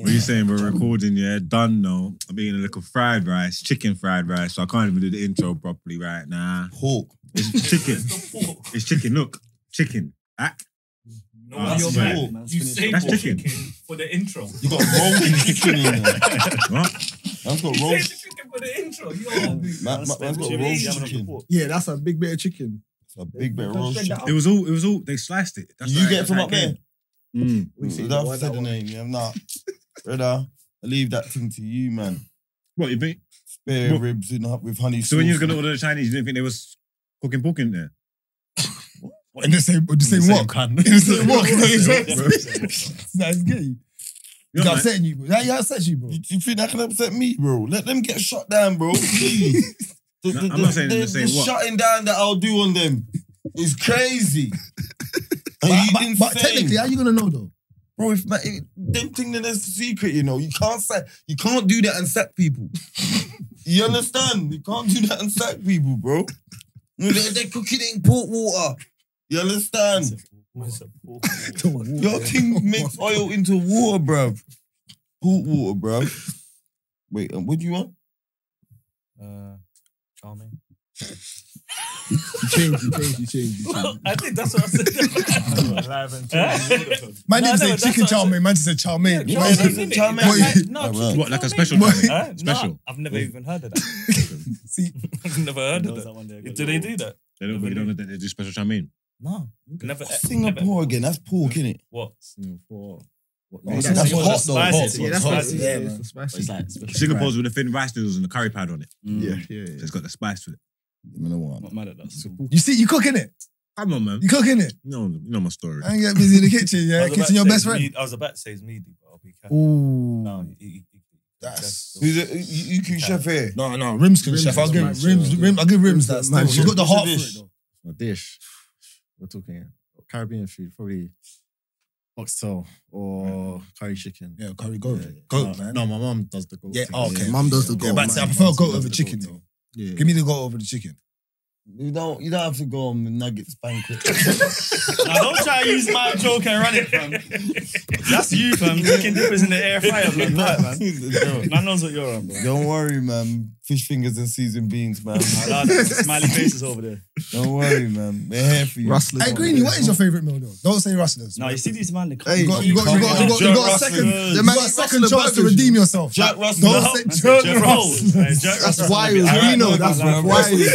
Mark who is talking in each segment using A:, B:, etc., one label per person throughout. A: What are you saying? We're recording, yeah. Done, no. I'm eating a little fried rice, chicken fried rice, so I can't even do the intro properly right now.
B: Pork.
A: It's chicken.
C: Pork.
A: it's chicken. Look, chicken. Ah,
C: No,
A: Oh,
C: that's
A: that's
C: your
B: pork.
C: man. You say
A: That's
C: pork
A: chicken.
C: chicken for the intro.
B: You got rolling chicken in there.
A: what?
B: Man's got
C: You
B: roast.
C: say chicken for the intro. Yo,
B: Man, man, man's got roast chicken.
D: Yeah, that's a big bit of chicken.
B: It's a big bit of roast chicken.
A: It was all. It was all. They sliced it. That's
B: You
A: right,
B: get it from
A: that's
B: up
A: how
B: there.
A: it came. Mm.
B: You don't have to say the name. Yeah, nah. Brother, I leave that thing to you, man.
A: What you think?
B: Spare
A: Well-
B: ribs in, with honey
A: So when you was
B: sauce.
A: gonna order the Chinese, you didn't think they was cooking pork in there?
D: In the same, the same
E: Same
D: walk.
E: kind.
D: In the same walk.
E: Same
D: That's gay.
A: You
D: He's
A: know, like,
D: upsetting you, bro. That, he's upsetting you, bro.
B: You, you think that can upset me, bro? Let them get shut down, bro. Please. The-
A: No,
B: the-
A: I'm not saying
B: the,
A: they're saying
B: the
A: what.
B: shutting down that I'll do on them is crazy. Are
D: But,
B: you
D: but,
B: insane?
D: but technically, how you gonna know though?
B: bro, if man, it, them thing that is a secret, you know, you can't sack, you can't do that and sack people. you understand? You can't do that and sack people, bro. You know, They, they cook it in port water. You understand? Your thing makes oil into water, bruv. Port water, bruv. Wait, um, what do you want?
E: Uh, charming.
D: You change, you change, you change, you change.
C: I think that's what I said.
E: Alive and
D: My
C: No,
D: name
C: no,
D: said
C: that's
D: chicken
C: what I
D: chow mein. Man just said chow mein.
C: Yeah,
D: Why
B: is
D: is
C: chow
D: it-
B: it?
C: mein,
B: Chow mein.
C: innit? No,
B: What,
C: chicken
A: what, like a
C: chow mein.
A: special
D: What?
A: Chinese?
E: Huh?
A: Special.
E: No, I've never even heard of that.
D: See,
C: I've never heard of that. Do they do that?
A: They don't. They don't. They do special Chinese.
E: No.
C: Never. never-
B: Singapore again, that's pork, innit?
C: What?
A: Singapore.
B: That's,
D: that's
B: that's
D: what-
B: hot though.
C: spicy.
B: Hot.
C: Yeah,
B: that's
D: what-
B: spicy.
D: yeah, man.
E: It's like special.
A: Singapore's with the thin rice noodles and the curry pad on it.
B: Yeah, yeah,
A: So it's got the spice with it.
B: You know what?
E: I'm not mad at that. So.
D: you see, you cooking it.
A: Come on, man.
D: You cooking it.
A: You know, you know my story.
D: I ain't get busy in the kitchen.
C: I
D: Yeah,
C: was about to
D: kitchen your
C: say
D: best
C: it's
D: friend.
C: mead- I was about to say it's meaty, but I'll be careful.
D: Ooh,
C: No, he- he- he-
D: That's-
B: Who's it? You, you can chef here.
D: no, no. Rims can
B: Rims
D: chef.
B: is
D: I'll give
B: mad,
D: rims. Rims,
B: yeah.
D: I'll give rims
B: Rims
D: that.
B: is
D: Man,
B: mad.
D: she got the
B: What's the
D: heart for it
B: dish?
D: though.
F: a dish. We're talking Caribbean food, probably oxtail or curry chicken.
D: Yeah, curry goat.
F: Yeah, yeah.
D: Goat,
F: no,
D: man.
F: No, my mum does the goat.
D: Yeah,
F: thing.
D: oh, okay.
F: Yeah.
D: Mum does the
F: Yeah,
D: goat.
F: yeah,
D: But
F: mum
D: see, I
F: does
D: prefer
F: the
D: goat over
F: the
D: chicken,
F: thing. Yeah.
D: Give me the goat over the chicken.
B: You don't. You don't have to go on the Nuggets banquet.
E: Now, don't try to use my joke and run it, fam. That's you, fam. Cooking dippers in the air fryer, man. Right, man. Man knows what you're on, bro.
B: don't worry, man. Fish fingers and seasoned beans, man.
E: Nah, nah, Smiley faces over there.
B: Don't worry, man. We're here for you.
D: Hey, Greeny, what is your favorite meal though? Don't say rustlers.
E: Now, you see these man, they come.
B: Hey,
D: You got, you got, you got, you got, you got a second, you got a second chance to redeem yourself.
B: Jack
D: Like,
B: Russell.
D: Don't say Jack Russell.
E: That's
F: wild.
B: You know that's wild,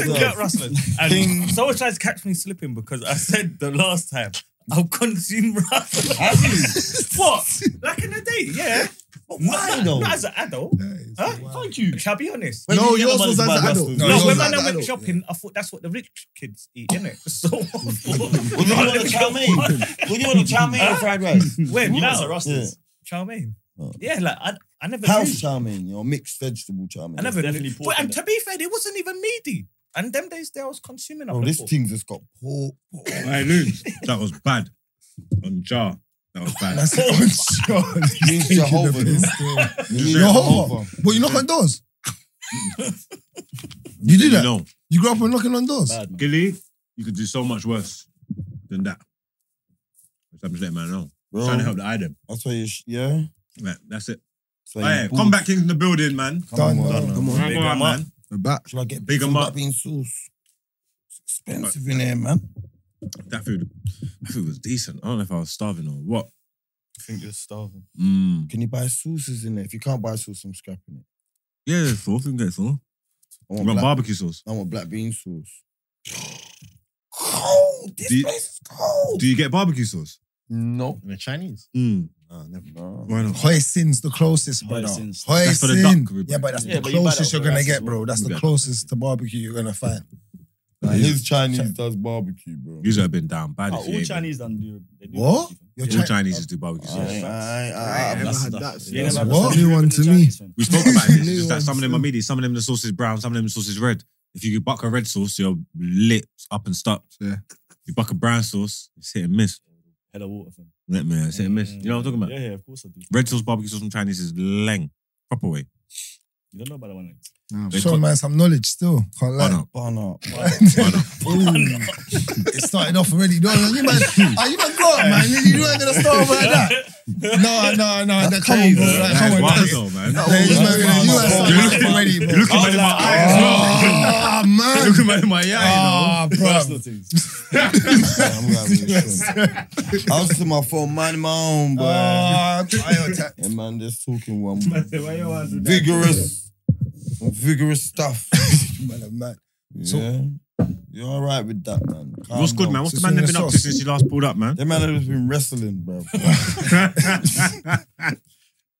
B: though.
E: Jack Russell.
B: King.
E: And someone tried to catch me slipping because I said the last time I'll consume Russell. what? Back in the day, yeah. But
B: why,
E: not-
B: though?
E: Not as an adult. Huh? Thank you. Shall I be honest?
D: No, yours was as an
B: Russell.
D: adult.
B: No,
E: No,
D: yours
E: when
D: was
E: man
D: as an
E: went
D: adult.
E: shopping, I thought that's what the rich kids eat, innit? So,
B: What do you want a chow mein? What do you want a chow mein or fried rice?
E: when
B: You
E: now,
B: know,
E: Russell's chow mein.
B: Oh.
E: Yeah, like I, I never knew.
B: House chow mein, you know, mixed vegetable chow mein.
E: I never
C: Definitely
E: knew.
C: pork
E: But,
C: in
E: and
C: it.
E: to be fair, it wasn't even meaty. And them days there, I was consuming.
B: Bro,
E: up the
B: Oh, this
E: pork.
B: thing's just got pork. pork.
A: Hey, Luke, that was bad. On jar, that was bad.
D: That's it. God.
B: Means Jehovah. You mean
D: Jehovah. But you knock on doors. You do that.
A: No,
D: You grow up and knocking on doors.
E: Bad, man.
A: Gilly, you could do so much worse than that. So I'm just letting man know.
B: Bro,
A: Trying to help the item.
B: That's why you, sh- yeah.
A: Right, that's it.
B: That's why
A: Hey,
B: you
A: come
B: bought-
A: back in the building, man.
D: Done,
B: on,
D: done,
B: man.
D: come on.
A: Come
E: Big
A: on,
E: them up.
A: man.
D: We're back.
B: Should I get
A: Big
B: big
A: em up.
B: up bean sauce? It's expensive in here, man.
A: That food, that food was decent. I don't know if I was starving or what.
E: I think you're starving.
A: Mm.
B: Can you buy sauces in there? If you can't buy sauce, I'm scrapping it.
A: Yeah, sauce. We can get sauce.
B: I
A: We
B: want,
A: got
B: black,
A: barbecue sauce.
B: I want black bean sauce. Cold. This
A: Do you-
B: place is cold.
A: Do you get barbecue sauce?
B: no.
F: And the Chinese.
A: Mm.
F: No, never.
B: no.
A: Why not?
D: Hoisin's the closest,
E: Hoi
D: brother.
E: Sin's.
A: That's for the
D: Hoisin.
A: duck, everybody.
D: Yeah, but that's
E: Yeah,
D: the
E: but you buy that
D: closest you're
E: for
D: gonna
E: rice
D: get,
E: as well.
D: bro. That's the
A: Yeah.
D: closest to barbecue you're gonna find.
B: Nah, his Chinese does barbecue, bro.
A: Usually I've been down bad
C: Oh,
E: Ah,
A: if you
E: all
A: ain't been.
E: Chinese done do. They do
D: What?
E: barbecue.
D: Your
A: All
D: Chi-
A: Chinese do barbecue
B: I,
A: sauce.
B: ain't- I, ain't-
F: I
B: I, I,
F: ain't
B: I,
F: ever
E: that's-
F: had
E: that's-
F: that.
E: You ain't
F: That's
E: never had
D: what?
E: that
D: New
E: with
D: one
E: the
D: to
E: Chinese
D: me.
E: thing?
A: We spoke about this. It's
D: New
A: just that
D: one,
A: some of them are
D: so-
A: meaty, some of them the sauce is brown, some of them the sauce is red. If you buck a red sauce, your lips up and stuffed.
D: Yeah.
A: You buck a brown sauce, it's hit and miss.
E: Head of water thing.
A: Let me, it's hit and miss. You know what I'm talking about?
E: Yeah, yeah, of course I do.
A: Red sauce barbecue sauce from Chinese is leng, proper way.
E: You don't know about the one.
F: Nah,
A: They
D: Showing
A: put-
D: man some knowledge still. Can't lie.
A: Bun up.
B: Bun up.
D: Ooh. it started off already. No, no, you man, ah, you man, grow up, man. You, you ain't gonna start off like that. No, no, no. that- Come on, bro. Like,
A: That's
D: come on.
A: wild
D: that's-
A: though, man.
D: Nah, you man, you man,
A: You're
D: started
A: looking-
D: off already, bro.
A: You're looking man in my eye as well.
D: Ah,
A: You're
D: man.
A: Looking man in my eye, you know.
D: Ah, bro.
B: I'm gonna be I was in my phone, man, my own, boy.
D: Ah,
B: and man, just talking one
E: Why you want to do that?
B: vigorous, vigorous stuff.
D: man, man. So-
B: yeah, you're all right with that, man. Calm
A: What's good,
B: down.
A: man? What's the
D: Just
A: man
D: Ah, in
A: them
D: the
A: been up to
D: sauce.
A: since you last pulled up, man?
B: Them man has been wrestling, bro.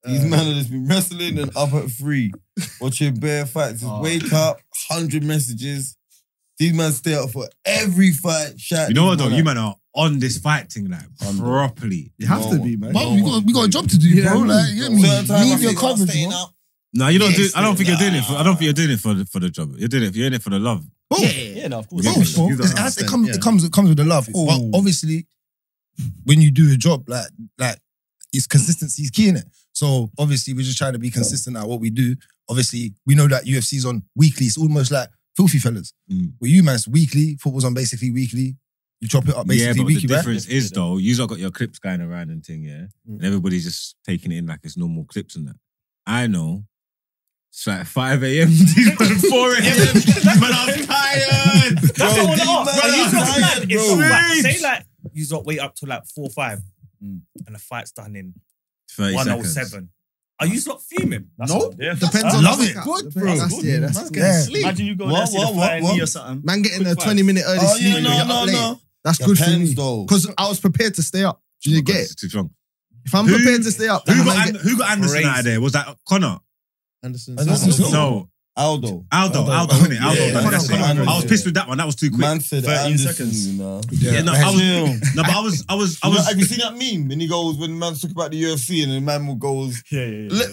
B: These
F: Uh,
B: man has been wrestling and up at three, watching bare fights. Just
F: Oh.
B: wake up, hundred messages. These man stay up for every fight. Shot.
A: You know what though? You man are on this fight thing like
B: Hundred.
A: properly.
F: You have to
B: No.
F: be, man.
D: Bro, we got, we got a job to do, bro. Like, you know what
B: Certain time
D: I mean?
B: I
D: Leave your
B: think, I'm
D: coverage,
B: staying
D: bro.
B: up.
A: No, you don't do.
B: Yes,
A: I don't think you're doing it. For, I don't
B: nah.
A: think you're doing it for the, for the job. You're doing it. You're in it for the love.
D: Both.
E: Yeah, no, of course.
A: Yeah,
D: Both, bro.
A: you
D: It,
A: gotta
D: has- it
F: understand,
D: comes,
F: yeah.
D: it comes, it comes with the love. But
B: Ooh.
D: obviously, when you do a job, like, like, it's consistency is key in it. So obviously, we're just trying to be consistent at what we do. Obviously, we know that UFC's on weekly. It's almost like filthy fellas.
A: Mm.
D: Where you man's weekly, football's on basically weekly. You chop it up
A: yeah,
D: basically
A: but
D: weekly,
A: the
D: right?
A: difference is though, you got your clips going around and thing, yeah, and everybody's just taking it in like it's normal clips and that. I know. It's like 5 a.m. These men are 4 a.m. man, I'm tired.
E: That's
B: Bro,
E: all it
B: these
E: are. Like,
B: man are
E: you got
B: tired,
E: mad.
B: bro.
E: It's like, say
A: Preach.
E: like you got wait up to like four or five, and the fight's done in
A: 30
E: one oh
A: seconds.
E: seven. Are you not fuming? That's
G: No.
E: all. Yeah.
G: Depends
E: Huh?
G: on
E: Love
G: the
E: it.
G: knockout.
D: Good,
G: Depends-
D: bro.
G: That's, yeah, that's
D: Man's
G: getting
D: getting
G: sleep.
E: Imagine you go
B: What,
E: there, see the
B: what, what,
E: fly
B: what?
E: knee or something.
G: Man getting a
E: Quick
G: 20 minute early
B: Oh,
G: sleep.
B: yeah,
G: when
B: no,
G: you're up
B: no,
G: late.
B: no.
G: That's good for
B: Depends
G: me.
B: though.
G: Because I was prepared to stay up. Do you
A: Oh, God,
G: get
A: it's
G: it?
A: too strong.
G: If I'm
A: Who-
G: prepared to stay up,
A: Who
G: then I
A: got,
G: get-
A: An- who got Anderson out of there? Was that Connor?
F: Anderson.
B: And that's
F: Anderson.
B: No.
A: No,
B: Aldo.
A: Aldo. Aldo,
B: Aldo.
A: innit? Aldo.
B: Yeah,
A: done it, that's
B: Connor,
A: it.
B: Connor,
A: I was
B: yeah.
A: pissed with that one. That was too quick.
B: Man said
E: 13
B: Anderson,
E: seconds.
B: you know.
A: yeah, no, I was, no, but I was, I was, I
B: You know,
A: was.
B: have you seen that meme? And he goes, when man talk about the UFC, and the man will goes,
E: Yeah, yeah, yeah.
B: Let,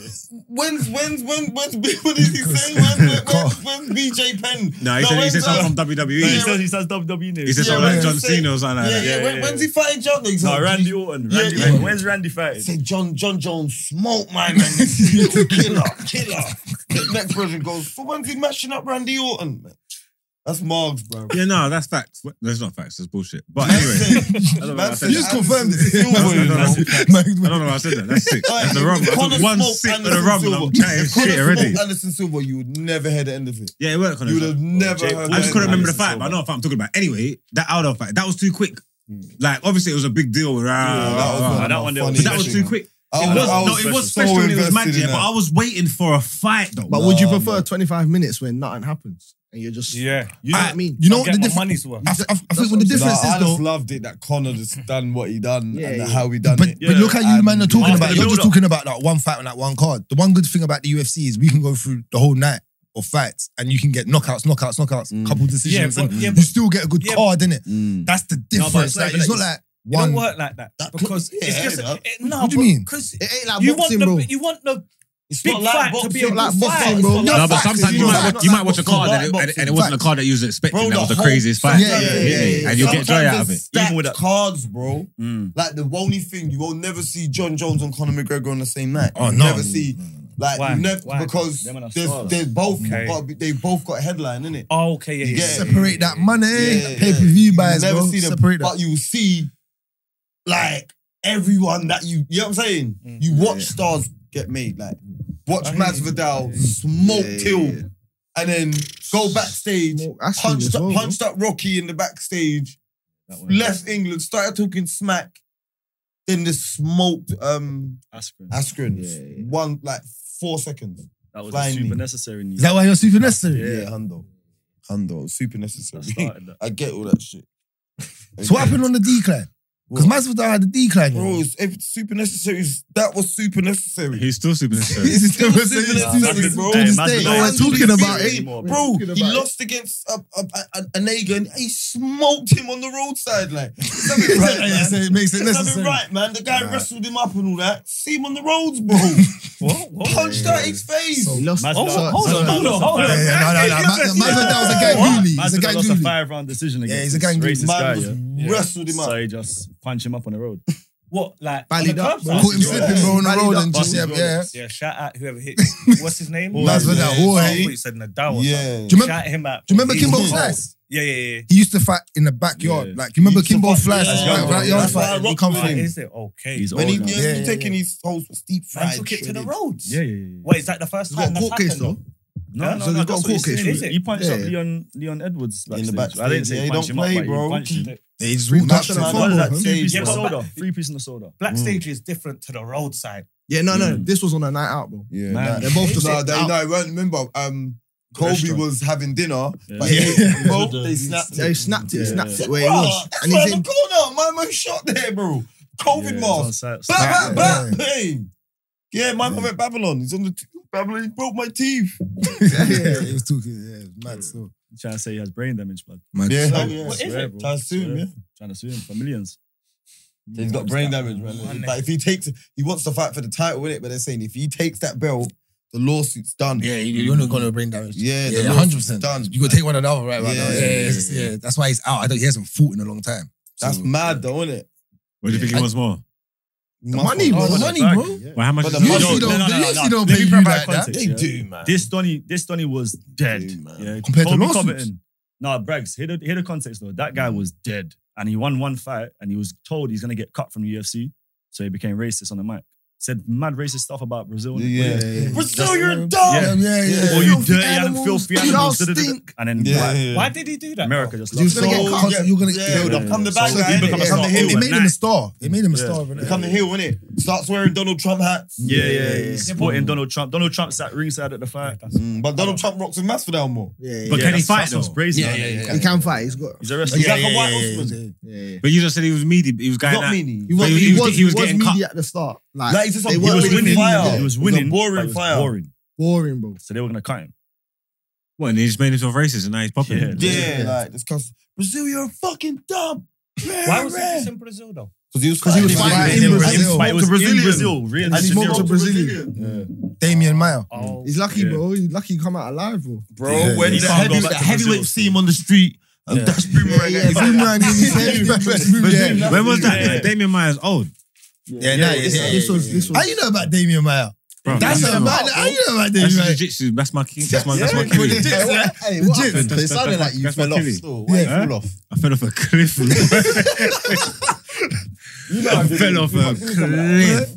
B: when's when's when when's what is he saying? When's when's, when's BJ Penn?
A: No, he said he said something from WWE.
E: He
A: E. He
E: says he says WWE news.
A: said
B: Yeah,
A: something like
B: yeah,
A: John
B: say-
A: Cena or something like
B: Yeah, yeah,
A: that.
E: yeah,
B: when,
E: yeah,
B: When's
E: yeah.
B: he fighting John?
E: No,
B: Exactly.
E: Randy Orton.
B: Yeah,
E: Randy
B: yeah.
E: Orton. Where's Randy
B: He
E: fighting?
B: said John John Jones smoke my man. killer, killer. The next person goes, for when's he matching up Randy Orton? Man? That's Margs, bro.
A: Yeah, no, that's facts. Wait, No, it's not facts. It's bullshit. But anyway, I don't know why I
B: man
A: said
B: said
D: You just
A: that.
D: confirmed it.
A: That's-
B: Silver.
A: that's- I
D: Man,
A: don't know why I said that. That's sick. That's the rum. I
B: Connor
A: took one
B: smoked
A: sip of the
B: Anderson
A: rum and
B: Silva.
A: I'm chatting
B: If Connor
A: shit already.
B: smoked Anderson Silva, you would never hear the end of it.
A: Yeah, it worked. Connor.
B: You would have never
E: Jake
B: heard.
A: I just couldn't remember the
E: Anderson
A: fight, but I know what fight I'm talking about. Anyway, that Aldo fight, that was too quick. Like, obviously, it was a big deal.
B: that was
A: Rah, rah, rah.
E: that one
A: But that was too quick. It was, no, it was special and it was mad, yeah, but I was waiting for a fight, though.
G: But would you
B: Nah,
G: prefer
B: man.
G: 25 minutes when nothing happens and you're just.
E: Yeah.
G: You know what I mean?
D: you know what
E: Get
D: the
E: my
D: difference?
E: money's worth.
D: I, I, I think what the
G: That's
D: difference
B: I
D: is though.
B: just loved it that Connor just done what he done
G: Yeah,
B: and
G: yeah.
B: how he done
D: But,
B: it.
D: but
E: Yeah.
D: look how you
B: And
D: man are talking
E: after
D: about.
E: the
D: it. You're just
E: build-up.
D: talking about that one fight on that one card. The one good thing about the UFC is we can go through the whole night of fights and you can get knockouts, knockouts, knockouts,
B: Mm.
D: couple decisions,
E: Yeah, but-
D: and
E: yeah,
D: you
E: but-
D: still get a good
E: yeah.
D: card, innit?
B: Mm.
D: That's the
E: No, but it's
D: difference.
E: not
D: like,
E: even
D: it's
E: like-
D: not like
E: It don't
D: one.
E: work like that.
B: That-
E: because it's
B: yeah,
E: just.
B: that-
E: it- no,
D: What do you
E: but-
D: mean?
E: Because
G: It ain't like
E: you want
G: boxing,
E: the
G: bro.
E: you want the
B: It's
E: big
B: not like
E: fight to
B: boxing.
E: be a
G: It's not
E: good
G: like
E: fight.
G: boxing,
E: It's
G: bro.
E: not
G: No,
E: like
A: No, but
D: facts,
A: sometimes
D: it's
A: you
D: not
A: might
D: like-
A: watch, you might watch a
B: it's not
A: card and it,
B: like
A: and, it- and it
B: boxing,
A: wasn't the
D: facts.
A: card that you was expecting.
B: Bro,
A: that
B: the
A: was the
B: whole-
A: craziest fight.
G: Yeah, yeah, yeah, yeah.
A: And you'll get joy out of it. Mm.
B: Even
E: with that-
B: cards, bro. Like the only thing you will never see John Jones and Conor McGregor on the same night.
D: Oh,
B: You
D: no.
B: Never see like
E: Why?
B: you never
E: Why?
B: because
E: Them and I
B: there's,
E: saw that.
B: there's both
E: Okay.
B: got, they both got headline in it.
E: Oh, okay, yeah,
B: You
E: yeah.
B: get
E: yeah.
B: it.
D: Separate that money,
B: Yeah.
D: pay per view buys,
B: never
D: bro.
B: see them,
D: Separate that.
B: but you will see like everyone that you. You know what I'm saying?
G: Mm-hmm.
B: You watch stars get made. Like watch Masvidal smoke Till, and then go backstage.
G: Smoke Ashley
B: Punched
G: as
B: up,
G: well, bro.
B: punched up Rocky in the backstage.
F: That one.
B: Left England, started talking smack. Then just smoked um,
E: Askren.
B: Askren.
G: Yeah, yeah.
B: One like four seconds.
E: That was a
B: Blindly.
E: super necessary. knee.
D: Is that why you're super necessary?
B: Yeah, Hundo, Hundo, super
E: That
B: necessary.
E: started that.
B: I get all that shit.
D: So what happened on the decline? Because Masvidal had a decline. you
B: Bro,
D: know?
B: it's, if it's super necessary, it's- that was super necessary.
A: He's still super necessary.
D: It's
B: still
D: super
B: super
D: necessary,
B: necessary, bro.
D: bro. To
E: Hey,
D: this
E: Masvidal-
D: day.
E: No,
D: We're
E: Anthony
D: talking about
B: Fury.
D: it.
E: Anymore, bro.
B: Bro,
G: Talking
B: he
G: about it.
B: lost against a, a, a, a nigger and he smoked him on the roadside. Like, something right,
D: Yeah, so
B: man.
D: it makes it
B: Something
D: necessary.
B: right, man. The guy
D: Nah.
B: wrestled him up and all that. See him on the roads, bro.
E: What?
C: Oh,
E: What?
B: Punched out his face.
G: You lost.
E: Hold
G: So-
E: on, hold
G: so-
E: on, hold on, hold
D: Yeah,
E: on.
D: yeah, no, no, no. Ma- Masvidal was a gang
E: What?
D: bully. He's a
E: Masvidal
D: gang
E: lost a
D: bully.
E: five round decision against
D: he's a gang
E: this racist
D: goon.
B: man
E: guy.
B: was
E: yeah.
B: wrestled him
E: So
B: up.
E: he just punched him up on the road.
C: What like on
G: Ballied
C: the
G: up,
C: curbside?
G: bro.
D: Caught him
C: Yeah.
D: slipping, bro, on the
G: Ballied
D: road
G: up,
D: and just, yeah,
G: bro.
D: yeah.
C: Yeah, shout out whoever hit. What's his name?
D: That's what that
C: Oh, I
D: Jorge.
C: thought
D: Do
C: you said Nadal. Or something.
B: Yeah.
D: you remember?
C: Shout him out.
D: Do you remember
C: He
D: Kimbo
C: was
D: Slice?
C: old. Yeah, yeah, yeah.
D: He used to fight in the backyard.
F: Yeah.
D: Like, you remember
B: He used to
D: Kimbo
B: fight-
D: Flash?
B: Yeah.
D: Right, right,
B: Yeah.
D: yard
B: That's why
D: fight.
B: I
D: We come
C: Oh,
D: from him.
C: Is it okay?
F: He's
B: When
F: old
B: he
F: now.
B: yeah,
D: Yeah,
B: he
D: yeah,
B: taking his whole steep
C: Man
B: fried
C: took it to the
B: shredded.
C: roads.
F: Yeah, yeah, yeah.
C: Wait, is that the first
G: He's
C: time
G: got a
C: that's
G: court case,
C: happened?
G: though.
C: No,
G: So
C: no,
G: he's
C: no.
G: got a
C: that's
G: court
C: what
G: case
C: he-
G: for
C: is
G: it.
C: it?
F: He punched up
G: Yeah.
F: Leon Leon Edwards
B: In the
F: backstage. I
B: backstage.
F: didn't
B: Yeah,
F: say
B: he
F: punch
B: don't
F: him
B: play,
F: up, but
B: bro.
F: he punched him.
D: Yeah, he just
G: Who
D: walked up
G: touched
D: to
G: him
D: the
G: like
F: What is
D: football.
F: that?
D: man.
F: Two piece
C: Yeah,
F: and a
C: but
F: soda.
C: back-
F: Three piece and a soda.
C: Backstage is different to the roadside.
D: Mm.
G: Yeah, no, no. This was on a night out, bro.
B: Yeah,
F: Man.
B: nah.
G: They're both just
B: No,
G: out.
B: they, no, I remember. Um, Kobe
F: Restaurant.
B: was having dinner,
F: Yeah.
B: but they, bro, they snapped
G: They
B: it.
G: snapped it. They
F: Yeah.
G: snapped it
B: Bro,
G: where he was.
B: that's
G: And
B: right
G: he's
B: in
G: in.
B: the corner. My man shot there, bro. COVID mask. Bap, bap, bap, bang. Yeah, my man went Babylon. He's on the t- Babylon. He broke my teeth.
D: Yeah, he was talking. Yeah, it was mad still.
F: Trying to say he has brain damage, blood.
D: Mad
B: Yeah.
D: still.
B: Yeah.
C: What is
F: Swear,
C: it?
F: bro.
B: That's soon, yeah.
F: Swear. Trying to sue him for millions.
B: He's got brain damage, man. But if he takes, he wants to fight for the title with it. But they're saying if he takes that belt, the lawsuit's done.
D: Yeah, you- you're not gonna bring damage.
B: Yeah, the
D: yeah,
B: lawsuit's
D: hundred percent.
B: Done.
D: You gotta take one or the other, right? Right
B: Yeah,
D: now. Yeah,
B: yeah,
D: yeah,
B: yeah,
D: yeah, yeah. That's why he's out. I don't. He hasn't fought in a long time.
B: That's
D: So-
B: mad, though, isn't it?
A: What do you think he
D: I-
A: wants more?
G: The money,
D: Oh,
G: bro.
D: the
G: The
D: money,
F: Fuck,
D: bro.
F: yeah.
A: Well, how much?
B: But
A: is
B: the
A: it?
B: money-
D: Usually
B: No,
D: don't.
F: no, no,
D: They
F: no,
D: usually
F: no.
D: don't
F: Let
D: pay
F: me
D: you
F: provide
D: like that.
F: context.
B: They
F: Yeah.
B: do, man.
F: This Donny, this Donny was dead.
B: They do, man.
F: Yeah,
D: Compared to
F: Colby
D: lawsuits.
F: Covington. No, Braggs, hear the, hear the context though. That guy was dead and he won one fight and he was told he's going to get cut from the UFC. So he became racist on the mic. Said mad racist stuff about Brazil.
B: Yeah.
D: That's-
B: Brazil, you're a dog.
D: Yeah,
F: Yeah.
D: yeah, yeah.
F: Or you
G: Filthy
F: dirty and
G: animals.
F: filthy
G: Y'all
F: animals. da, da, da, da.
G: stink.
F: And then
B: Yeah,
F: like,
B: yeah.
C: Why did he do that?
F: America just
D: He was
F: loves
D: gonna
F: him.
D: get
B: So-
D: cut. You're gonna
B: Yeah,
D: yeah.
B: become the
F: So
B: bad
D: So
B: guy.
D: he
B: innit?
F: become
D: becomes
F: a
B: Become the
F: star.
B: heel.
D: It made him a star. It made him a
F: Yeah.
D: star. innit?
B: Become the heel, innit? Starts wearing Donald Trump hats.
F: Yeah, yeah, yeah.
C: Yeah,
F: Supporting Donald Trump. Donald Trump sat ringside at the fight.
B: Mm, but Donald Trump rocks with mass for that more.
G: Yeah, yeah.
A: But
F: Yeah,
A: can he
F: that's-
A: fight
F: that's what's
A: though?
F: crazy.
D: Yeah, yeah,
G: He can fight. He's got.
F: He's arrested.
B: He's
D: Yeah,
B: like
D: yeah,
B: a white
D: yeah, yeah,
B: Osman.
D: yeah.
G: Yeah, yeah.
A: But you just said he was meaty. He was going
B: Not
A: out.
B: meanie.
G: He was,
A: But
G: he,
A: he was-
G: was,
A: he was getting
G: media
A: cut.
G: at the start. Like,
B: Like, he's just a
G: They
F: He
G: Yeah,
F: was
G: but
B: boring
G: he
F: winning.
B: fire.
F: He was
B: It a
F: winning. but
B: boring
F: it was
B: fire.
F: Boring.
G: boring, bro.
F: So they were gonna cut him.
A: What? And he just made himself racist, and now he's popping.
F: Yeah.
B: Yeah,
G: Yeah.
B: like, this cause Brazil, you're a fucking dumb.
C: Why was it just in Brazil though?
B: Because he was
D: Because he was
B: fighting
D: fighting
B: Brazil.
D: in
F: But
D: Brazil.
F: it was in Brazil. Really?
G: And he smoked a
F: Brazil.
G: Brazilian.
D: Damien Meyer.
C: Oh,
G: He's lucky,
F: Yeah.
G: bro. He's lucky he come out alive, bro.
B: Bro,
D: Yeah,
B: when
D: yeah.
B: the,
F: Can't
B: heavy,
F: go
B: the
F: back to
B: heavyweight
F: Brazil.
B: see him on the street,
D: Um,
B: and
F: Yeah.
B: that's boomerang.
G: Yeah,
B: at his
G: yeah.
B: back.
D: Boomerang in his head.
B: Boomerang.
D: Yeah.
A: When was that?
F: Yeah.
A: Damian Myers old.
D: Yeah, nah, yeah,
G: this,
D: yeah,
G: this
D: yeah,
G: was
D: yeah.
G: this was.
D: How you know about Damien Meyer?
A: Bro,
D: That's
A: that's
D: a man. How you know about Damien Meyer?
A: that's jiu-jitsu. That's my ki- that's my that's my
D: Yeah,
A: kiwi. I
D: yeah.
G: Hey,
D: The
G: what
D: gym.
G: happened?
A: That's-
D: It sounded
A: that's my-
D: like you
A: that's my
D: fell off.
A: kiwi.
D: still. Why you
A: Huh?
D: fall off?
A: fell off a cliff.
B: You know,
A: I fell off a cliff.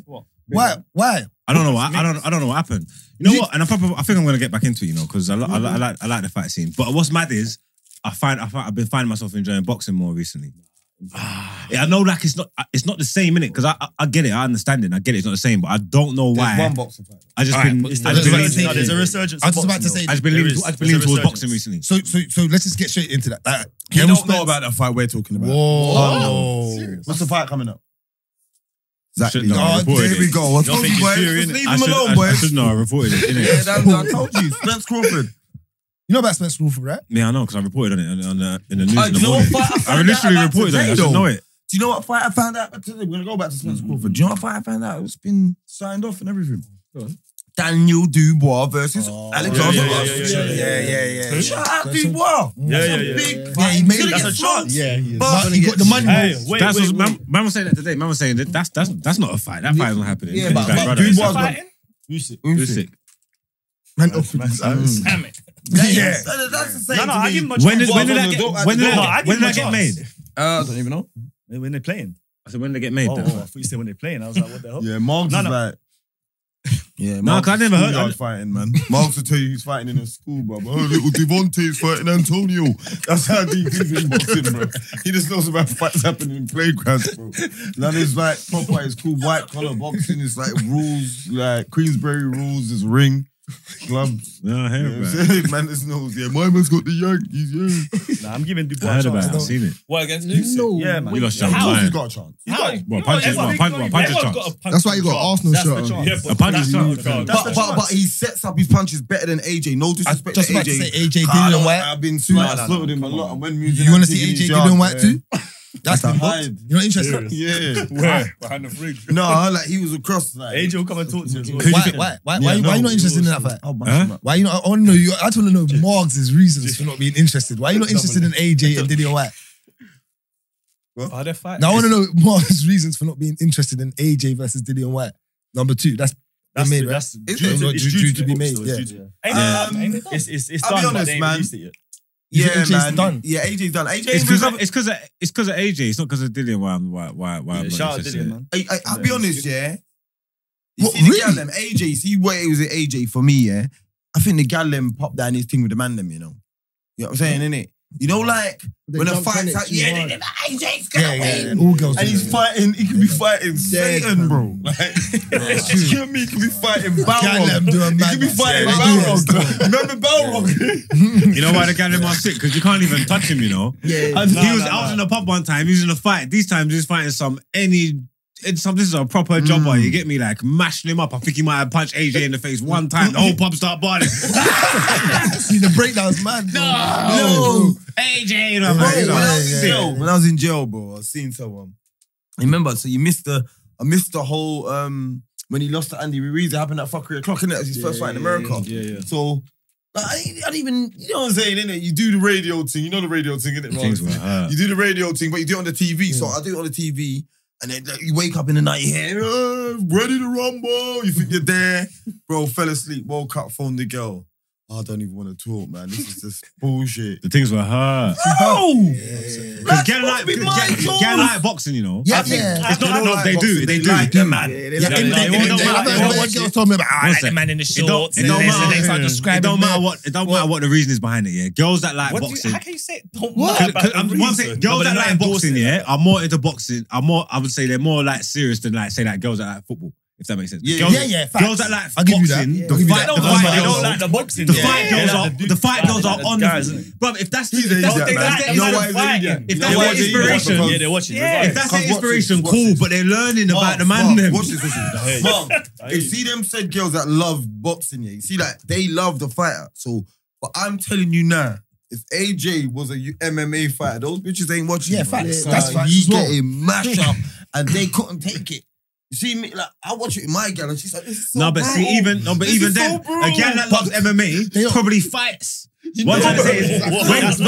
D: Why? Why?
A: I don't know what I don't I don't know what happened. You know what? And I probably I think I'm gonna get back into it, you know, because I, li- I, li- I like I like the fight scene. But what's mad is I find I find, I've been finding myself enjoying boxing more recently. yeah, I know like it's not it's not the same in it because I, I I get it I understand it and I get it it's not the same but I don't know
B: There's
A: why
B: one boxer fight.
A: I just
D: Alright,
A: been
D: but it's
A: I
D: not
A: just
D: the
A: been
D: same.
A: leaning-
D: No, there's
F: There's
D: a
F: a resurgence.
D: I was just about to say.
A: I just been
F: There
A: leaning
F: is-
A: I've been
F: there's a
A: leaning towards
F: resurgence.
A: boxing recently.
D: So, so, so let's just get straight into that. Like,
B: You
D: Errol
B: don't
D: Spence-
B: know about that fight we're talking about.
D: Whoa.
B: What's the fight coming up?
A: Shouldn't have
D: Oh,
A: reported
D: there
A: it.
D: we go. I told
A: think
D: you,
A: it's
D: boy.
A: serious,
D: Just
A: innit?
D: leave
A: I
D: him
A: should-
D: alone,
A: I-
D: boy.
A: I should know I reported it.
B: Yeah,
A: Innit?
B: that, I told you, Spence Crawford.
D: You know about Spence Crawford, right?
A: Yeah, I know because I reported on it on, on the, in the news
B: Uh,
A: in
B: do
A: the
B: you know
A: morning.
B: what fight I
A: I
B: found out
A: literally
B: about
A: reported on it.
B: today,
A: I should
B: though?
A: know it.
B: Do you know what fight I found out about today? We're gonna go back to Spence
F: Mm-hmm.
B: Crawford. Do you know what fight I found out? It's been signed off and everything. Daniel Dubois versus Alexander.
F: Oh, yeah, yeah,
B: Usyk.
F: yeah, yeah,
D: yeah, yeah, yeah, yeah.
B: Shout out Dubois.
F: Yeah, yeah,
B: That's a
F: yeah.
B: big
G: Yeah,
B: fight.
D: he made
B: He's gonna
D: it. That's
B: get
D: a
B: smoked.
F: Yeah, yeah.
B: But
D: But he got the money.
F: Hey, wait,
A: that's
F: wait,
A: what man, man was saying that today. Man was saying that that's that's that's not a fight. That fight isn't happening.
B: Yeah,
A: Kenny
B: but-
A: Guy
B: but
A: Brother,
B: Dubois
A: it's a
B: got-
A: fight.
F: Usyk.
A: Usyk.
D: Man, off with his eyes.
C: damn it.
D: Yeah.
B: That- That's the same.
C: No, no,
B: to
C: I
B: me.
C: give him a
A: When
C: chance.
A: did when did
B: Well,
A: that
B: no,
A: get
B: don't add
A: when did
B: the
C: ball. I
A: that
C: give
A: when did
C: him a
A: that get made?
C: chance.
B: Uh, I don't even know.
F: When they're playing.
A: I said when did it get made?
F: Oh, oh, I
A: then?
F: thought you said when they're playing. I was like, what the hell?
B: Yeah, Margs
F: No,
B: is
F: no.
B: like. Yeah,
A: No, 'cause I never heard-
B: of
A: I-
B: fighting, man. Margs will tell you he's fighting in a school, bro. Oh, little Devontae's fighting Antonio. That's how deep he's in boxing, bro. He just knows about fights happening in playgrounds, bro. That is like proper. It's called white collar boxing. It's like rules, like Queensberry rules. It's ring, gloves.
A: No, I
B: You
A: heard
B: know
A: about
B: what
A: it.
B: I'm saying? man just knows. Yeah, my man's got the Yankees. Yeah,
F: Nah, I'm giving Dubois
A: I
F: a
A: heard
F: chance.
A: about it. I've
F: though.
A: seen it.
C: What against
G: You
C: Lucy?
G: know,
F: Yeah, man.
A: We lost John
B: How's he
A: Bryan.
B: got a chance?
C: How?
B: got-
A: Well, punches,
C: Everyone-
A: well, punch- well, punches
C: everyone's
A: chance.
C: got a punch
G: That's why you got
C: chance.
G: Arsenal
F: That's
G: shirt
F: the
G: on.
F: chance.
C: Yeah,
A: A
C: but
A: punch
C: that's
A: is
C: not
A: huge,
C: a
A: man.
C: chance.
B: But,
C: That's
B: but,
C: the
B: but
C: chance.
B: he sets up his punches better than AJ. No
D: I
B: disrespect
D: just
B: to
D: about to
B: AJ.
D: say AJ
B: I
D: Dillon
B: don't-
D: White.
B: I've been smart.
D: No, no,
B: I
D: no,
B: slotted him a lot. And when music
D: You want to see E AJ Dillon White too? That's
B: That's
D: been
B: a
D: booked.
B: hide.
D: You're not interested.
B: Yeah.
C: Where? Behind the fridge.
B: no, like he was across. Like,
F: AJ will come and talk to you.
D: Why? Why? Why? Why,
B: Yeah,
D: why you
B: no.
D: not interested in that fight?
B: I'll bash
A: Huh?
B: him up.
D: Why you not? I want to know. You, I just want to know Margs' reasons for not being interested. Why you not interested in AJ and Dillon White?
C: Are there fights?
D: Now I want to know Mark's reasons for not being interested in AJ versus Dillian White. Number two, that's
F: That's,
D: made,
F: the-
D: right?
F: that's due,
B: It's- it's
F: to, it's due to be made.
D: yeah.
F: Ain't
B: Um,
F: it- ain't it- it's it's, it's
B: I'll be
F: done, but
B: honest,
F: they ain't
B: man.
F: released it yet.
D: You
B: Yeah,
D: think AJ's
B: man.
D: done?
B: Yeah, AJ's done. AJ
A: It's
B: ain't
A: because
B: been-
A: it's because it's because of AJ. It's not because of Dillian. Why I'm why why why I'm
F: Yeah,
A: not
F: shout out
A: interested.
F: Dillian, man.
B: I, I, I'll be honest, yeah. You
D: What,
B: see the gal
D: really?
B: them, AJ, see where it was at AJ for me, yeah. I think the gal them popped down his thing with the man them, you know. You know what I'm saying, innit? You know, like
G: They
B: when a
G: jumped on
B: fight's
G: it
B: out,
G: too
B: yeah,
G: hard.
B: they- they- AJ's gonna
D: Yeah, yeah, yeah.
B: win.
D: All girls. do
B: And he's
D: that.
B: fighting, he could be fighting
G: Dead,
B: Satan,
G: man.
B: bro. Like,
D: That's
B: you get me? He could be fighting
D: Can't let him
B: Balrog.
D: do a
B: He
D: man.
B: could be fighting
D: Yeah,
B: Balrog. Remember Balrog?
A: You know why the guy them are sick? Because you can't even touch him. You know.
G: Yeah.
A: And
F: No,
A: he was
F: no,
A: out
F: no.
A: in the pub one time. He was in a fight. These times he's fighting some any. It's some, this is a proper jobber. You get me? Like mashing him up. I think he might have punched AJ in the face one time. The whole pub start barking.
D: See, the breakdown's mad. bro.
A: no, AJ. You know, I'm
B: Bro,
A: like, you know,
B: when, I
D: yeah,
B: was in
D: yeah,
B: jail,
D: yeah.
B: when I was in jail, bro, I was seeing someone. I remember, so you missed the, I missed the whole um when he lost to Andy Ruiz. It happened at fuckery o'clock, and that was his first fight in America.
F: Yeah, yeah.
B: So like, I, ain't- I didn't even, you know what I'm saying, innit? You do the radio thing, you know the radio thing, innit? Ron?
A: Things were hurt.
B: You do the radio thing, but you do it on the TV. So I do it on the TV, and then like, you wake up in the night, you hear, "Uh, ready to rumble. You think you're there. Bro, fell asleep, woke up, phoned the girl. "Oh, I don't even want to talk, man. This is just bullshit.
A: The things were hurt.
B: No!
A: Because
B: That's supposed to be my goal.
A: like boxing, you know.
D: Yeah,
A: I think-
D: yeah.
A: It's
B: They
A: not
B: don't
A: like,
B: like
A: they do.
B: boxing,
A: They
B: they
A: do.
B: like
A: It
B: them.
A: man.
G: Yeah, they
A: Yeah,
G: like-
A: no, it don't matter. It don't
D: One girl told me about.
A: One
D: "Ah,
A: sec.
E: man in the
A: It don't, it don't matter. it don't matter what. It don't matter what the reason is behind it. Yeah, girls that like
C: What do you,
A: boxing.
C: how can you say it don't
A: Cause-
C: matter? about
A: cause
C: the
A: I'm- one thing,
C: reason?
A: girls
C: No, but
A: that
C: they're
A: like
C: not
A: boxing,
C: endorsing it.
A: yeah, are more into boxing. Are more, I would say they're more like serious than like say like girls that like football. If that makes sense.
B: Yeah,
A: girls,
D: Yeah, yeah. facts.
A: Girls that like
D: I'll give you that.
A: boxing,
G: Yeah.
A: the
D: I'll give you
A: fight,
D: that.
A: the
D: Those
A: fight
D: are-
A: they don't
D: those
A: like.
F: the boxing.
A: The
F: yeah.
A: fight
F: Yeah,
A: girls
F: yeah,
A: are
F: the
A: the
F: dudes
A: fight
F: fight,
A: girls
F: yeah,
A: are
F: the
A: on.
F: guys,
A: the
F: isn't
A: Bro, if that's
B: He's an
A: if that's
B: idiot,
A: if that's
B: man.
A: their
B: You know why he's
A: inspiration,
B: an idiot?
A: if
B: You know
A: that's
B: why
A: their
B: he's an idiot?
A: inspiration,
B: Because-
F: Yeah, they're watching.
A: if
C: Yeah.
F: Yeah.
A: that's their
B: Because watch this,
A: inspiration,
B: watch
A: cool.
B: this.
A: But they're learning about the man.
B: Mark,
A: Them.
B: Watch this, watch this. Mark, you see them said girls that love boxing, yeah. You see, like they love the fighter. So, but I'm telling you now, if AJ was a U- MMA fighter, those bitches ain't watching.
D: Yeah,
B: bro.
D: facts.
B: Nah,
D: That's facts
B: You
D: as well.
B: getting mashed up, and they couldn't take it. You see me, like I watch it with my girl, and she's like, "This is so
A: No, but see,
B: brutal."
A: even no, but
B: This
A: even
B: is
A: then,
B: so brutal.
A: a gal that loves
D: They
A: MMA
D: are-
A: probably fights. What I'm trying to
B: know
A: say is,
B: it.
A: when,
F: That's-
A: when,
F: that's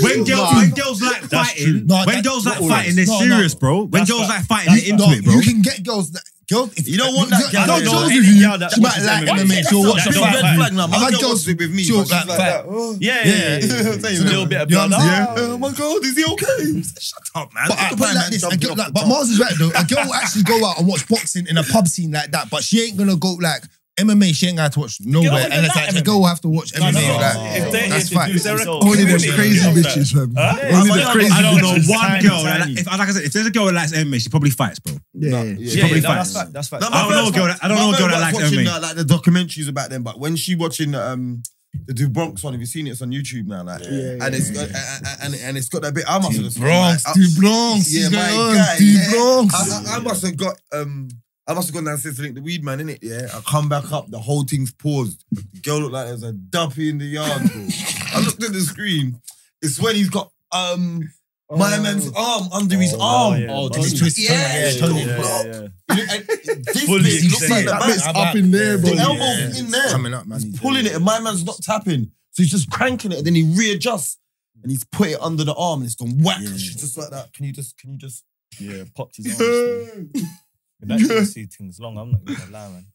A: when girls, when girls like fighting,
D: No,
A: when
D: that-
A: girls like
D: not all
A: fighting,
D: of
A: they're
D: us. No, no.
A: serious, bro. When girls like fighting,
D: That's
A: they're into
D: facts.
A: it, bro.
D: You can get girls that girls. If,
B: You don't want that
D: I
B: guy,
D: don't
B: you know,
D: girls
B: like,
D: with
F: any
D: you.
F: girl that
D: She might
F: watches
D: like
F: MMA,
D: MMA. She'll
F: that's
D: watch
F: a
B: Big
D: it.
F: big
B: red
F: fight.
B: flag now. My
D: I've
B: girl
D: had girls
B: watches it with me,
D: chill
B: but she's
D: that
B: like
D: fight.
B: that. Oh.
F: Yeah,
D: Yeah,
F: yeah,
D: yeah,
F: yeah.
D: yeah.
F: It's a little bit of
D: You
F: blood.
D: understand?
F: Ah.
B: Oh my god, is he okay? Shut up, man.
D: But I put it like this, a girl, like, but
B: Mark.
D: Mars is right though. A girl will actually go out and watch boxing in a pub scene like that, but she ain't gonna go like MMA. She ain't gonna have to watch nowhere,
F: don't
D: and it's
F: like
D: like the
F: MMA.
D: girl will have to watch MMA.
F: no,
D: like,
F: no. If they-
D: that's Oh,
F: if they
D: fine.
F: do, they're a-
G: Only them
F: Yeah.
G: crazy
F: Yeah.
G: bitches, man.
F: Yeah.
D: Only
F: I
D: the
F: don't-
D: crazy
A: I don't know
F: It's
A: one
F: tiny,
A: girl. that-
F: tiny.
A: If, like I said, if there's a girl that likes MMA, she probably fights, bro. She
G: Yeah.
F: Yeah,
A: probably
F: yeah, no,
A: fights.
F: that's fact. That's fact.
B: No,
A: I don't know a girl. That, I don't know a girl that likes
B: watching
A: MMA.
B: uh, like the documentaries about them, but when she watching um the Du Bronx one, have you seen it? It's on YouTube now, like,
G: yeah,
B: and it's got uh, uh, and, and it's got that bit. I must have
D: Bronx,
B: like, I-
D: Du Bronx,
B: yeah,
D: is
B: my
D: going on,
B: guy,
D: Du
B: yeah.
D: Bronx.
B: I, I, I must have got um. I must have gone downstairs to link the weed man, innit? Yeah. I come back up, the whole thing's paused. The girl looked like there's a duppy in the yard, bro. I looked at the screen. It's when he's got um my man's arm under his arm.
F: yeah. Oh,
D: And it's twisted.
B: Yeah,
D: Yeah,
B: sure.
D: yeah, yeah.
F: Yeah, yeah.
B: And this
F: Fully
B: bit looks
F: extended.
B: like the
G: That
B: man's
G: bit's up in there, bro.
B: The elbow's
D: Yeah.
B: in there.
D: Coming up, man.
B: He's pulling it, and my man's not tapping. So he's just cranking it, and then he readjusts, and he's put it under the arm, and it's gone whack.
F: Yeah.
B: And she's just like that. Can you just? Can you just?
F: Yeah, popped his arm.
C: That shit see things long. I'm not gonna lie, man.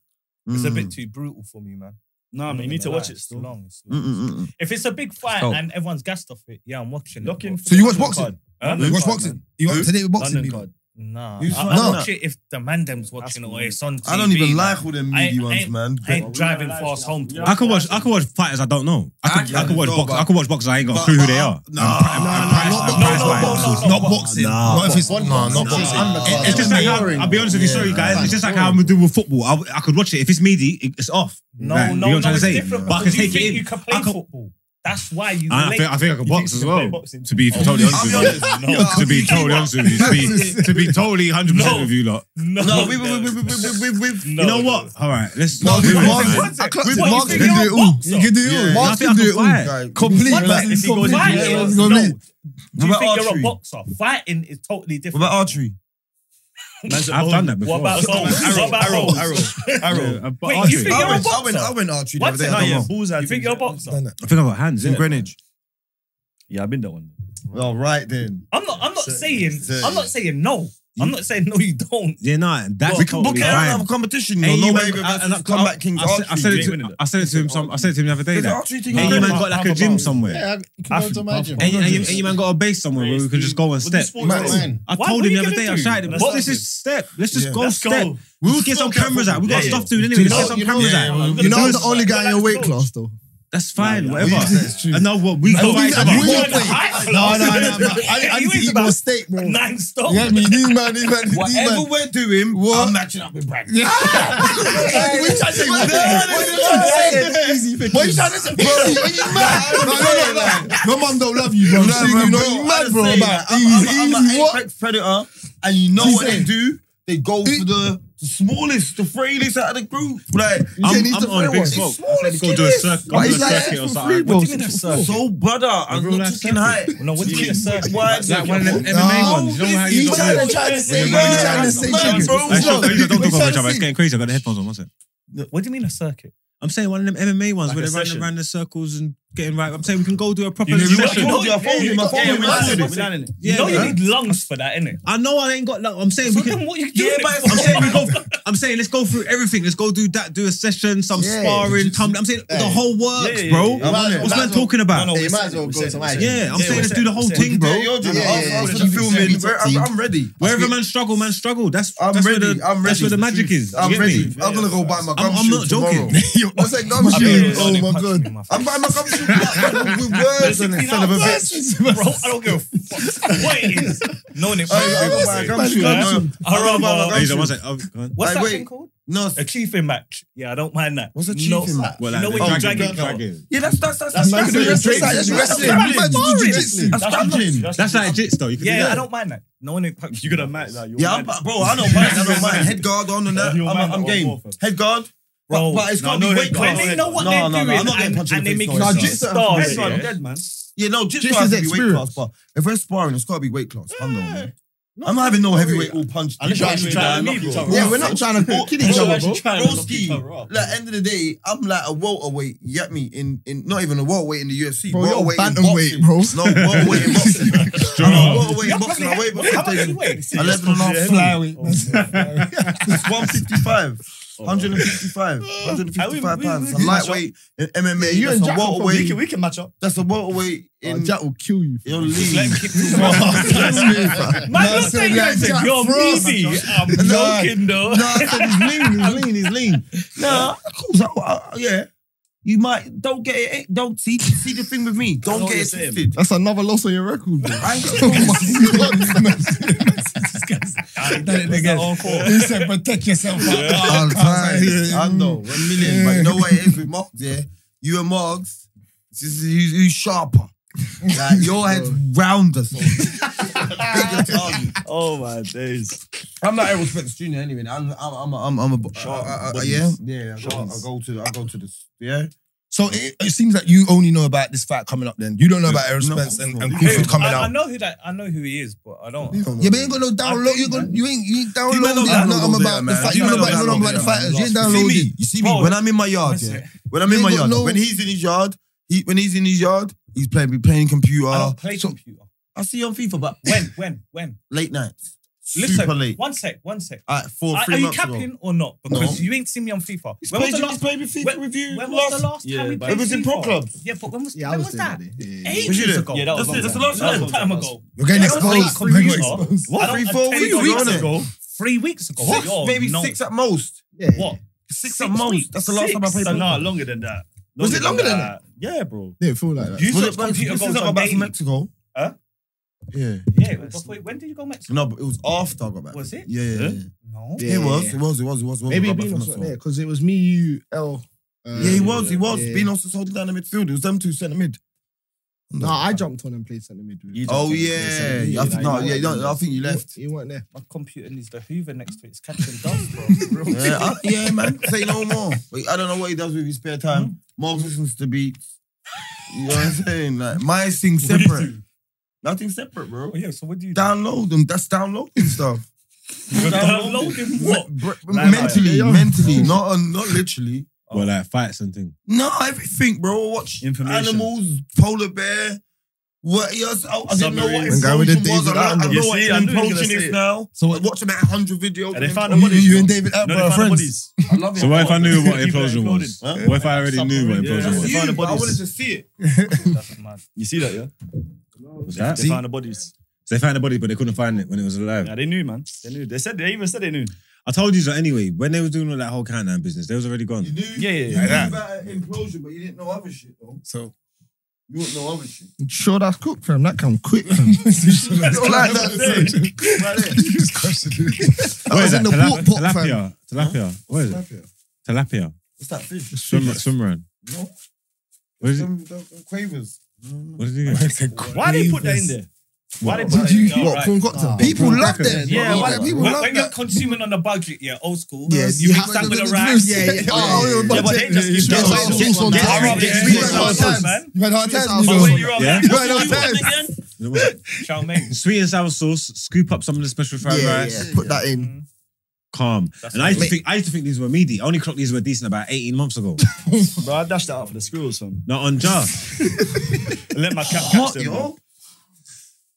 C: It's a bit too brutal for me, man.
F: No,
C: I'm
F: man,
C: not
F: you need to
C: gonna
F: watch
C: lie.
F: it
C: It's
F: still.
C: long. It's long.
B: Mm-mm-mm.
C: If it's a big fight
B: Oh.
C: and everyone's gassed off it, yeah, I'm watching. it,
F: Looking
C: but-
F: for
D: So you watch
F: London
D: boxing?
F: card.
D: You
F: London
D: watch
F: card,
D: boxing?
F: man.
D: You up to date with boxing?
F: London
D: people?
F: card.
C: Nah,
B: You
C: I,
B: saw-
C: I
D: No.
C: watch it if the mandem's watching it or it's on TV.
B: I don't even
C: man.
B: like all them meaty
C: I-
B: ones,
C: I-
B: man.
C: I ain't
F: But we
C: driving
F: don't like
C: fast
F: that.
C: home.
F: We
C: to
F: don't
C: it.
A: I could watch. I could watch fighters I don't know. I could.
B: I
A: I, could watch
B: know,
A: box.
B: but-
A: I could watch boxers. I ain't got a
B: But-
A: clue who
B: but
A: they
B: I-
A: are.
B: Nah,
A: I'm
D: Nah,
A: prize-
D: not
A: I'm
D: boxing.
A: prize
D: No, no,
A: fighters.
D: boxing. Not boxing. Not if it's no, not boxing.
A: It's just like how, I'll be honest with you, sorry guys. It's just like how I'm doing with football. I, I could watch it if it's meaty, it- it's off.
C: No,
A: Like, you know
C: no,
A: what
C: no.
A: I'm trying to
C: It's
A: say?
C: different.
A: But I
C: because
A: can take
C: you
A: it
C: think
A: in.
C: You can play
A: I can-
C: football. That's why you.
A: I, I think I think I
C: You
A: can
C: think
A: box
C: you
A: as
C: can
A: well.
C: play boxing?
A: To be totally honest
B: I'll be
A: with you,
B: honest. No,
A: to be totally honest with you, to be, to be totally hundred percent
C: No.
A: with you lot.
C: No,
B: No, we we we we we we we.
A: You know what? All right, let's.
D: No,
A: move on,
D: Mark-
A: man.
D: I clapped
C: What,
D: it.
C: you
D: Mark
C: think
D: can
C: you're
D: do
C: a
D: it all.
C: boxer?
D: You can do it all.
B: Yeah.
A: I
D: Mark
A: think
D: can
A: I
D: do
A: can
D: it all.
A: fight.
D: Complete.
C: What about if he goes
D: complete.
C: into jail?
D: You know what I mean?
C: Do you
B: What
C: think
B: about
C: you're a
B: archery?
C: boxer? Fighting is totally
B: What
C: different.
B: about archery?
A: I've done that before.
C: What about
A: Arrow,
C: What about
F: Arrow,
C: arrow?
F: arrow,
A: Yeah,
F: arrow.
A: I've-
C: Wait, you
A: archery.
C: think-
B: I
C: You're a
B: went, I went,
C: boxer.
B: I went archery the
C: What?
B: other day. I
C: No,
B: don't
C: yeah,
B: know.
F: Bullseye.
C: You think you're a boxer?
D: Done that.
A: I think I got hands.
B: It's in
A: innit?
B: Greenwich.
F: Yeah, I've been that one.
B: Well, right then.
C: I'm not. I'm not saying.
B: so-
C: I'm not saying no. I'm not saying no. You don't.
A: Yeah, no, that's
B: we can book
A: totally
B: it out and have a
A: fine.
B: competition. You
A: Hey,
B: know,
A: you
B: no
A: man,
B: man,
A: I-
B: versus
A: and I-
B: Combat Kings.
A: I said, I said it to, I said it to him. Some, I said it to him the other day
B: There's
A: that
B: archery thing.
A: hey, you
B: going
A: man
B: on.
A: got like a gym somewhere.
H: Yeah, you can go to imagine.
A: Hey, you- hey, you- hey, you man got a base somewhere where we can just go and step.
H: Man, man.
A: I
C: Why-
A: told
C: what
A: him the
C: are you
A: other
C: gonna
A: day. I
C: do?
A: shouted him.
C: Let's
A: What this
C: do it.
A: is step. Let's just
D: Yeah.
A: go
C: Let's
A: step.
C: go.
A: We will get some cameras out. We got
C: Yeah,
A: stuff to do anyway.
H: You
A: Let's get
H: know-
A: some
H: you know-
A: cameras
H: yeah,
A: out.
H: You know,
C: Go
H: I'm the
C: to-
H: only guy in your
C: go
H: weight
C: to-
H: class, though.
A: That's fine.
D: We-
A: Whatever.
D: That's true.
A: I know what we
D: No,
A: go
D: we
A: fight
D: had
A: each other.
D: we-
C: You're in the high
D: No, no,
C: class.
D: no. man. I, I
C: You
D: need to
C: ain't
D: eat
C: about-
D: more steak, bro.
C: Nine stop.
D: Yeah, me, these man, these man, these
B: Whatever
D: man.
B: we're doing,
D: What?
B: I'm matching up with Brad.
D: Yeah. What you trying to say? What you trying to say? Bro, are you mad? No, no, no, no. Your mum don't love you, bro.
B: Nah,
D: She-
B: bro,
D: you know
B: bro,
D: you
B: I
D: mad,
B: just
D: bro.
B: say
D: man.
B: that. I'm, I'm,
D: Easy,
B: I'm
D: easy.
B: an
D: What?
B: apex predator, and you know
D: She
B: what they
D: said-
B: do? They go for the, the smallest, the frailest out of the group. Like,
A: I'm,
D: he's
A: I'm
D: the
A: on
D: fair
A: big
D: one.
A: smoke.
B: He's
A: I said to go
B: smallest
A: do a
B: kid
A: circuit, go
D: Why
A: do a
D: he's like that
A: circuit or
D: for
A: something.
D: free, bro?
B: so brother, I'm
A: real
B: not
A: life
B: talking
A: circuit.
B: height.
C: No, what do you mean a circle?
B: Why?
A: Like one of them MMA
D: No,
A: ones. You know how
D: He
A: you got
D: trying
A: the-
D: to try to say,
A: Yeah,
D: he
A: man,
D: trying to say,
B: man,
D: chicken.
B: bro,
A: Hey, sure,
B: what?
A: please, Don't talk
D: What
A: over
D: you
A: each other. It's
D: trying to say?
A: getting crazy. I got the headphones on. One sec.
C: What do you mean a circuit?
A: I'm saying one of them MMA ones
F: Like
A: where
F: a
A: they're running
F: session.
A: around in circles and getting right. I'm saying we can go do a proper
F: You know, you
A: session.
B: You know, your phone, my phone, my phone.
C: You
A: Yeah,
C: know you
A: man.
C: need lungs for that, innit?
A: I know I ain't got. Like, I'm saying
C: So
A: we can.
C: then what you
A: Yeah,
C: doing
A: but I'm saying, we go, I'm saying let's go through everything. Let's go do that, do a session, some
H: Yeah.
A: sparring, tumbling. I'm saying the whole works, bro.
H: yeah. Might as well-
A: What's
H: might
A: man
H: as well-
A: talking about?
H: no, you might as well go to imagine.
A: Yeah, I'm saying let's do the whole
F: we're saying-
A: thing, bro.
B: You're doing
H: Yeah, yeah,
B: it.
H: yeah.
B: I'm for the filming.
H: Yeah.
B: bro. I'm I'm ready.
A: Wherever man struggle, man struggle. That's
B: I'm
A: that's
B: ready.
A: where the
B: I'm ready.
A: that's where the magic is. You
B: I'm
A: get me?
B: ready. I'm gonna go buy my
A: I'm-
B: gum
A: I'm
B: shoe
A: not joking.
B: tomorrow.
D: What's that gum
C: Yeah,
D: shoe?
C: yeah, yeah.
D: Oh, my
C: Punch me
D: God.
C: in my face.
B: I'm buying my gum shoe like, with words on it instead of a bitch.
C: Bro, I don't give a fuck what it is. No one in
B: Hey, I'm gonna buy a gum shoe. No,
C: I'd
B: I'm gonna
C: rather.
B: buy
A: Hey,
B: a
A: so
B: gum
A: one
B: shoe.
A: sec. Oh, go on.
C: What's
B: Hey,
C: that
B: wait.
C: thing called?
B: No,
C: A chiefing match. Yeah, I don't mind that.
B: What's a
C: No,
B: chiefing match?
A: Well,
C: You know
A: like,
C: when you
A: the
C: drag
A: dragon,
C: it down.
A: dragon.
B: yeah, that's that's that's that's
D: That's
B: grappling.
D: wrestling. That's wrestling. Imagine jiu-jitsu.
B: That's grappling.
A: That's like jits though. You can do
C: Yeah,
A: that.
C: I don't mind that. No one in punch.
F: You got a match that you're
B: Yeah, I'm, bro, I don't mind. I don't mind. Head guard on and that. I'm,
F: You're mad
B: I'm,
F: or
B: game.
F: Morpher?
B: Head guard.
C: Bro,
B: but, but it's
F: no,
B: got to
F: no
B: be
F: head
B: weight class.
C: When
F: guard. No
C: they
F: head
C: know what
B: No,
C: they're
B: no, no,
C: doing
B: I'm not getting
C: and,
B: punched in
C: and
B: the
C: they
B: face,
C: make
B: no,
C: you
B: it's
C: a
B: not.
C: star,
F: That's
C: yeah.
F: not dead, man.
B: Yeah, no, just,
I: Just
B: has
I: his
B: to be weight class.
I: experience.
B: But if we're sparring, it's got to be weight class. Come on, man. I'm not having no heavyweight all punched.
J: Unless you're actually trying to knock each other
I: Yeah,
J: out.
I: we're not trying to kill each
J: Unless you're
I: other,
J: actually
I: bro.
J: trying to knock each other
B: Broski,
J: out.
B: like end of the day, I'm like a welterweight. You get me in in not even a welterweight in the UFC.
I: Bro, you're
B: welterweight in
I: bantamweight,
B: boxing.
I: bro.
B: No welterweight in boxing. I'm a welterweight in
C: You're
B: boxing. I
C: probably-
B: weigh
C: Wait, how
B: about
C: much
B: 15.
C: you weigh?
B: 11 and a half
D: Flyweight.
B: Oh, It's 155. 155. 155 pounds. It's a lightweight in MMA.
I: you
B: that's
I: and
B: a
I: Jack will probably-
B: welterweight.
F: We can match up.
B: that's a welterweight in
I: Oh, Jack will kill you.
B: your league.
C: Man,
D: No,
C: you're
D: so
C: saying
D: like
C: that
D: Jack
C: you're
D: Frost.
C: meaty. I'm
D: Nah.
C: joking, though.
D: No, I said he's lean, he's lean, he's lean.
B: Nah, of course. I, I, yeah. You might don't get it. eh, Don't see see the thing with me. Don't get it twisted.
I: That's another loss on your record, bro.
B: I ain't
I: oh my god,
D: He said, protect yourself.
A: Oh,
B: I'm tired. I know. One million. But you know what it is with Marks, yeah? You and Marks, this is who's, who's sharper. Like, your head's rounder. So. Bigger target.
F: Oh my days.
B: I'm not Errol Spence Jr. anyway. I'm I'm I'm I'm, I'm a sharp. I, I, yeah, yeah. I go, I go to I go to this. Yeah.
D: So it, it seems like you only know about this fight coming up then. You don't know about Aaron
B: No,
D: Spence and, and
B: no.
D: Crawford coming
C: I, I
D: out.
C: know who that. I know who he is, but I don't.
D: Yeah, but you ain't got no download.
C: I
D: You, got, you ain't you ain't
B: You might not
D: downloaded. You know
B: download
D: nothing
B: data,
D: about the
B: man.
D: fight.
B: You
D: You
B: might
D: know
B: not
D: about you know
B: download
D: about the
B: data, man.
D: fighters. You ain't
B: You see me?
D: downloaded.
B: You see me?
C: Bro,
B: When I'm in my yard,
C: listen.
B: yeah. When I'm in
D: You
B: my
D: ain't got
B: yard,
D: no-
B: when he's in his yard, he when he's in his yard, he's playing be playing computer.
C: I
B: I,
C: don't play computer.
B: see you on FIFA, but
C: When? When? When?
B: late nights, super
C: Listen,
B: late.
C: one sec, one sec.
B: At four,
C: Are,
B: three
C: are you
B: months ago.
C: capping or not? Because you ain't seen me on FIFA. When was the last?
B: played with FIFA
C: when-
B: with you.
C: When was the last time we played?
B: It was in
C: FIFA?
B: pro clubs.
C: Yeah, but when was?
I: Yeah, I
C: when
I: was
C: was
I: there
C: that?
I: that day. Yeah, yeah,
C: Eight
B: Was you
C: years
B: there?
C: ago.
J: Yeah, that was
C: That's
J: long
C: it, that's
J: time.
C: the last
J: That was
C: time.
J: long time.
C: ago.
D: You're getting
C: Yeah, I was
D: exposed.
C: like,
D: You're
C: computer.
D: getting exposed.
C: I don't
B: Three, four
C: attend
B: weeks
C: those
B: ago,
C: things.
B: innit?
C: Three weeks ago.
B: Six,
C: Yo,
B: maybe
C: no.
B: six at most.
I: yeah.
C: What?
B: Six,
C: Six
B: at most.
C: weeks.
B: That's the last
C: Six.
B: time I played.
F: So,
B: FIFA.
F: no, longer than that.
B: Was it longer than
F: Yeah, bro.
I: Didn't feel like that.
C: You
B: Was
C: said
B: it when
C: computer
B: this is
C: goes
B: not
C: on
B: back to
C: daily.
B: Mexico?
F: Huh?
B: Yeah.
C: Yeah, it was before. When did you go Mexico?
B: No, but it was after I got back.
C: Was it?
B: Yeah, yeah, yeah.
F: Huh?
C: No.
I: Yeah,
B: It was.
I: yeah.
B: It was. It was. It was. It was
I: Maybe
B: I got back from
I: Beanos
B: that
I: wasn't
B: one.
I: there because it was me, you, L. Uh,
B: Yeah, he was. He was.
I: yeah.
B: Beanos was holding down the midfield. It was them two centre mid.
I: No, I jumped on and played centre mid. with him.
B: Oh
I: Yeah,
B: yeah.
I: yeah,
B: I think,
I: like,
B: no,
I: you
B: yeah.
I: weren't-
B: No, I think you left.
I: He weren't there.
C: My computer needs the Hoover next to it. It's catching dust, bro. For real.
B: Yeah, I- yeah, man. Say no more. Wait, I don't know what he does with his spare
I: Hmm?
B: time. Mark listens to beats. You know what I'm saying? Like my thing
C: What do you
B: separate.
C: do?
B: Nothing separate, bro.
C: Oh, yeah, so what do you do?
B: Download them. That's downloading stuff.
C: You're
B: downloading.
C: downloading what?
B: Br-
F: Nah,
B: mentally,
I: nah, yeah.
B: mentally, not on, not literally.
A: Well, like fights and things.
B: No, everything, bro. Watch
F: Information.
B: animals, polar bear, What? Yes, I, I didn't know what
F: Submarine.
B: his
D: Guy with the
B: function was. I
D: David
B: know, I
F: You
B: know what
F: see, I knew he was
B: implosion
F: gonna say
B: is
F: it.
B: now.
D: So
B: So
D: what-
B: watching that hundred video.
F: And they found the
D: You,
F: bodies.
D: you and David
F: No,
D: Attenborough
F: they
D: are
F: found the
D: friends.
F: bodies.
B: I love
A: So what if I knew what
F: People
A: implosion
F: imploded.
A: was?
B: Huh?
A: What if I already knew
K: Submarine,
A: what implosion
F: yeah.
B: That's
A: was?
B: you.
F: Find the
B: but I
F: bodies.
B: wanted to see it.
C: That's mad.
F: You see that, yeah?
A: that?
F: They found the bodies.
A: So they found the body, but they couldn't find it when it was alive.
F: Yeah, they knew, man. They knew. They said they er even said they knew.
A: I told you so anyway. When they was doing all that whole countdown business, they was already gone.
B: You knew,
F: Yeah, yeah,
B: you
F: yeah.
B: knew
D: Yeah.
B: about an implosion, but you didn't know other shit though.
D: So
B: You wouldn't know other shit.
G: Sure, that's quick, fam. That come quick, fam.
B: Don't like that. shit. Right there.
D: this question. I
A: What is
D: was in
A: that?
D: the
A: Tila-
D: walk pot fam.
A: tilapia. Tilapia. What is it? Tilapia.
B: What's that fish?
A: Swim, swim run.
B: No.
A: What is it?
B: Them, them quavers.
A: What is it?
F: Why they put that in there? Why they put
D: What
F: that
D: do
F: in
D: you-
F: there?
D: what,
F: Alright.
D: corn cocktail?
B: Ah,
K: Nah.
D: People
A: Corn
D: love
A: crackers.
D: them.
C: Yeah,
D: Yeah,
C: why-
D: people
C: when,
D: love
C: when you're
D: that.
C: consuming on the budget, yeah, old school.
D: Yes,
C: you
D: you
C: have
D: got
C: that
D: the
C: with a
D: little
C: rice.
D: juice. Yeah, yeah,
C: Oh,
D: yeah, yeah,
C: yeah, but they
D: yeah,
C: just give
D: yeah,
C: that
D: yeah.
C: sauce.
D: Sauce on
C: Yeah,
D: top.
C: I'd rather
D: Yeah,
C: get
D: yeah,
C: sweet
D: yeah.
C: and sour sauce, man.
D: You had hard times,
K: But
D: you
C: But
D: know.
C: when you're up
A: Yeah.
C: there, what's
D: Right,
C: the
D: right,
C: new one
D: right.
C: again?
A: What's it?
C: Chow mein.
A: Sweet and sour sauce. Scoop up some of the special fried
D: Yeah,
A: rice.
D: yeah, put that in.
A: Calm.
C: That's
A: and I used to
D: right.
A: think I used to think these were meaty. I only clocked these were decent about 18 months ago.
F: Bro, I dashed that out for the squirrels, fam.
A: Not on jar.
F: I let my cat catch
A: Hot,
F: them. bro.
A: yo.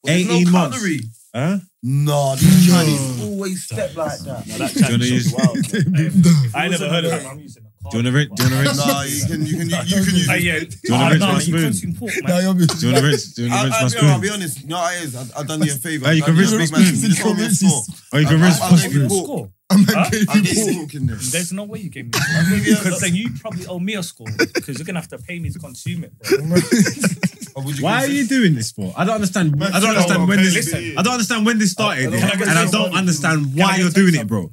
B: There's
A: 18
B: no
A: months.
B: cutlery.
A: Huh?
B: Nah, these Chinese always step like that.
F: Now, that
A: Do you
F: cat
A: wanna use-
F: was
A: do
F: wild. fam. I ain't never heard of it.
A: you wanna rinse? Do you wanna rinse?
B: Nah, you can, you can, you, you can use.
C: Hey, yeah.
A: you wanna
C: Ah,
A: rinse
C: nah,
A: my
C: you
A: spoon?
C: consume pork, man.
D: Now you're
A: Do you wanna rinse? Do you
B: I,
A: wanna rinse
B: I,
A: my
B: yeah, I'll
A: spoon?
B: be honest. No, I is. I, I done you a favor.
A: Oh, you can rinse my spoon.
B: You can rinse my spoon.
A: Oh, you can
B: I-
A: rinse
B: I-
A: my
B: I-
A: spoon.
B: Pork.
C: Score.
B: I did pork in there.
C: There's no way you gave me a score. I'm saying you probably owe me a score because you're gonna have to pay me to consume it, bro.
B: Or would you
A: Why are
B: consider-
A: you doing this for? I don't understand. I don't
B: you know
A: understand
B: what,
A: when this.
C: listen.
A: I don't understand when this started,
B: I- I don't
A: and
C: wanna
A: I
C: say
A: don't
C: something.
A: understand
C: Can
A: why
C: I
A: you're
C: tell you
A: doing it, bro.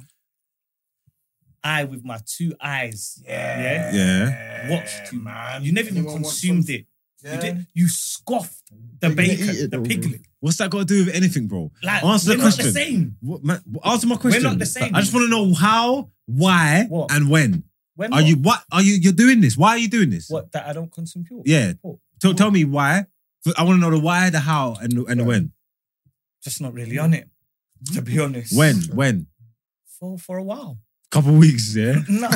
C: I, with my two eyes, yeah,
A: Yeah.
C: watched you, man. You never even
G: Anyone wants
C: consumed it. You did. You scoffed the
G: gonna
C: bacon,
G: eat it
C: the
G: though,
C: piglet.
A: What's that got to do with anything, bro?
C: Like
A: Answer the
C: we're not
A: question.
C: the same.
A: What, man, answer my question.
C: not the same.
A: I just want to know how, why,
C: What?
A: and when.
C: When
A: Are
C: what?
A: you what? Are you you're doing this? Why are you doing this?
C: what that I don't consume pork?
A: Yeah.
C: Pork.
A: Tell, tell me why. I want to know the why, the how, and the, and the when.
C: Just not really on it, to be honest.
A: When? When?
C: for for a while.
A: Couple weeks, yeah.
C: No.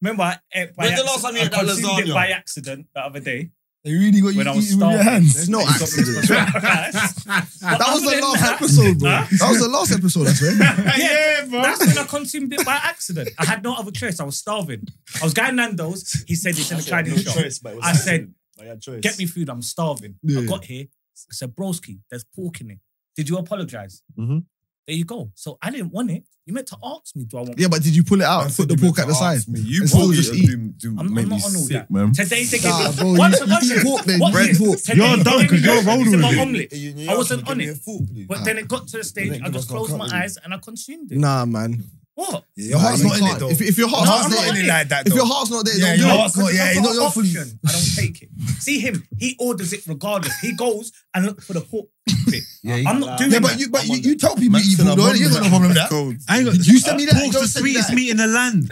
C: Remember, I ate by
B: When's the last
C: accident-
B: time you
C: I
B: had that
C: consumed it
B: lasagna?
C: by accident the other day
D: They really got you
C: when I was
D: eating with your
C: starving.
D: hands.
C: It stopped me
D: accident.
C: from rice. But
D: That was
C: other
D: the
C: than
D: last
C: that-
D: episode, bro.
C: Huh?
D: That was the last episode, I swear.
C: Yeah, That's when I consumed it by accident. I had no other choice. I was starving. I was going Nando's. He said it's in a Chinese shop.
F: Choice, but it was
C: I
F: accident. But I had choice.
C: Get me food. I'm starving. I
D: Yeah.
C: got here. I said, broski, there's pork in it. Did you apologize?
A: Mhm.
C: There you go. So I didn't want it. You meant to ask me, do I want
D: Yeah, but did you pull it out and put the pork at the side?
B: Ask me. You
D: And still
B: pork
D: just
B: eater
D: eat.
B: do- do
C: I'm- I'm
B: make
C: not
B: me
C: on all
B: sick,
C: that.
B: man.
C: Today they
D: Nah,
C: give
D: bro,
C: me
D: you-
C: watch
D: you
C: it, watch
D: eat
C: it.
D: pork then,
C: Watch
D: bread
C: it.
D: pork.
C: Today
A: You're
C: they
A: dumb
C: gave
A: 'cause
C: me
A: you're
C: this.
A: rolling
C: It's in
A: with
C: my
A: it.
C: omelette.
B: You- you
C: I
B: asked
C: wasn't
B: me to
C: on
B: give
C: it.
B: me a fork, please.
C: But
B: Ah.
C: then it got to the stage.
B: think
C: I
B: it
C: just
B: was
C: closed my
B: cutlery.
C: eyes and I consumed it.
D: Nah, man.
C: What?
D: Your heart's
B: you
D: not in it,
B: can't.
D: though.
B: If-
D: your
C: No, I'm not in it.
D: that, If your heart's not there, don't do
C: No,
D: it.
C: because if I've
D: it's
C: got
D: not
C: an
D: your fault.
C: option, I don't take it. See him, he orders it regardless. He goes and looks for the pork bit. I'm not doing
D: Yeah,
C: that.
D: but you, but you, you tell people
B: Max
D: you
B: and
D: eat
B: I
D: pork. though,
B: want
D: You ain't got no problem with that.
A: I ain't got,
D: You sent me that.
A: Pork's
D: you
A: the
D: sent me
A: sweetest
D: that.
A: meat in the land.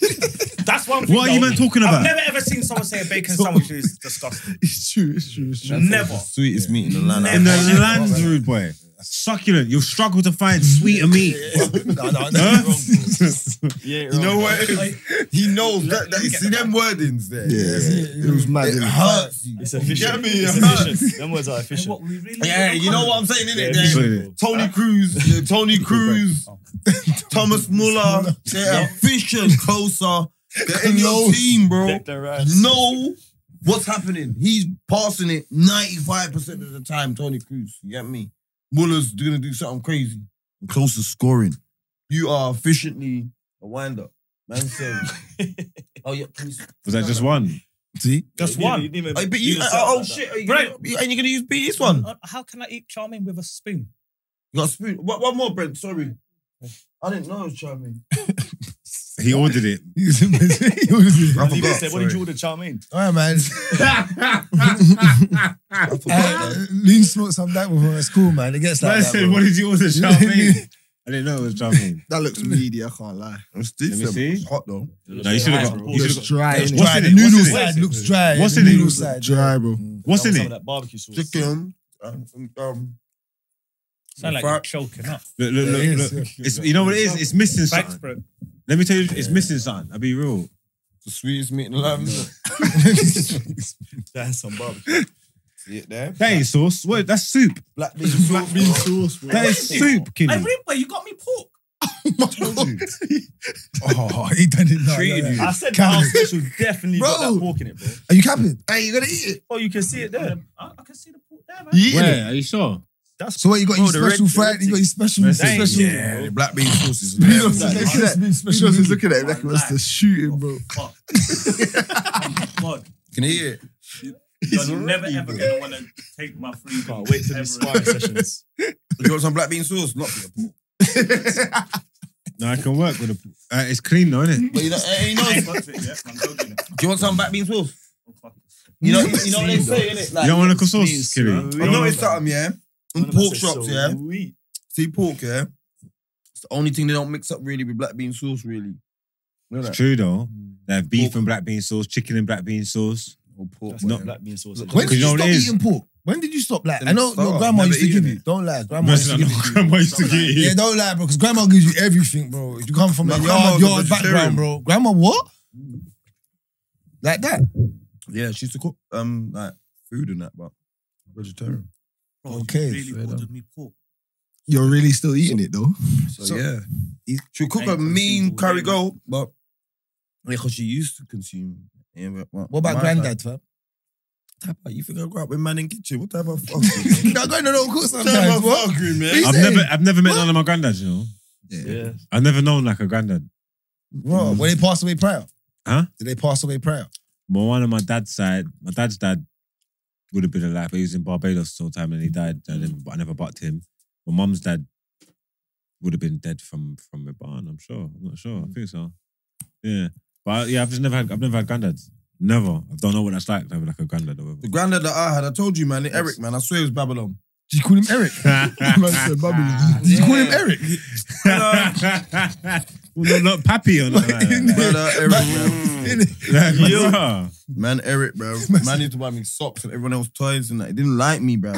C: That's one thing.
A: What are you
C: though.
A: man talking
C: I've
A: about?
C: never ever seen someone say a bacon sandwich is disgusting.
G: It's true. It's true. It's true.
C: Never.
B: Sweetest meat in the land.
A: In the land, rude boy. Succulent. You'll struggle to find sweeter meat.
D: No, no, no.
A: Huh?
B: You know what? it is? He knows that. that see them wordings there.
G: It was mad.
B: It
G: innit?
B: hurts you.
F: It's efficient.
B: Get me,
F: it's
B: yeah.
F: efficient. Them words are
C: And
F: efficient.
C: what we really
B: Yeah, you know what I'm saying,
F: They're
B: innit?
A: yeah.
B: They're-
F: efficient, bro.
B: Tony Cruz, yeah, Tony Cruz, Thomas Muller, they're efficient, closer. They're in your team, bro.
F: Declan Rice.
B: Know what's happening. He's passing it 95% of the time, Tony Cruz. You get me? Muller's gonna do something crazy. And closer scoring. You are efficiently a wind up. Man said. oh yeah, please.
A: Was that just one?
C: Just
F: You-
C: one.
F: you didn't even-
B: Oh, but
F: you
B: you,
F: didn't
B: oh,
F: sound like that.
B: shit, are you
C: Right.
B: gonna, and you're gonna use beat this one?
C: Uh, How can I eat charming with a spoon?
B: You got a spoon. One, one more, Brent. Sorry. I didn't know it was charming.
A: He ordered it.
B: I
F: And he
B: forgot.
F: said, What did you order, Charmaine?
D: All right, man.
B: I forgot.
D: Uh, Lean smoked some that before. It's cool, man. It gets like
A: I
D: that.
A: said,
D: bro.
A: what did you order, Charmaine? I didn't know it was Charmaine.
G: That looks meaty. I can't lie.
B: It's
A: Let me see.
B: hot though.
A: No, you should have got. You
G: It's
A: should've got-
G: dry.
A: It's
G: innit?
A: What's
D: Dry.
A: in
D: The
A: it? What's
D: noodle
A: in it?
D: side looks dry.
A: What's
D: the
A: in it?
D: Noodle
A: What's
D: side.
G: Dry, bro.
A: What's in
F: Some of
A: it?
F: That barbecue sauce.
B: Chicken. Um, um,
C: Sound like
B: Fri-
C: you're choking up.
A: Look, look,
D: Yeah, it
A: look,
D: is,
A: look.
D: yeah.
A: It's, you know what it is? It's missing
C: Thanks,
A: something.
C: bro.
A: Let me tell you, it's missing something. I'll be real.
B: the sweetest meat in the land.
F: That's some barbecue.
B: See it there?
A: That ain't sauce. What? That's soup.
B: Black bean sauce.
G: Black bean sauce, bro.
A: That is soup, kiddy.
C: I remember you got me pork.
D: Oh, he done it. now.
A: Treated
D: no,
A: you.
D: no.
E: I said
D: Cam-
E: Carl Special definitely got
D: Bro.
E: that pork in it, bro.
D: Are you capping?
B: Hey, you gonna eat it?
E: Oh, you can see it there.
C: I, I can see the pork there, man.
A: Where? Are you sure?
E: That's
D: So what you got?
E: Bro,
D: your
E: the
D: special
E: red-
D: fried. You got your special.
E: Red-
D: special.
B: Yeah, the black bean sauce is
D: You know,
B: there.
D: it's like-
G: Look at that.
D: it's
G: He
D: special.
G: was just looking at it like he wants to shoot him, bro.
C: Fuck. God,
B: Can you eat it?
C: you're never ever gonna want to take my free car.
E: Can't wait for these sparring sessions.
B: You want some black bean sauce? Not for the pork.
A: No, I can work with a. Uh, it's clean, though, isn't it?
B: But you know, hey, you know,
C: I ain't got to it yet. I'm joking.
B: do you want some black bean sauce?
C: I'm fucking-
B: You know, you know what they say, innit? Like,
A: You don't want local sauce, kiddy.
B: I noticed something, yeah. In pork shops, yeah.
E: Sweet.
B: See pork, yeah. It's the only thing they don't mix up really with black bean sauce, really. You know
A: It's
B: that?
A: true though. They have beef and black bean sauce, chicken and black bean sauce.
B: Or pork.
E: That's
A: No.
E: not black bean sausage.
D: When
A: you
D: did you
A: know what
D: stop
A: it is?
D: eating pork? When did you stop? Like, I know
B: Stop.
D: your grandma
B: Never
D: used to
B: eaten
D: give you.
B: it.
D: Don't lie, grandma used to
A: Listen,
D: give
A: I know
D: you.
A: grandma used to get
D: Yeah,
A: it.
D: don't lie, bro. Because grandma gives you everything, bro. You come from
B: My
D: a
B: grandma
D: yard,
B: was a
D: yard
B: vegetarian.
D: background, bro. Grandma, what? Like that?
B: Yeah, she used to cook um like food and that, but vegetarian.
C: Bro, you
D: Okay,
C: really
D: fair
C: ordered me pork.
G: You're really still eating it though.
B: So,
D: So-
B: yeah, she would cook
E: Ain't
B: a
E: consumed all
B: mean
E: day,
B: curry
E: man.
B: gold, but because she used to consume. Yeah, but, but
D: What about
B: my
D: granddad, fam?
B: Type, type, you think I grew up with man in kitchen? What type of fuck?
D: Not going to know cook sometimes, bro.
B: man.
A: I've never, I've never met none of my granddads. You know,
E: Yeah.
A: I've never known like a granddad.
D: Bro, when they passed away prior?
A: Huh?
D: Did they pass away prior?
A: But one on my dad's side, my dad's dad would have been alive. He was in Barbados the whole time, and he died. I never, I never bucked him. My mum's dad would have been dead from from Iban. I'm sure. I'm not sure. I think so. Yeah, but yeah, I've just never had. I've never had granddads. Never. I don't know what that's like to have like a granddad or
B: The granddad that I had, I told you, man, Eric, man, I swear it was Babylon.
D: Did you call him Eric?
G: Man said Babylon.
D: Did you call him
B: Yeah.
D: Eric?
A: whatever. well, not Pappy or not.
B: Brother Eric, man.
A: Yo.
B: Man, Eric, bro. Man used to buy me socks and everyone else toys and that. He didn't like me, bro.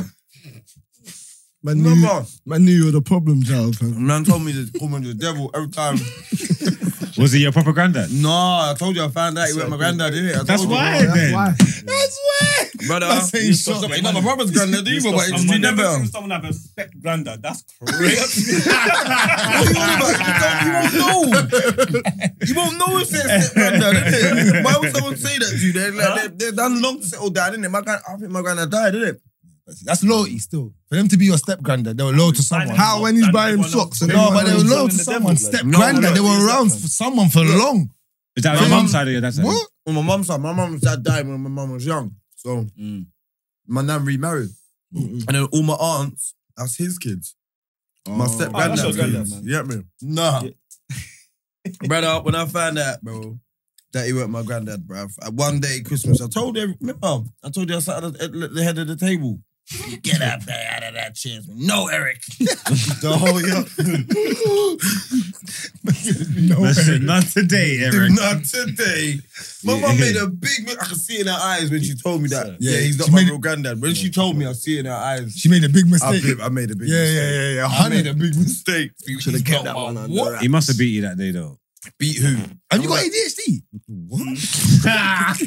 G: Man
B: No,
G: knew,
B: bro.
G: man knew you were the problem child, fam.
B: Man told me to come under the devil every time.
A: Was it your propaganda?
B: No, I told you I found out he went my granddad, didn't it? I
A: That's
B: told you,
A: why
B: bro.
A: then.
G: Why?
B: Brother,
D: That's how you
B: he's
D: shot
B: not
D: that
B: he's not my brother's granddad either, but it's
C: Someone never
B: never.
C: seen someone have a respect granddad. That's crazy.
B: What are you on about? You don't- You won't know. You won't know if they're step granddad, innit? Why would someone say that to you? They're, like, they're, they're done long to settle down, innit? My grand, I think my granddad died, innit?
D: That's loyalty still. For them to be your step granddad, they were loyal to someone.
G: How when he's
C: That
G: buying him
C: everyone else-
G: socks? and
D: No,
G: everyone
D: but they
G: else-
D: were loyal
E: telling
D: to
E: the
D: someone.
E: devil,
D: Step
B: like- No,
D: granddad,
B: no,
D: they
B: he's
D: were around
B: step-
D: for someone for long.
A: Is that your
D: Fam.
A: mum's side or your dad's side?
D: What?
B: On my mum's side, my mum's dad died when my mum was young. So
E: Mm.
B: my nan remarried. And then all my aunts, that's his kids. My step
E: Oh, that's
B: granddad.
E: your granddad, man.
B: You get me? Nah. Brother, when I found out, bro, that he weren't my granddad, bro. One day Christmas, I told him, remember, I told you I sat at the, at the head of the table. Get that play out of that chair. No, Eric. the whole year.
A: Listen, not today, Eric.
B: Not today. My
A: Yeah.
B: mum made a big. mi- I could see in her eyes when she told me that. Yeah,
D: Yeah,
B: he's not
D: she
B: my
D: made-
B: real granddad. When she told me, I see in her eyes.
D: She made a big
B: I,
D: mistake.
B: big- I made a big.
D: Yeah,
B: mistake.
D: yeah, yeah, yeah.
B: I made a
D: Hundred.
B: big mistake.
G: Should have kept that one under
B: What?
G: wraps.
A: He must have beat you that day though.
B: Beat who?
D: Have you got ADHD?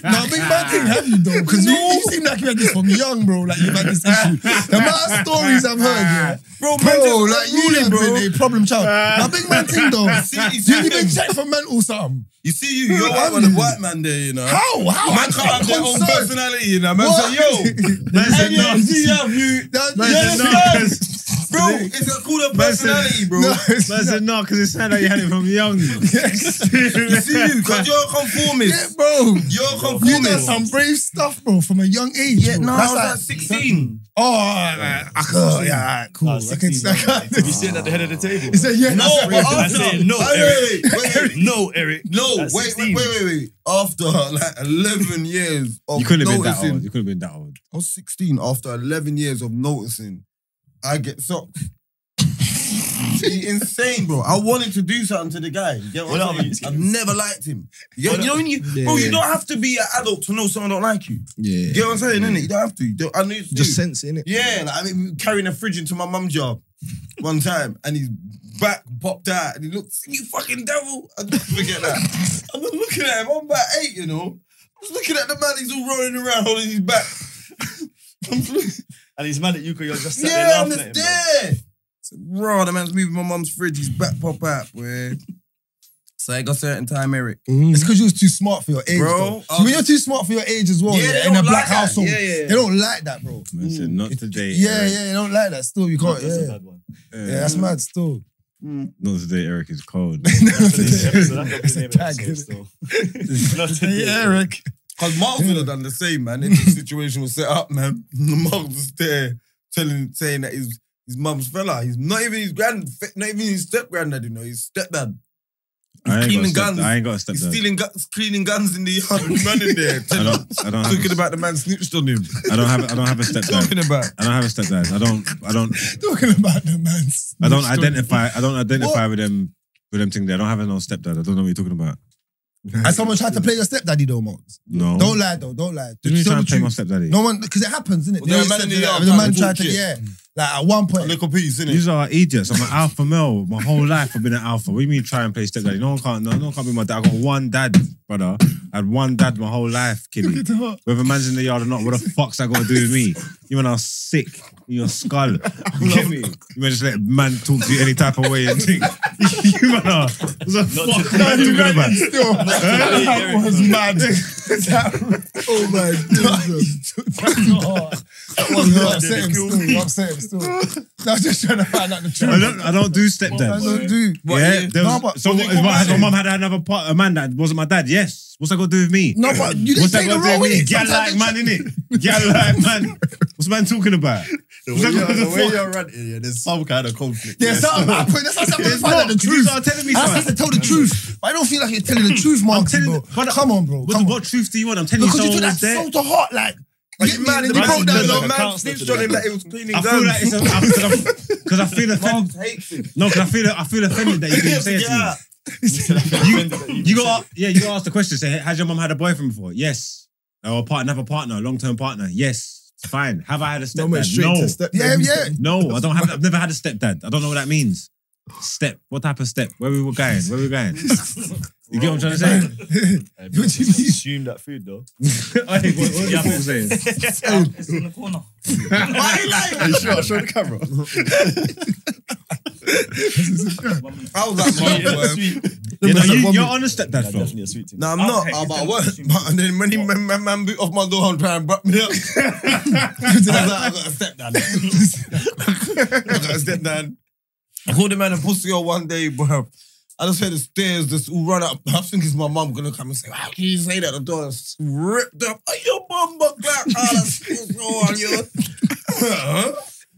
D: No, big man thing, have you though? Because you, you seem like you had this from young, bro. Like you've had this issue. The amount of stories I've heard, yeah.
B: Bro,
D: Bro, like you
B: ruling,
D: have
B: bro. Uh,
D: been a problem child. Now, big man thing though.
B: See,
D: You even check for mental something.
B: You see, you, you're white man, the white man there, you know.
D: How? How?
B: Man can't have their own personality, you know. Man say, yo,
A: Listen,
B: yeah,
A: no.
B: you have you.
D: That,
B: You
A: Listen, no,
B: understand?
A: 'cause-
B: Bro, it's a called a
A: Man said-
B: personality, bro.
D: no, it's not.
A: listen, no, because it sounded like you had it from young.
B: You see, you, because you're a conformist.
D: Yeah, bro.
B: You're a
D: You done
B: conformist.
D: some brave stuff, bro, from a young age. Yeah,
B: no,
D: That's
B: I
D: like,
B: was like 16.
D: oh, alright, I can't. Yeah, all right, cool.
E: Nah,
D: I can,
E: 16,
D: I can't.
E: If you sitting at the head of the table.
D: He said, yeah.
B: No,
D: that's
B: but
D: real.
E: I
B: after.
E: said, no,
B: wait, wait, wait, wait.
E: No, Eric.
B: No,
E: At
B: wait, wait,
E: 16.
B: wait, wait, wait. After like 11 years of
A: You couldn't have been that
B: noticing.
A: old. You couldn't have been that old.
B: I was 16. After 11 years of noticing, I get socks. He insane, bro. I wanted to do something to the guy. You get what
E: Well,
B: I'm saying?
E: obviously.
B: I've never liked him. You, you know, when you,
G: Yeah.
B: bro, you don't have to be an adult to know someone don't like you. You
G: Yeah.
B: get what I'm saying, innit? You don't have to. You don't, I knew to
G: Just
B: do.
G: sense it, innit?
B: Yeah, like, I mean, we were carrying a fridge into my mum's job one time, and his back popped out, and he looked, "You fucking devil!" I don't forget that. I was looking at him. I'm about eight, you know. I was looking at the man. He's all rolling around holding his back.
F: and he's mad at you because you're just sat there
B: Yeah, I'm
F: laughing
B: just
F: at him. bro.
B: there. So, Bro, the man's moving my mum's fridge. His back pop out, boy. Mm-hmm. So I got certain time, Eric.
D: It's because you was too smart for your age,
B: Bro,
D: bro.
B: I
D: So when
B: was-
D: you're too smart for your age as well,
B: Yeah,
D: yeah,
B: they
D: in a
B: don't
D: black
B: like that.
D: household,
B: Yeah, yeah.
D: they don't like that, bro.
A: Man said, not today.
D: Yeah,
A: Eric.
D: yeah, they don't like that. Still, you can't.
F: That's a
D: Yeah,
F: bad one.
A: Uh,
D: yeah, that's mad. Still,
A: Not today, Eric is cold.
F: That's the name of the episode. That's
D: It's a
F: the
D: tag,
F: name
D: isn't
F: of
D: it?
F: the episode, so. Not today.
D: Eric.
B: Because Mark would have done the same, man. If the situation was set up, man. Mark was there telling, saying that his his mum's fella, he's not even his grand, not even his step granddad, you know, his stepdad. He's
A: I ain't got a
B: cleaning
A: step-
B: guns.
A: I ain't got a step
B: He's stealing guns, cleaning guns in the yard. and running there,
A: I
B: telling,
A: don't. I don't have.
B: talking about the man snitched on him.
A: I don't have. I don't have a stepdad.
B: Talking about.
A: I don't have a stepdad. I don't. I don't.
D: Talking about the man's.
A: I don't
D: story.
A: identify. I don't identify with them. With them thing. There. I don't have no stepdad. I don't know what you're talking about.
D: And someone tried to play your stepdaddy though, Marks.
A: No.
D: Don't lie though. Don't lie.
A: Didn't Oh. you
D: Tell
A: try and
D: the
A: play my
D: truth.
A: stepdaddy?
D: No one, because it happens, isn't it?
B: Well, there
D: They
B: are man
D: said
B: in the
D: that,
B: yard,
D: but the
B: man,
D: man
B: they
D: tried
B: talk
D: to,
B: shit.
D: yeah. Like at one
B: A
D: point,
B: little piece, innit?
A: These are idiots. I'm an alpha male. My whole life I've been an alpha. What do you mean try and play stepdaddy? No one can't. No, no one can't be my dad. I got one dad, brother. I had one dad my whole life, kiddie. Whether man's in the yard or not, what the fuck's that got to do with me? You man are sick in your skull. You get me? You man just let man talk to you any type of way and think. You man are. What the fuck are you talking about?
D: Oh that was mad.
G: Oh my goodness.
D: You're upset him still. You're upset him still. I was just trying to find out the
A: I
D: truth.
A: don't, I don't do
D: I
A: stepdads.
D: don't do.
A: Yeah, there
D: No,
A: was,
D: but-
A: so
D: but
A: what,
D: they
A: is my, my
D: got mad.
A: mum had another part, a man that wasn't my dad. Yes, what's that got to do with me?
D: No, but you didn't
A: What's that
D: take the
A: got to do
D: role
A: with
D: in
A: me?
D: it.
A: Gal like man, innit? Gal like man. What's man talking about? What's that got to do with fuck?
B: running, yeah, there's some kind of conflict.
D: Yeah, so I'm not putting- that's how someone
A: It's
D: find
A: not.
D: out the
A: You
D: truth.
A: are telling me
D: I just
A: something.
D: have to tell the truth. But I don't feel like you're telling the truth, Mark.
A: telling
D: Bro.
A: the- but-
D: come on, bro.
A: What,
D: come
A: what truth do you want? I'm telling
D: on.
A: you
D: Because you
A: someone
D: do that
A: was there.
D: so to heart, like. You get me?
B: Man,
D: And
B: the
D: then you broke
B: man,
D: down.
B: the
D: Like,
B: man
F: Counselor
B: snitched
F: to
B: on
F: the
B: him that he was cleaning
A: I
B: guns.
A: feel like it's because I feel offended.
B: hates it.
A: No, because I feel I feel offended that you didn't say it to me. You, you got yeah, you got asked the question. Say, has your mum had a boyfriend before? Yes. Or a partner, another partner, long term partner? Yes. Fine. Have I had a
G: No, went
A: stepdad?
G: straight
A: No.
G: to step.
D: yeah, yeah.
A: No, I don't have. I've never had a stepdad. I don't know what that means. Step. What type of step? Where we were going? Where we going? You get what I'm trying to say?
F: Everyone just Consume that food though.
A: Wait, what, what was your thought saying?
C: It's in the corner.
K: Sure, show the camera.
B: I was like,
F: Sweet,
B: man, boy.
F: sweet.
A: Yeah, no,
D: Mr.
A: you,
D: Bobby-
A: you're on a stepdad,
F: Yeah,
A: bro.
F: definitely a sweet thing.
B: No, I'm
C: Oh,
B: not.
C: hey,
B: I'm
C: it's
B: about
C: them
B: what?
C: machine
B: But- And then when he man, man, man boot off my door and try and butt me up. I was like, I got a step down. I got a step down. I called the man a pussy on one day, bro. I just heard the stairs just all run up. I think it's my mum gonna come and say, How can you say that? The door is ripped up. Are your mum but black? Oh, that's so on you. Huh?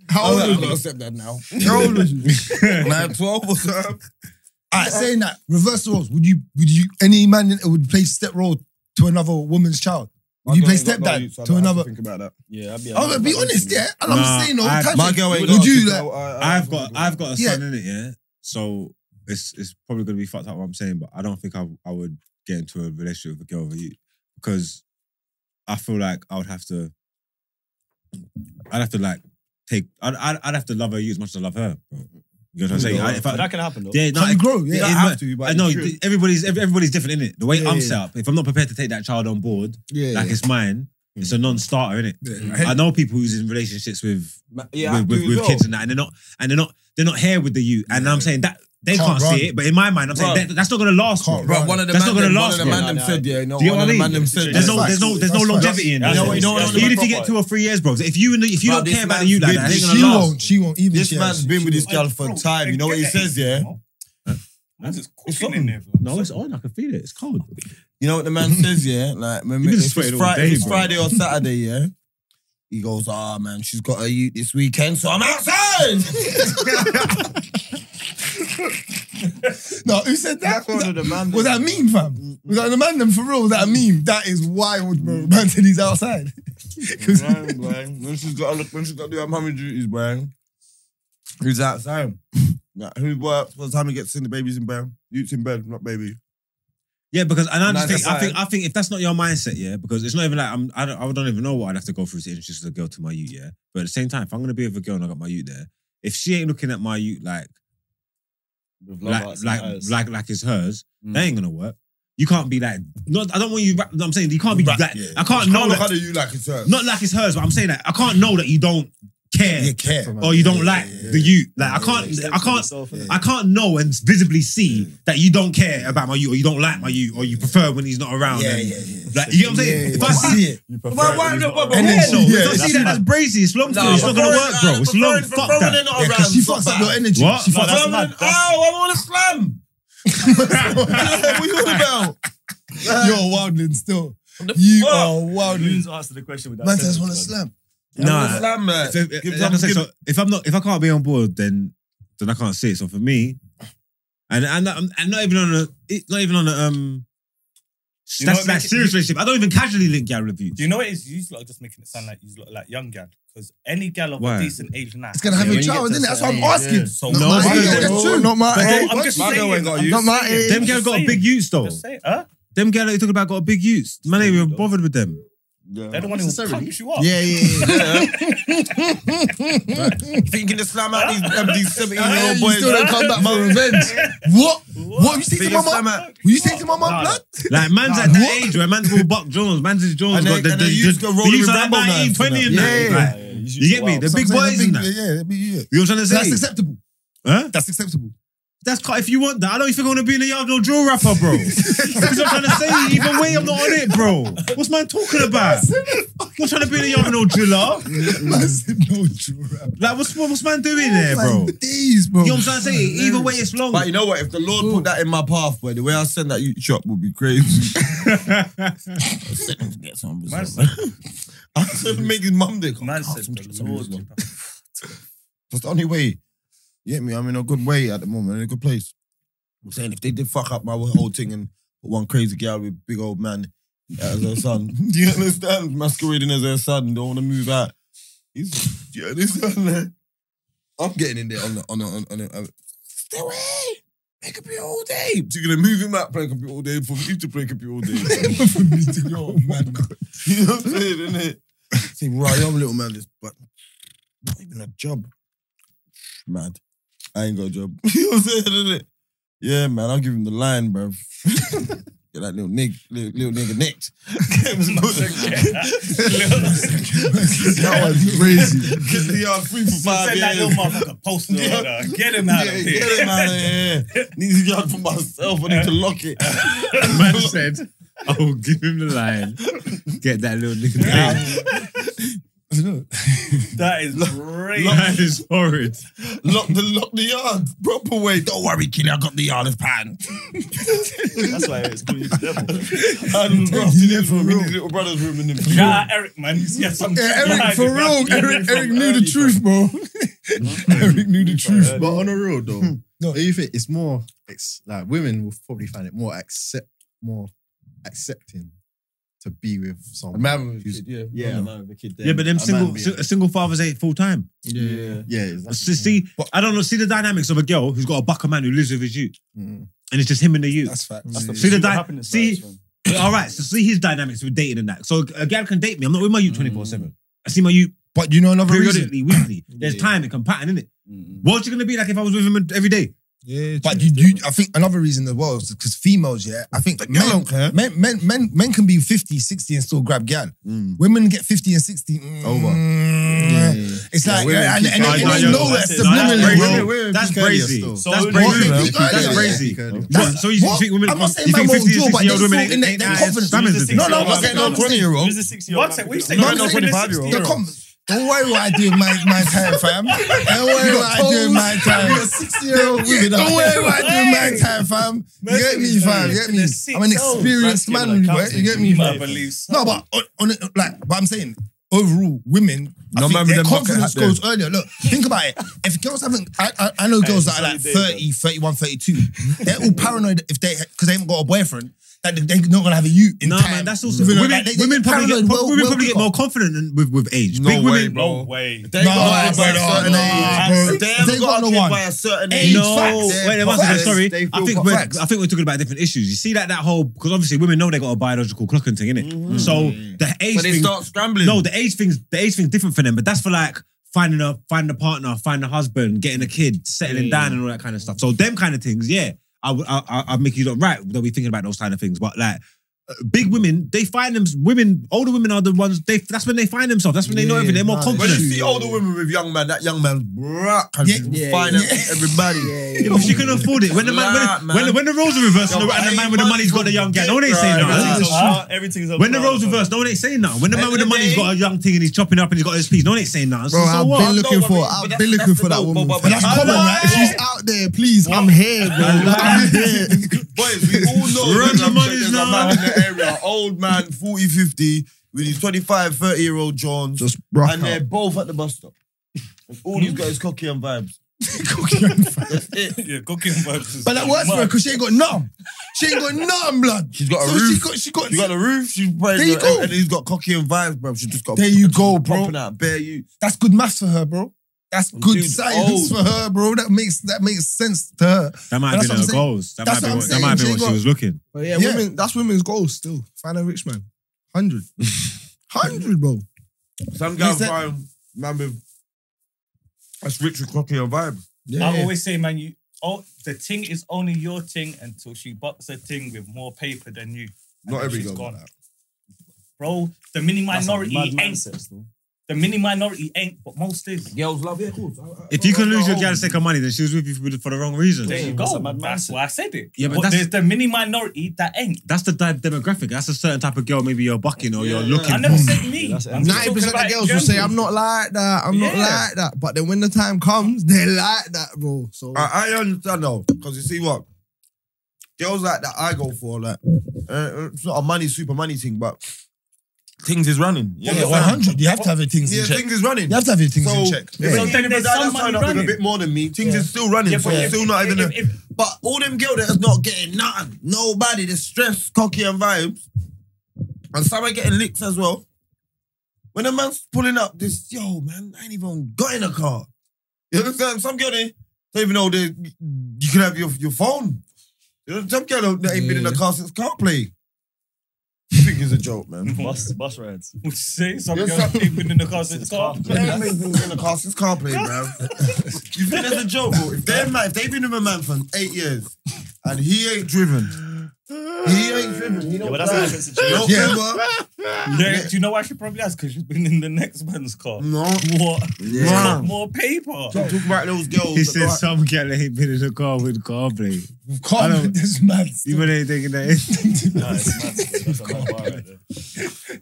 B: How old I got a step down now. How old was you? When I had 12 or something.
D: Alright, saying that reverse roles. Would you? Would you? Any man in- would play step role to another woman's child? Would you play stepdad to another?
B: Think about that.
F: Yeah, I'd be.
D: I'm gonna be honest, yeah. And I'm
A: Nah,
D: saying, no,
A: I-
D: touch
A: my
D: it.
B: girl ain't
D: Would
B: got a-
D: you like?
B: I- I-
A: I've got, I've got a
D: Yeah.
A: son in it, yeah. So it's it's probably gonna be fucked up. What I'm saying, but I don't think I, I would get into a relationship with a girl over you because I feel like I would have to. I'd have to like take. I'd, I'd, I'd have to love her you as much as I love her. Bro. You know what I'm saying? I, if I,
F: But that can happen though.
A: yeah, no,
D: Can
A: it-
D: you grow? Yeah.
A: it- it-
B: have to, but
A: I know
B: it's true.
A: th- everybody's every- everybody's different in it. The way
G: Yeah,
A: I'm
G: yeah.
A: set up, if I'm not prepared to take that child on board,
G: Yeah.
A: like it's mine, it's a non-starter in it. I know people who's in relationships with
B: Mm-hmm. Ma- Yeah,
A: with, with, with kids
B: kids.
A: and that, and they're not and they're not they're not here with the you. And I'm saying that they
D: Can't
A: can't,
D: run.
A: see it, but in my mind, I'm saying
B: Bruh.
A: that, that's not gonna last.
D: Can't
A: bro.
D: run.
B: Bro, one of the
A: That's
B: man,
A: not gonna
B: them-
A: last,
B: One of the
A: bro.
B: man them
F: Nah, nah.
B: said, yeah, you know,
A: Do you know
B: one of
A: what I
B: the man
A: mean?
B: them said,
A: There's
F: That's
A: no,
F: facts.
A: there's no, there's no
D: That's facts.
A: longevity in that. You
F: That's
A: know
F: facts.
A: what- you know what
F: That's
A: I'm- Even if
F: facts.
A: you get two or three years, bro, if you if you
B: Bruh,
A: don't
B: this
A: care about the
B: man's
A: you like that,
B: been-
A: it ain't
D: She
A: gonna last.
D: won't. She won't even.
B: this
D: share.
B: man's been with this girl for
C: Bro,
B: time. You know what he
C: get that
B: says,
C: in,
B: yeah?
C: bro. Man's just cooking
B: something.
C: in there. bro.
A: No, it's on. I can feel it. It's cold.
B: You know what the man says, yeah? Like, when
A: been
B: if it's,
A: sweating all
B: Friday,
A: day,
B: if it's
A: bro.
B: Friday or Saturday, yeah? He goes, ah, man, she's got a youth this weekend, so I'm outside.
D: No, who said that?
B: the man.
D: Was that a meme, fam? Was that the man them for real? Was that a meme? That is wild, bro. Man said he's outside.
B: Right, boy. When she's got when she's got to do her mummy duties, boy. Who's outside? Nah, who works? What time he gets in? The baby's in bed. Youth's in bed, not baby.
A: Yeah, because and I
B: Nine
A: just
B: to
A: think I
B: five.
A: think I think if that's not your mindset, yeah, because it's not even like I'm I don't, I don't even know what I'd have to go through to introduce a girl to my youth, yeah. But at the same time, if I'm gonna be with a girl and I got my youth there, if she ain't looking at my youth like
F: With love
A: like
F: hearts and
A: like
F: eyes.
D: Mm.
A: like like it's hers, that ain't gonna work. You can't be like. No, I don't want you. rap- no, I'm saying you can't be
B: Rap,
A: like.
B: yeah.
A: I can't
B: How
A: know
B: the
A: that.
B: hell do you like it, sir?
A: Not like it's hers, but I'm saying that I can't know that you don't care
D: You care.
A: or you don't
D: Yeah,
A: like
D: yeah, yeah.
A: the you. Like I can't.
F: Extend
A: I can't.
F: yourself, innit?
A: I can't know and visibly
D: Mm.
A: see that you don't care about my you or you don't like my you or you prefer when he's not around.
D: Yeah,
A: and-
D: yeah, yeah.
A: Like you know what I'm saying?
D: Yeah,
A: if
D: yeah.
A: I see
D: it,
K: You
B: But
K: prefer
B: why-
K: it
B: why-
K: when he's not
B: but- but
A: and
B: why-
A: then no,
D: Yeah,
A: if I
D: that's
A: see that, that's brazy. It's long.
B: No,
A: it's not gonna work, bro. It's long. Fuck that.
D: Yeah,
B: Because
D: because she fucks up your energy.
A: What?
D: She
F: No,
D: fucks
F: that's
D: up.
F: mad. That's-
B: Oh, I want to slam.
D: what are you on about? You're wilding still. You
B: fuck?
D: are wilding.
F: Loons answered the question with that.
D: Man says
F: sentence,
D: want to
F: man.
D: slam.
B: I wanna
A: Nah.
B: slam, man.
A: If, if-
B: Give
A: like I
B: them-
A: said,
B: give-
A: so if I'm not, if I can't be on board, then then I can't see it. So for me, and and I'm and not even on a, it- not even on a um.
C: You know
A: that's
C: what
A: that
C: makes it-
A: serious relationship. I don't even casually link gal with you.
C: Do you know what it is? You lot are just making it sound like you lot like young gal. Because any gal of
A: Why?
C: a decent age now.
D: It's gonna have
K: Yeah,
D: a
K: when you
D: child,
K: get to
D: isn't it? That's what I'm
K: say,
D: asking.
K: yeah.
C: So
D: Not
A: No,
D: my
A: I
D: age,
A: don't
D: that's
A: know.
D: true. Not my
C: But
D: age.
C: I'm just
K: My girl
C: saying.
K: ain't got
C: I'm
K: you.
C: just
D: Not my
C: saying.
D: age.
A: Them gal got a big use though.
C: Just saying, huh?
A: Them gal that you talking about got a big use. Man ain't even bothered with them.
C: They're
D: Mm.
C: the one who
K: Necessarily.
C: punch you up.
D: Yeah, yeah, yeah.
B: Thinking to slam out these um, these seventeen year
D: Hey,
B: old
D: you
B: boys.
D: still don't come back for revenge. What? What you say to
B: Thinking
D: my
B: to slam
D: mum?
B: out.
D: Will you say to my mum, blood?
A: Like man's at that age where man's called Buck Jones, man's is Jones
B: And
A: got
B: they-
A: the
B: and
A: the
B: they used to
A: the-
B: go
A: the
B: rolling
A: use
B: with
A: of that
B: Rambo knives
A: 19, 20 and
D: Yeah.
A: that. Like,
F: Yeah,
A: You get me? The big
D: Something
A: boys
D: big-
A: in that.
D: Yeah,
A: You
D: yeah, big- yeah.
A: know what I'm trying to
D: So that's
A: say?
D: acceptable.
A: Huh?
D: That's acceptable.
A: That's quite, if you want that, I don't think I want to be in the yard no drill rapper, bro. That's what I'm trying to say. Either way, I'm not on it, bro. What's man talking about? Not trying to be in the yard with no driller.
D: Massive no draw rap.
A: Like, what's what's man doing there, bro?
D: Man, Days, bro.
A: You know what I'm trying to say? Either way, it's long.
B: But you know what? If the Lord put that in my pathway, the way I send that you shop would be crazy. Get some results. I'm gonna make his mum dick.
C: Man said the Lord. you know.
B: That's the only way. You get me? I'm in a good way at the moment, in a good place. I'm saying if they did fuck up my whole thing and put one crazy girl with big old man as her son, do you understand? Masquerading as her son, don't want to move out. He's, do you understand? man? I'm getting in there on the on the on the. On the on the- Stay away. Play computer all day. So you're gonna move him out playing computer all day for me to play computer all day. for me to go, man. You know what I'm saying, innit? See, right, I'm a little man, this but not even a job mad. I ain't got a job. you know what I'm saying? innit? Yeah, man, I'll give him the line, bro. Get that little nigga, little, little nigga next.
D: That was crazy.
B: Get the yard free for five
C: Send that little
B: years.
C: motherfucker poster. order. Get him out of
B: Yeah,
C: here.
B: get him out of here. Need the yard for myself. I need to lock it.
A: Man said, I will give him the line. Get that little nigga. down."
C: That is great.
A: That is horrid.
B: Lock the lock the yard. Proper way. Don't worry, kid. I got the yard of pan.
F: That's why it's calling you the devil.
B: And drafted it from his little brother's room in the
C: Shout out Eric, man. He's got some.
D: Yeah, Eric,
C: vibes,
D: for
C: man.
D: real. Eric, Eric knew the
F: early,
D: truth, bro. Eric knew the truth.
K: But on a real
B: Hmm.
K: though, no, you think it's more. It's like women will probably find it more accept, more accepting to be with someone. who's-
B: yeah.
K: Yeah.
B: man with a kid.
A: Yeah, but them
K: A man
A: single
K: being-
A: si- single fathers ain't full time.
B: Yeah.
K: yeah, exactly.
A: So see, I don't know. See the dynamics of a girl who's got a buck of man who lives with his youth,
D: mm.
A: and it's just him and the youth.
D: That's fact.
K: That's the
A: See the
F: what
A: di-
F: happiness
A: see-
F: is, man.
A: All right, so see his dynamics with dating and that. So a gal can date me. I'm not with my
F: Mm.
A: youth twenty four seven. I see my youth
D: But you know another reason. Mm-hmm.
A: periodically, weekly. There's time it can pattern in it. What's it gonna be like if I was with him every day?
B: Yeah.
D: But you, you, I think another reason as well is because females, yeah, I think men,
B: don't care.
D: men, men, men, men can be 50, 60 and still grab gal.
A: Mm.
D: Women get 50 and 60. mm,
K: Over.
D: It's like,
K: women
D: and, and,
K: keep-
D: they-
A: Nah,
D: they
A: nah,
D: know
A: nah, nah,
D: that
A: that's
D: subliminally,
A: crazy.
D: bro.
A: That's
K: peak earlier
A: crazy.
K: still.
A: That's
F: So would-
A: crazy.
D: What? Peak
A: That's
D: earlier.
A: crazy.
K: Peak earlier.
A: What? So you
D: What?
A: think women?
D: I'm not saying
A: you
D: man
A: think
D: won't
A: 50 and
D: draw, but
A: 60 year old
D: they're
A: women
D: still
A: ain't
D: in their- their
A: ain't
D: confidence.
A: stamina
F: Who's the
A: thing?
D: No, no, I'm not saying no
F: Who's
D: 20 year old.
F: Who's the six year old?
C: What's it? We say
D: No,
C: you're not
D: because
C: with a
D: it is
C: 60-year-old.
D: The com- don't worry what I do in my, my time, fam. Don't worry what I do in my time.
K: You're a six-year-old woman.
D: Don't worry what I do in my time, fam. You get me, fam. You get me. I'm an experienced man, boy. You get me,
C: I
D: fam.
C: believe so.
D: No, but on, on it, like, but I'm saying overall, women, I
B: No man with
D: think their
B: them bucket
D: confidence
B: hat there.
D: goes earlier. Look, think about it. If girls haven't, I, I, I know girls that are like 30, 31, 32. They're all paranoid if they because they haven't got a boyfriend that they're not gonna have a you in
A: No,
D: time.
A: man, that's also
D: You know,
A: women.
D: like, they- they-
A: women probably get,
D: paranoid well-
A: women
D: well
A: probably get
D: quicker.
A: more confident than, with with age.
B: No
A: Big
B: way,
A: women,
B: bro.
F: No way.
B: They
D: No,
B: got it by a
D: bro,
B: certain
D: no,
B: age.
D: bro.
B: They haven't
D: They
B: got,
D: got no
B: a kid
D: one.
B: by a certain
D: Age.
B: age.
D: Facts.
A: No,
D: They're
A: wait, one second.
D: facts.
A: Sorry,
K: They
A: I
B: Ah,
K: feel
A: think
K: got
A: we're
D: facts.
A: I think we're talking about different issues. You see that that whole because obviously women know they got a biological clock and thing in it.
D: Mm-hmm.
A: So the age
B: But they
A: thing,
B: start scrambling.
A: no, the age thing's the age thing's different for them. But that's for like finding
D: Mm.
A: a finding a partner, finding a husband, getting a kid, settling down, and all that kind of stuff. So them kind of things, yeah. I would I, I, I'd make you look right. They'll be thinking about those kind of things. But like uh, big women, they find them women. Older women are the ones. They that's when they find themselves. That's when they know
D: Yeah,
A: everything. They're more
D: nah,
B: When you
A: confident.
B: see older women with young man, that young man, bruh, can
D: Yeah,
B: you
G: yeah,
B: find
G: yeah.
B: everybody.
A: If she can afford it, when the man,
B: Nah,
A: when, the, when, the, when the
B: man.
A: roles are reversed and
B: Yo,
A: the, and the
B: ain't
A: man with the money's got a
B: money
A: young gal,
B: good,
A: no one ain't saying
B: bruh.
A: nothing.
E: Everything's up. Everything's up.
A: When the roles reversed, no one ain't saying nothing. When the man
B: End
A: with the
B: of the
A: money's
B: day-
A: got a young thing and he's chopping up and he's got his piece, no one ain't saying nothing. So,
G: Bro,
A: so
G: I've
A: what?
G: been looking
B: No, I
G: for.
B: mean, but
G: I've
B: that's-
G: been looking
B: that's
G: for
B: the
G: that
B: goal,
G: woman.
B: but- but-
G: That's
B: but-
G: common,
B: but-
G: right? If she's out there, please. I'm here, bro. I'm here.
B: Boys, we all know
A: Run
B: when
A: the
B: I'm
A: monies
B: there's a
A: now.
B: man in the area, old man, 40, 50, with his 25, 30 year old John,
G: Just rock
B: and uh, they're
G: out.
B: both at the bus stop. And all he's got is cocky and vibes.
C: Yeah, cooking vibes.
G: But that works for her because she ain't got none. She ain't got none, blood.
B: She's got a
G: So
B: roof.
G: she got. She got.
B: She got a roof. She's playing
G: There you go.
B: And he's got cocky and vibes, bro. She just got
G: There you go, bro.
B: popping out bare you.
G: That's good maths for her, bro. That's good
B: Dude's
G: science
B: old.
G: for her, bro. That makes that makes sense to her.
A: That might have
G: But
A: been
G: that's what I'm
A: her
G: saying.
A: goals. That
G: That's
A: might be
G: what I'm
A: what, that
G: saying.
A: might have been
G: She
A: what she
G: got-
A: was looking.
G: But yeah, women. That's women's goal still. Find a rich man. Hundred. Hundred, bro.
B: Some guy
G: Is that-
B: find man with that's rich with cocky and vibes.
C: I
G: Yeah.
C: always say, man, you oh the thing is only your thing until she bucks a thing with more paper than you. And
K: Not
C: then
K: every
C: she's
K: girl
C: gone.
K: got that.
C: Bro, the mini minority
F: mad
C: ain't the mini minority ain't, but most is.
B: Girls love it, of course.
A: If you can lose your gal's sake of money, then she was with you for- for the wrong reason.
C: There you
F: That's
C: go.
F: a mad
C: That's
F: mindset.
C: why I said it.
A: Yeah, but
C: but
A: that's-
C: there's the mini minority that ain't.
A: That's the di- demographic. That's a certain type of girl. Maybe you're bucking or
B: Yeah,
A: you're
B: yeah.
A: looking.
C: I never said me.
F: that's it.
C: I'm just
G: Ninety percent
C: talking about
G: of girls will
C: in
G: say,
C: general.
G: "I'm not like that. I'm not
C: Yeah.
G: like that." But then when the time comes, they're like that, bro. So
B: I, I understand though, because you see what girls like that I go for, like uh, it's not a money super money thing, but things is running. You
D: Yeah,
B: understand?
D: one hundred. You have to have your things
B: Yeah,
D: in check.
B: things is running.
D: you have to have your things
B: so,
D: in check.
B: Yeah.
C: So then there's
B: that,
C: some
B: that's turned
C: money
B: up with a
C: running.
B: bit more than me. Things
D: Yeah.
B: is still running,
C: Yeah,
B: so
C: but
B: it's
C: if-
B: still not
C: if-
B: even. a-
C: if- if-
B: but all them girl that's not getting nothing, nobody, they're stressed, cocky and vibes, and some are getting licks as well. When a man's pulling up, this yo man, I ain't even got in a car. You understand? Some girl they don't even know they you can have your your phone. You know, some girl that ain't been in a car since CarPlay. I think it's a joke, man.
F: Bus, bus rides.
C: Would you say some
B: Yes,
C: girls
B: sir.
C: deep in the car since car?
B: They ain't been in a car since CarPlay, man. You think that's a joke? Bro? If they're man, if they've been with a man for eight years and he ain't driven, he ain't driven. He
F: Yeah,
B: don't
F: but that's a
B: drive.
F: different situation.
B: Don't
G: Yeah.
B: Uber.
C: Yeah, Do you know why she probably has? Because she's been in the next man's car.
B: No.
C: What?
B: Mm. Yeah.
C: Got More paper.
B: Don't talk about those girls.
A: He
B: that
A: said
B: got-
A: some girl ain't been in the car with CarPlay. I
D: Come,
A: don't-
D: this man.
A: Even ain't taking that in.
F: Nah, it's mad. That's a mad bar right there.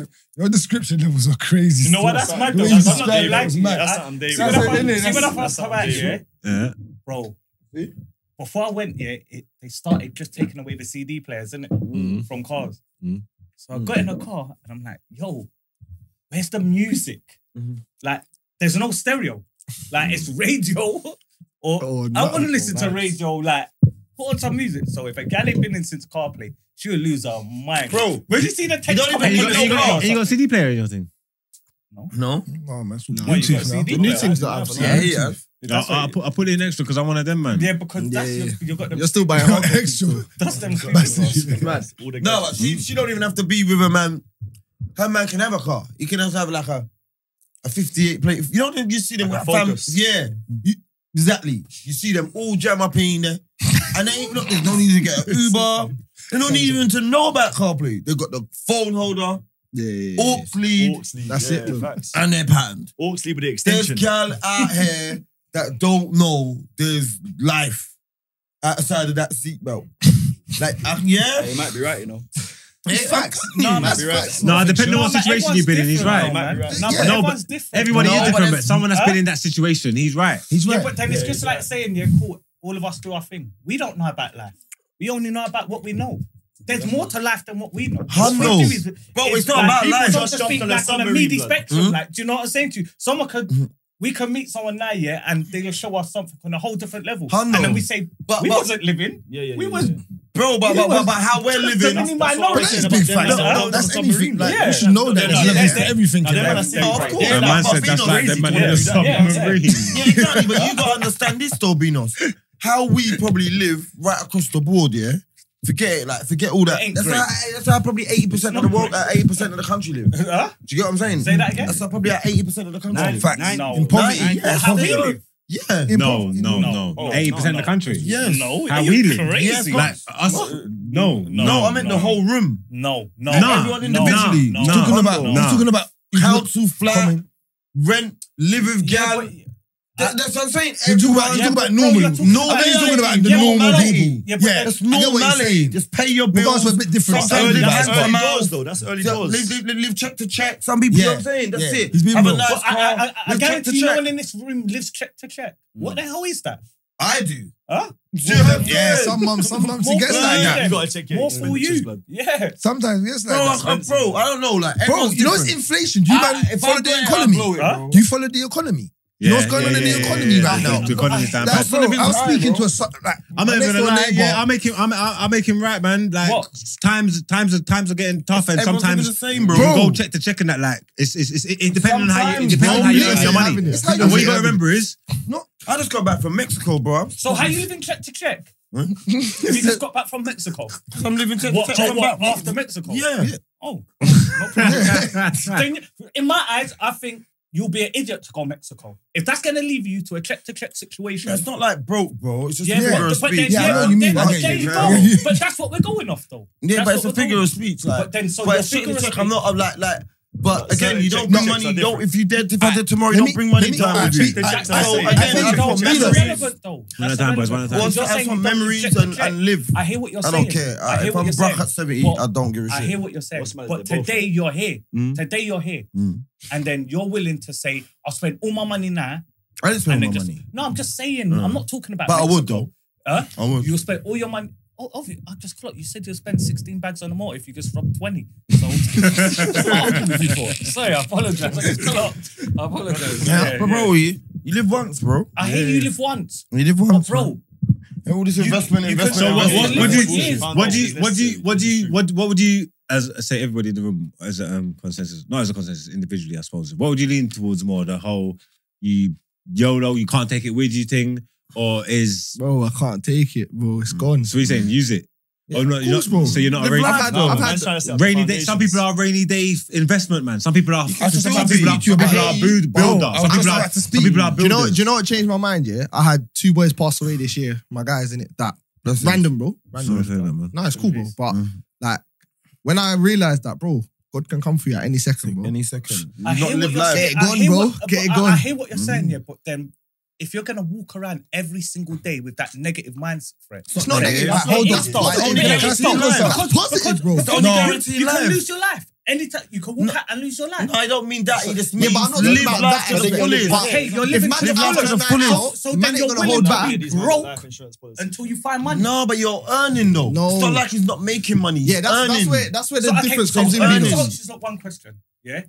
B: Huh?
D: Your description levels are crazy.
C: You know what?
D: still,
C: That's
D: son.
C: mad
D: The
C: though.
D: way you
C: I'm not
D: describe
C: gonna
D: it
C: lie
D: was
C: to you.
D: mad.
C: I-
F: That's something David.
C: See when I
D: That's it,
C: first-
D: innit?
C: see when I
D: That's-
C: first
F: that's
C: come
F: how
C: out
F: they
C: here,
A: Yeah.
C: bro. Before I went here, it, they started just taking away the CD players, innit? From cars.
A: Mhm.
C: So I got in a car and I'm like, yo, where's the music? Like, there's no stereo. Like, it's radio. Or
G: Oh,
C: I
G: no,
C: want to listen to
G: man.
C: radio, like, put on some music. So if a gal ain't been in since CarPlay, she'll lose her mind.
B: Bro,
C: when you see the text,
B: you don't
C: coming
B: even-
C: from
B: you
C: the
B: don't-
C: car,
A: And you got a CD player in your thing?
B: No.
D: No, man. It's all
C: What, you got a
D: Bluetooth now.
C: CD
K: The new
C: player?
K: things that
C: I
K: I've
C: don't
K: seen.
C: know.
B: Yeah, he has.
A: I,
C: That's
A: I,
C: what-
A: put, I put it in extra because I'm one of them, man.
C: Yeah, because that's
G: Yeah,
C: your, you got
K: You're
C: the
K: still buying
D: Not
K: hard copies.
D: extra.
C: that's them. creepers.
D: Massive.
K: Mad.
F: All the
B: No,
F: guys-
B: but she, she don't even have to be with a man. Her man can have a car. He can also have like a a 58 plate. You don't think you see them
F: Like a
B: with fam-
F: Focus.
B: Yeah. You- exactly. You see them all jam up in there. And they ain't look, there's no need to get an Uber. They don't need even to know about CarPlay. They got the phone holder,
G: Yeah, yeah, yeah.
B: aux lead,
F: Oxley,
G: That's
F: yeah,
G: it, bro.
F: facts.
B: and they're patterned.
F: Oxley with the
B: There's
F: extension.
B: gal out here that don't know there's life outside of that seatbelt. Like, uh, yeah.
F: He might be right, you know.
B: It's facts.
C: No,
F: Might
C: that's
F: be right.
A: No, depending
C: No,
A: on what
C: but
A: situation you've been in, he's
C: everyone's
A: right.
F: different,
C: different,
F: man.
C: No,
A: Yeah.
C: but everyone's different.
A: Everybody
B: No,
A: is
B: but
A: different, but
B: that's-
A: someone that's
C: Huh?
A: been in that situation, he's right.
D: He's
C: Yeah,
D: right.
C: but then it's just like saying, yeah, cool, all of us do our thing. We don't know about life. We only know about what we know. There's more to life than what we know.
B: How
C: What we
B: knows?
C: do is-
B: Bro, it's not
C: like
B: about
C: people
B: life.
C: don't
F: Just
C: just
F: jump
C: think
F: on a
C: like on a
F: submarine,
C: media
F: blood.
C: spectrum. Like, do you know what I'm saying to you? Someone could,
A: Mm-hmm.
C: we can meet someone now, yeah, and they'll show us something on a whole different level.
B: How
C: And then
B: knows?
C: we say,
B: But-
C: we
B: but-
C: wasn't living.
F: Yeah, yeah,
C: We
F: yeah,
C: was
F: yeah.
B: Bro, but, but, but, but how we're living.
C: That's-
G: That is big fact.
F: No,
G: No, that's
F: no,
G: anything. Like
C: yeah.
G: you should know
F: No,
G: that.
F: no,
G: There's
F: no,
G: levels
F: yeah.
G: to everything.
F: No,
G: in
F: them man
G: life.
F: are
B: Yeah,
F: saying
B: of
F: right.
B: course.
F: Yeah,
A: That
B: like,
A: man
B: but
A: said
B: females
A: that's like
B: raised
A: them man
B: it,
A: in
B: yeah.
A: the
C: Yeah, yeah,
A: submarine.
B: Yeah, exactly. But you gotta understand this though, Beanos. How we probably live right across the board, yeah? Forget it, like forget all that.
C: It ain't
B: That's
C: great.
B: how, that's how probably 80% of the world, uh, 80% of the country live. Do
C: Huh?
B: you get what I'm saying?
C: Say that again.
B: That's how probably 80% of the country live.
D: Facts.
C: No.
D: In poverty.
C: How we
D: yeah.
C: live.
D: Yeah.
A: No,
D: Improv-
A: no,
C: No.
A: no.
C: Oh,
A: Eighty percent
C: no,
A: of the country.
D: Yes.
C: No,
A: How
C: you
A: we live.
C: Crazy.
D: Yes,
A: Like us. No,
C: No,
A: no.
B: No, I meant
C: no.
B: the whole room.
C: No, no,
A: Nah,
C: no,
A: nah,
B: individually.
C: No,
D: He's
A: nah.
C: no.
D: talking about. He's
A: Nah.
D: talking about
B: Council flat,
D: Coming.
B: rent, live with
C: Yeah,
B: gal.
C: but-
B: That- that's what I'm saying.
D: You talk about, you
C: Yeah,
D: talk about
B: bro,
D: normal.
B: you're talking-
D: normal.
B: Yeah,
D: He's talking about the
B: yeah,
D: normal
B: normality.
D: people.
C: Yeah,
D: Yeah,
C: but that's
B: It's
D: I get what he's
B: normality.
D: saying.
B: Just pay your
D: Regards
B: bills.
D: were a bit different.
B: Sometimes
D: Same
B: you
D: people,
B: have
D: but-
B: to
F: early
B: Come out.
F: doors though. That's early
B: Yeah,
F: doors.
B: Live, live, live, live check to check. Some people, you know what I'm saying? That's
D: Yeah.
B: it.
D: He's being
B: Have a
D: real.
B: nice
C: But I,
B: car.
C: I, I, I
B: live check Hmm. to
C: guarantee no
B: check.
C: one in this room lives check to check. What the hell is that?
B: I do.
C: Huh?
B: Yeah,
D: Yeah, some mums, sometimes he gets like that.
F: You gotta check your
C: More for
F: expenditures,
C: you.
F: blood.
C: Yeah.
D: Sometimes he gets
B: Bro,
D: like
B: I,
D: that.
B: bro, I don't know. Like,
D: Bro,
B: everyone's
D: you know it's
B: different.
D: inflation. Do you
B: I-
D: man
B: if I
D: follow
B: blow
D: the
B: it, I blow
D: economy?
B: it,
C: Huh?
B: bro.
D: Do you follow the economy? You know what's going on in the economy right now?
A: The economy's down
D: Like,
A: bad.
D: bro, I was
B: Right,
D: speaking
B: bro.
D: to a so- like,
A: I'm not
D: my
A: even
D: next
A: gonna
D: door
A: lie.
D: neighbor.
A: Yeah, I make him. I'm, I, I make him right, man. Like
C: What?
A: times, times, are, times are getting tough, and
B: Everyone's
A: sometimes
B: the same, bro.
A: you
D: Bro.
A: go check to check and that. Like it's, it's, it's it, it depends on how you, it
B: Sometimes,
A: depends
B: bro,
A: on how you
B: yeah,
A: earn your
B: yeah,
A: money.
D: having it. It's like
A: And what you
D: you're
A: gotta remember is
B: I just got back from Mexico, bro. I'm-
C: So how you living check to check? you just got back from Mexico.
B: I'm living check to
C: What,
B: check.
C: so
B: I'm
C: what,
B: back.
C: after Mexico?
B: Yeah.
C: Oh, no problem. Then, in my eyes, I think you'll be an idiot to go Mexico. If that's going to leave you to a check to check situation.
B: It's not like broke, bro. It's just
C: yeah,
B: a figure
C: but,
B: of
C: but then,
B: speech.
D: yeah, I
C: yeah,
D: know what
C: but
D: you mean.
C: then-
D: I
B: get
C: there
B: you,
C: you
B: bro.
C: go. But that's what we're going off, though.
B: Yeah,
C: That's
B: but it's a
C: what we're
B: figure
C: going
B: of
C: off.
B: speech. Like,
C: But then, so
B: but
C: you're
B: it's check
C: figure
B: to
C: of
B: check.
C: speech.
B: I'm not. I'm like, like. But again, you don't
F: check-
B: bring
F: checks
B: money.
F: are
B: You don't. If you did, if I did tomorrow, you
D: Let
B: don't
D: me-
B: bring money
D: let me-
B: down
D: I-
B: with
D: I-
B: you.
F: Check the
D: I-
F: checks
B: So
F: are
D: I-
F: the same.
B: again,
D: I think
B: I
D: it's
B: don't
D: for
B: care.
D: me,
C: That's
D: though.
C: relevant, though.
A: One at a
C: That's
A: time, boys,
C: relevant.
A: one at a
B: Once
C: You're
B: I have
C: saying
B: some
C: you don't do
B: memories
C: check to
B: and,
C: check.
B: and live.
C: I hear what you're
B: I
C: saying.
B: don't care.
C: I hear
B: if
C: what
B: I'm
C: you're
B: broke
C: saying.
B: at 70,
C: But
B: I don't give a
C: I
B: shit.
C: hear what you're saying.
F: What's the matter
C: But
F: with both of
C: today you're here.
B: Mm.
C: Today you're here.
B: Mm.
C: And then you're willing to say, I'll spend all my money now.
B: I didn't
C: and
B: spend
C: then
B: my
C: just,
B: money.
C: No, I'm just saying.
B: Mm.
C: I'm not talking about
B: But I would,
C: Mexico.
B: though.
C: Huh?
B: I would.
C: You'll spend all your money. Oh, oh, I just clocked. You said you'll spend 16 bags on a malt if you just robbed 20. So, What argument was you for? Sorry, I apologize. I just clocked. I apologize.
B: Yeah, but bro, you, you live once, bro.
C: I hear you live once.
B: You live
C: But,
B: once,
C: Oh, bro,
B: And all this investment, investment.
A: So what, what, what do you
C: Yeah.
A: what do you what do you what do you what what would you as say everybody in the room as a um, consensus not as a consensus individually I suppose what would you lean towards more the whole you YOLO you can't take it with you thing or is
G: Bro, I can't take it, bro. It's gone.
A: so you're saying use it or not, you're
G: course,
A: not
G: bro.
A: so you're not a
B: Live
A: rainy,
B: life as well.
A: no,
B: I've
A: man.
F: Man's trying to set up
A: rainy day some
F: foundations.
A: people are rainy day f- investment man some people are
D: was just
A: some
D: about to
A: people are,
D: speak to you
A: some people
D: about
A: are
D: it.
A: build,
D: Bro,
A: builder
D: I was
A: some
D: just
A: people
D: about
A: are
D: to
A: some people are
G: Do you know? Do
A: builders
G: you know what changed my mind? Yeah, I had two boys pass away this year. My guys in it. That
B: Bless you.
G: random, bro. Random.
A: Sorry for that, man.
G: No, it's cool, bro. But
B: Mm.
G: like, when I realized that, bro, God can come for you at any second, bro.
B: Any second.
C: I
B: You not
C: hear what
B: live
C: you're
B: life.
C: saying.
G: Get it
C: I
G: gone,
C: hear
G: bro.
C: what-
G: Get it
C: but I- I
G: gone.
C: hear what you're saying, yeah, but then if you're gonna walk around every single day with that negative mindset,
G: It's not
B: That's
G: negative.
B: not
G: Like, hold
B: negative.
G: on.
B: That's
G: Like,
B: not
G: can
B: negative.
G: I speak on
B: That's
G: something?
C: not-
G: Positive, bro.
B: That's the only guarantee
C: You can
B: life.
C: lose your life anytime. You can walk out and lose your life.
B: No, I don't mean that. It just
G: Yeah,
B: means
G: but I'm not
B: live
G: talking about
B: life
G: that.
B: to
G: as
B: the
G: in-
B: fullest.
G: but
C: Okay, you're living
G: if
C: to
G: man's
C: the
G: out
C: fullest.
G: on a night
B: Live life
G: out,
C: So
G: man
C: then
G: ain't
C: you're
G: gonna
C: willing
G: hold
C: to
G: back.
C: be broke until you find money.
B: No, but you're earning though.
G: No.
B: It's not like he's not making money. He's
G: Yeah, that's, that's
B: earning.
G: where that's where the
C: So, okay,
G: difference
C: so
G: comes in.
C: let me
B: earnings.
G: because-
C: ask you lot one question. Yeah,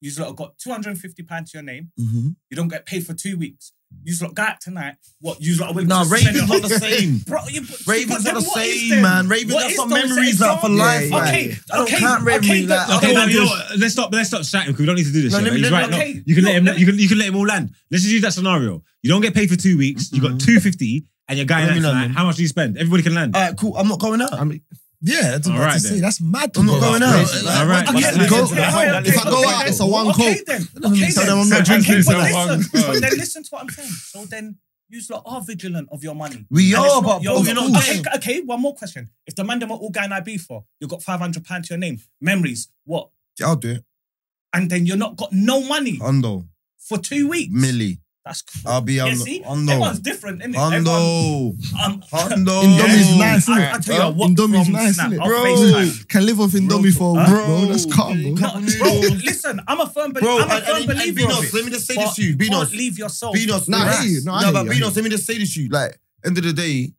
C: you lot have got 250 pounds to your name.
B: Mhm.
C: You don't get paid for two weeks. You lot go out tonight. What you lot are willing
B: Nah,
C: to spend
B: Ravens
C: it on-
B: not the same.
C: Bro, you, but-
B: Ravens
C: but
B: are the
C: then what is
B: same,
C: then?
B: man. Ravens,
C: What
B: that's
C: is
B: for
C: those? It's
B: memories, that for
C: example.
B: life.
G: Yeah,
B: like.
C: Okay,
B: I don't
C: okay,
B: count
C: okay,
B: Ravens like-
C: that-
A: Okay,
B: I
A: no,
B: don't
A: you know
B: do
A: what? Let's stop. Let's stop shouting because we don't need to do this.
B: No,
A: yeah,
B: let
A: man.
B: me-
A: He's
B: let
A: right.
B: me-
A: No,
C: okay.
A: you can
C: No,
A: let him.
C: let
A: You can you can let him all land. Let's just use that scenario. You don't get paid for two weeks. You got two fifty, and you're going
B: Let
A: out
B: me land,
A: tonight.
B: man.
A: How much do you spend? Everybody can land.
B: All right, cool. I'm not going out.
G: I'm- Yeah, that's
A: All
G: what I
A: right
G: was to say.
A: then.
G: That's mad.
B: I'm not
G: bro.
B: going out. Like,
G: That's crazy.
A: All right.
G: If
C: Okay,
G: I
C: okay,
G: go-
C: okay, okay,
G: if I go
C: okay,
G: out,
C: okay,
G: it's a one
C: okay
G: coke.
C: then, okay
G: tell
C: then.
G: them I'm not
C: Okay,
G: drinking
C: but
G: tonight.
C: listen, but then listen to what I'm saying. So then, you lot are vigilant of your money.
B: We
C: And it's
B: are,
C: not
B: but
C: your-
B: bro, you're not
C: okay,
B: getting.
C: okay, one more question. If the man them are all going IB for, you've got five hundred pounds to your name, memories, what?
B: I'll do it.
C: And then you're not got no money
B: Undo.
C: for two weeks.
B: Millie.
C: That's crazy.
B: I'll be
C: yeah,
B: undo.
C: see, everyone's
B: Undo.
C: different, isn't it? Everyone,
B: Undo.
C: um,
B: Undo.
G: Indomie's nice,
C: I, I
G: innit?
C: tell you what,
G: Indomie's
C: from
G: nice,
C: Snap,
G: innit?
C: I'll
B: Bro.
C: FaceTime.
G: Can live off Indomie for a week, bro. That's calm, bro.
C: No, bro, listen, I'm a firm, bel-
B: Bro,
C: I'm a
B: and-
C: firm
B: and- and
C: believer of
B: Beanos,
C: it.
B: let me just say
C: but
B: this to you,
C: you can't
B: Beanos.
C: leave yourself.
B: Beanos,
G: Nah, I hear you. No, I hear
B: but
G: you, I hear
B: Beanos, let me just say this to you. Like, end of the day,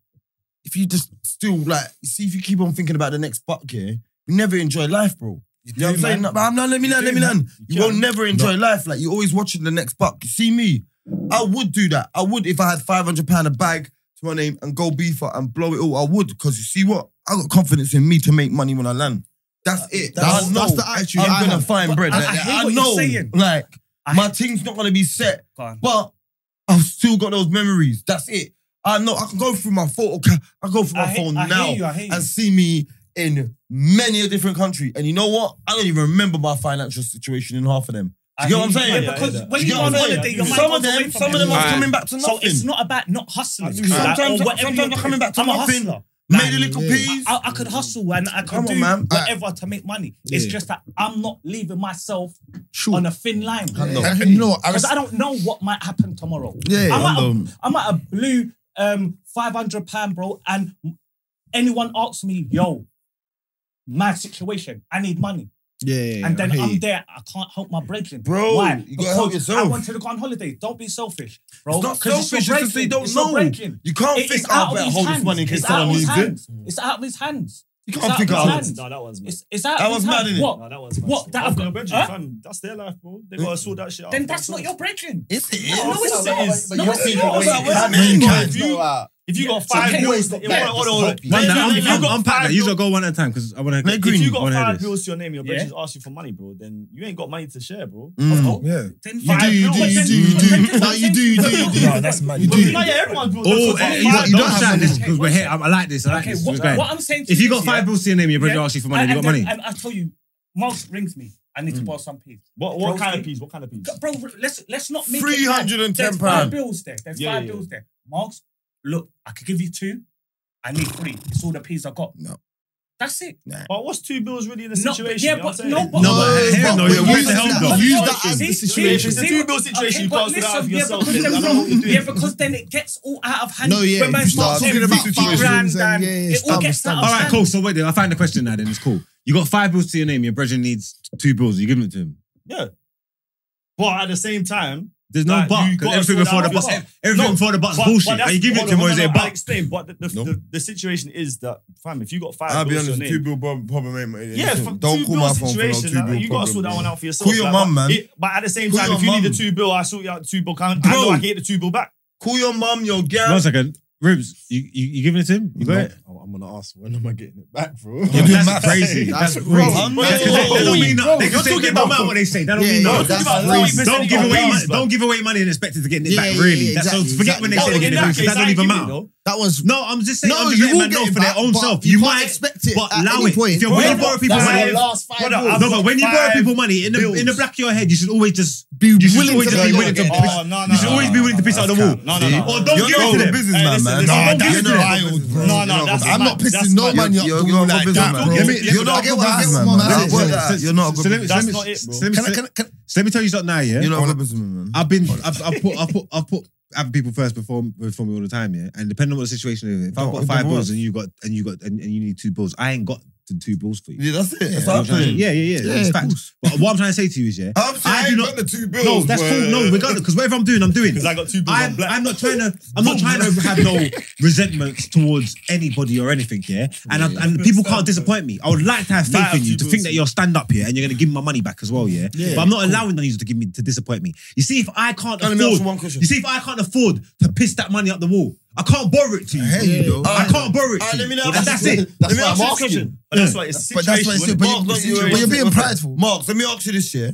B: if you just still like, you see, if you keep on thinking about the next buck here, you never enjoy life, bro. You, know what I'm saying? No, But I'm not. Let me learn. Let me learn. You won't never enjoy life. Like you're always watching the next buck. You see me? I would do that. I would if I had 500 pound a bag to my name and go beefer and blow it all. I would because you see what? I got confidence in me to make money when I land. That's it.
G: That's-
B: I know
G: that's the attitude I
B: I'm gonna
G: have.
B: find
C: But
B: bread.
C: I-
B: Like,
C: I hear what you're
B: know.
C: saying.
B: Like
C: I-
B: my thing's not gonna be set,
C: Go on.
B: but I've still got those memories. That's it. I know. I can go through my photo. ca- I go through my
C: I, he-
B: phone
C: I
B: now
C: hear you, I hear you.
B: and see me in many a different country. And you know what? I don't even remember my financial situation in half of them. You get what I'm saying?
C: Yeah, because
B: Yeah,
C: when
B: you
C: you
B: get
C: go on
B: what I'm saying?
C: holiday, your mind
B: some of
C: goes away
B: them,
C: from
B: some of them
C: it.
B: are
L: Alright.
B: coming back to
C: So
B: nothing.
C: it's not about not hustling.
B: Sometimes-
C: Like, or
B: sometimes
C: whatever
B: I'm
C: you're doing.
B: coming back to
C: I'm a
B: nothing.
C: hustler.
B: Made a little piece.
C: I, I, I could hustle and I could
B: Come on,
C: do
B: man.
C: whatever to make money. It's just that I'm not leaving myself on a thin line.
D: I think, no, I
C: Because
D: was.
C: I don't know what might happen tomorrow.
D: Yeah,
C: I'm, at
D: um,
C: a, I'm at a blue um, 500 pound, bro, and anyone asks me, yo, my situation, I need money.
D: yeah, yeah,
C: and then
D: I hear
C: I'm
D: you.
C: there, I can't help my brethren.
B: Bro,
C: Why?
B: you gotta help
C: Because
B: yourself.
C: I wanted to go on holiday. Don't be selfish, bro.
B: It's not
C: 'Cause
B: selfish,
C: your
B: it's just
C: brethren.
B: they don't
C: It's your
B: know.
C: brethren.
B: You can't
C: It-
B: think,
C: it's out
B: I
C: of
B: better
C: his
B: hold this
C: hands.
B: money in case
C: It's out
B: someone
C: of his
B: needs it.
C: hands. It's out of his hands. You
B: can't think out of
C: out
B: it.
C: his
F: No, that was.
C: It's, it's out
B: That
C: of his
B: was mad,
C: hands.
B: innit?
C: What?
F: No, that was.
C: What? That
F: I've
C: I've
F: got a
C: got.
F: bridge,
C: Huh?
F: fam. That's their life, bro. They gotta sort that shit out.
C: Then that's not your brethren.
B: It's it.
C: No, it's
B: But-
C: not.
B: but
C: No,
B: you're
C: it's
B: thinking,
C: not.
B: wait,
C: It's
B: what
C: not.
B: do you mean,
C: It's
B: guys?
C: not.
B: You know what?
F: If you got
C: so
F: five
C: okay.
F: bills,
C: Wait,
F: yeah,
C: wait,
F: hold on, hold on. If
A: Man, I'm,
F: you
A: I'm,
F: got
A: unpack that.
F: five
A: You gotta go one at a time because I want to.
F: If you got five
A: this.
F: bills to your name, your
C: Yeah.
F: bridges ask you for money, bro. Then you ain't got money to share, bro.
B: Mm.
D: Yeah.
C: Then
D: You do, you
C: five-
D: do,
C: then-
D: you do, you
C: then-
D: do.
C: then-
D: No, you do, you do, you do.
G: No, that's mad. You
F: But
G: do.
F: not everyone's billed.
A: Oh,
F: That's
A: eh,
F: what
A: you
F: five
A: don't, you don't
F: bills.
A: shout this
C: Okay,
A: because we're
C: what's
A: here. I'm, I like this. I like
C: Okay,
A: this.
C: what,
A: What's going?
C: what I'm saying to
A: If you
C: is,
A: got
C: yeah,
A: five bills to your name, your brother
C: Yeah.
A: asks you for money.
C: and-
A: You got
C: and
A: money.
C: then- And I tell you, Mouse rings me. I
D: Mm.
C: need to borrow some peas.
F: What what kind of piece? What kind of piece?
C: Bro, let's let's not make it
B: £310
C: bad. There's five bills there. There's
F: Yeah,
C: five
F: yeah,
C: bills there. Marks, look, I could give you two. I need three. It's all the peas I got.
D: No.
C: That's it.
F: But what's two bills really in a
C: No,
F: situation?
C: yeah,
F: you know what
C: but
F: I'm
C: no,
F: saying?
C: but
A: No, but hell
D: but-
A: no,
D: but
A: you're with
D: use
A: the
D: that-
A: hell no.
D: Use that as the
C: See,
F: If
D: situation.
F: it's a
C: see,
F: two bill situation,
C: Okay,
F: you
C: but
F: can't sort it out
C: listen,
F: for
C: yeah,
F: yourself.
C: because
F: I
C: then,
F: don't know what you're doing.
C: yeah, because then it gets all out of hand.
D: No, yeah,
C: When man
D: if you
C: starts
D: start talking about
C: every
D: thousands
C: grand
D: and-
C: and
D: yeah, yeah,
C: it all
D: stab,
C: gets
D: stab.
C: out of
A: All right,
C: hand.
A: cool. So wait, there. I find the question now. Then it's cool. You got five bills to your name. Your brethren needs two bills. You give them to him.
F: But at the same time,
A: There's no
F: Like,
A: but
F: you
A: because
F: gotta
A: everything
F: sort
A: before the
F: that
A: but
F: out.
A: everything
F: No,
A: before the but's
F: but- but
A: bullshit.
F: that's-
A: Are you giving it
F: hold
A: to him
F: on,
A: or is
F: hold
A: it a
F: on, I'll
A: but?
F: explain. But the, the, the, the situation is that, fam, if you got five
B: I'll be
F: bills to
B: honest,
F: your
B: two
F: name,
B: bill problem, problem ain't mate.
F: yeah,
B: Listen,
F: f-
B: don't
F: two
B: call
F: bill
B: my phone for no
F: situation.
B: two
F: like,
B: bill
F: you gotta sort that one
B: problem.
F: out for yourself.
B: Call your
F: like,
B: mum,
F: but
B: man.
F: it- but at the same
B: Call
F: time,
B: your
F: if you need
B: mum.
F: the two bill, I sort you out the two bill count. I
B: Bro.
F: know I can get the two bill back.
B: Call your mum, your girl.
A: One second, ribs. You you you giving it to him? You got it.
K: No, I'm gonna ask when am I getting it back, bro?
A: Yeah, but that's crazy. That's
K: That's
A: crazy.
K: wrong.
A: That's 'cause They they don't mean nothing. You're talking about man, what they say. That don't
D: Yeah,
A: mean
D: yeah,
A: nothing.
D: that's
F: Don't
D: crazy.
F: give
A: Don't give
F: Yeah,
A: away
F: yeah,
A: money.
F: yeah.
A: Don't give away money and expect it to get it
D: Yeah,
A: back.
D: yeah,
A: Really.
D: yeah,
A: That's- so
D: exactly,
A: forget when they say
D: exactly.
F: In
A: it.
F: that
A: That
F: case, I
A: don't
F: ain't
A: even
F: giving it,
A: matter.
F: though.
D: That was
A: No, I'm just saying.
D: No,
A: I'm
D: you
A: just letting
D: will
A: man
D: get
A: know
D: it
A: for their
D: back,
A: own
D: but
A: self.
D: you
A: You
D: can't
A: might
D: expect it
A: but
D: at
A: allow
D: any
A: it.
D: point.
A: If you're
D: Bro,
A: when you
D: I've
A: borrow
D: got
A: people
D: five
A: money,
F: last
K: five
A: no, but when you borrow people money in the in the
K: bills.
A: back of your head, you should always just be you should
D: willing
A: always
D: to
A: just be
D: go
A: willing to
D: again.
A: piss.
F: Oh, no, no,
A: You should
F: no,
A: always
F: no,
A: be
F: no,
A: willing to
F: no,
A: piss out the
F: that's
A: wall.
F: cap. No, no, no.
A: Or don't
B: You're
A: give
B: not
A: it
B: a
A: to them.
B: businessman,
F: listen,
B: man.
F: listen,
B: Nah,
F: don't
B: that's
F: give it to
B: not-
F: them.
B: I would-
F: No, no, that's
D: I'm
F: mad.
D: not pissing
F: That's
D: no
F: mad.
D: man
B: You're-
D: up
B: you're-
D: all
B: you're not a
D: like that,
B: businessman.
D: bro.
B: Let
A: me-
D: You're not a
A: let
D: good
A: me-
D: businessman,
A: let me-
D: man.
A: let me-
D: I've worked
A: let me-
D: that.
B: You're not a
A: So
B: good
A: let me-
B: businessman.
A: let me-
F: That's not it, bro.
A: let me
D: Can I-
A: say-
D: can I- can
A: so let me tell you something now, yeah.
B: You're not a good businessman, man.
A: I've been, I've, I've put, I've put, I've put, I've people first before, before me all the time, yeah. And depending on what the situation is, if I've
B: No,
A: got
B: it
A: five
B: don't
A: bills
B: work.
A: and you got, and you got, and, and you need two bills, I ain't got the two bills for you.
B: Yeah, that's it. That's
A: You know
B: what
A: what
B: I'm
A: I'm trying to say?
B: saying.
A: yeah, yeah, yeah.
D: Yeah,
A: it's
D: of
A: facts. But what I'm trying to say to you is, yeah,
B: I'm saying
A: I
B: I
A: do
B: ain't
A: not-
B: got the two bills.
A: no, that's cool. No, regardless, because whatever I'm doing, I'm doing.
F: Because I got two bills on
A: I'm,
F: black.
A: I'm not trying to. I'm not trying to have no resentments towards anybody or anything. Yeah, and I, and people can't disappoint me. I would like to have faith
F: Might have
A: in you
F: two
A: to think
F: bills.
A: that you're stand up here and you're going to give me my money back as well. Yeah, but I'm not allowing the news to give me to disappoint me. You see, if I can't
B: Can I ask you one
A: afford,
B: question?
A: you see, if I can't afford to piss that money up the wall, I can't borrow it to you.
D: hear you, though.
A: I can't borrow it. To
B: Alright,
A: you.
B: let me know-
A: Well, that's, that's it.
K: That's
B: me
K: why
B: ask
K: I'm
B: you a
K: asking.
B: question.
F: But that's why it's a
D: But that's why it's
F: situation.
D: but,
B: Mark,
D: you,
B: look, you-
D: but you're being
B: okay.
D: prideful.
B: Mark, let me ask you this, yeah?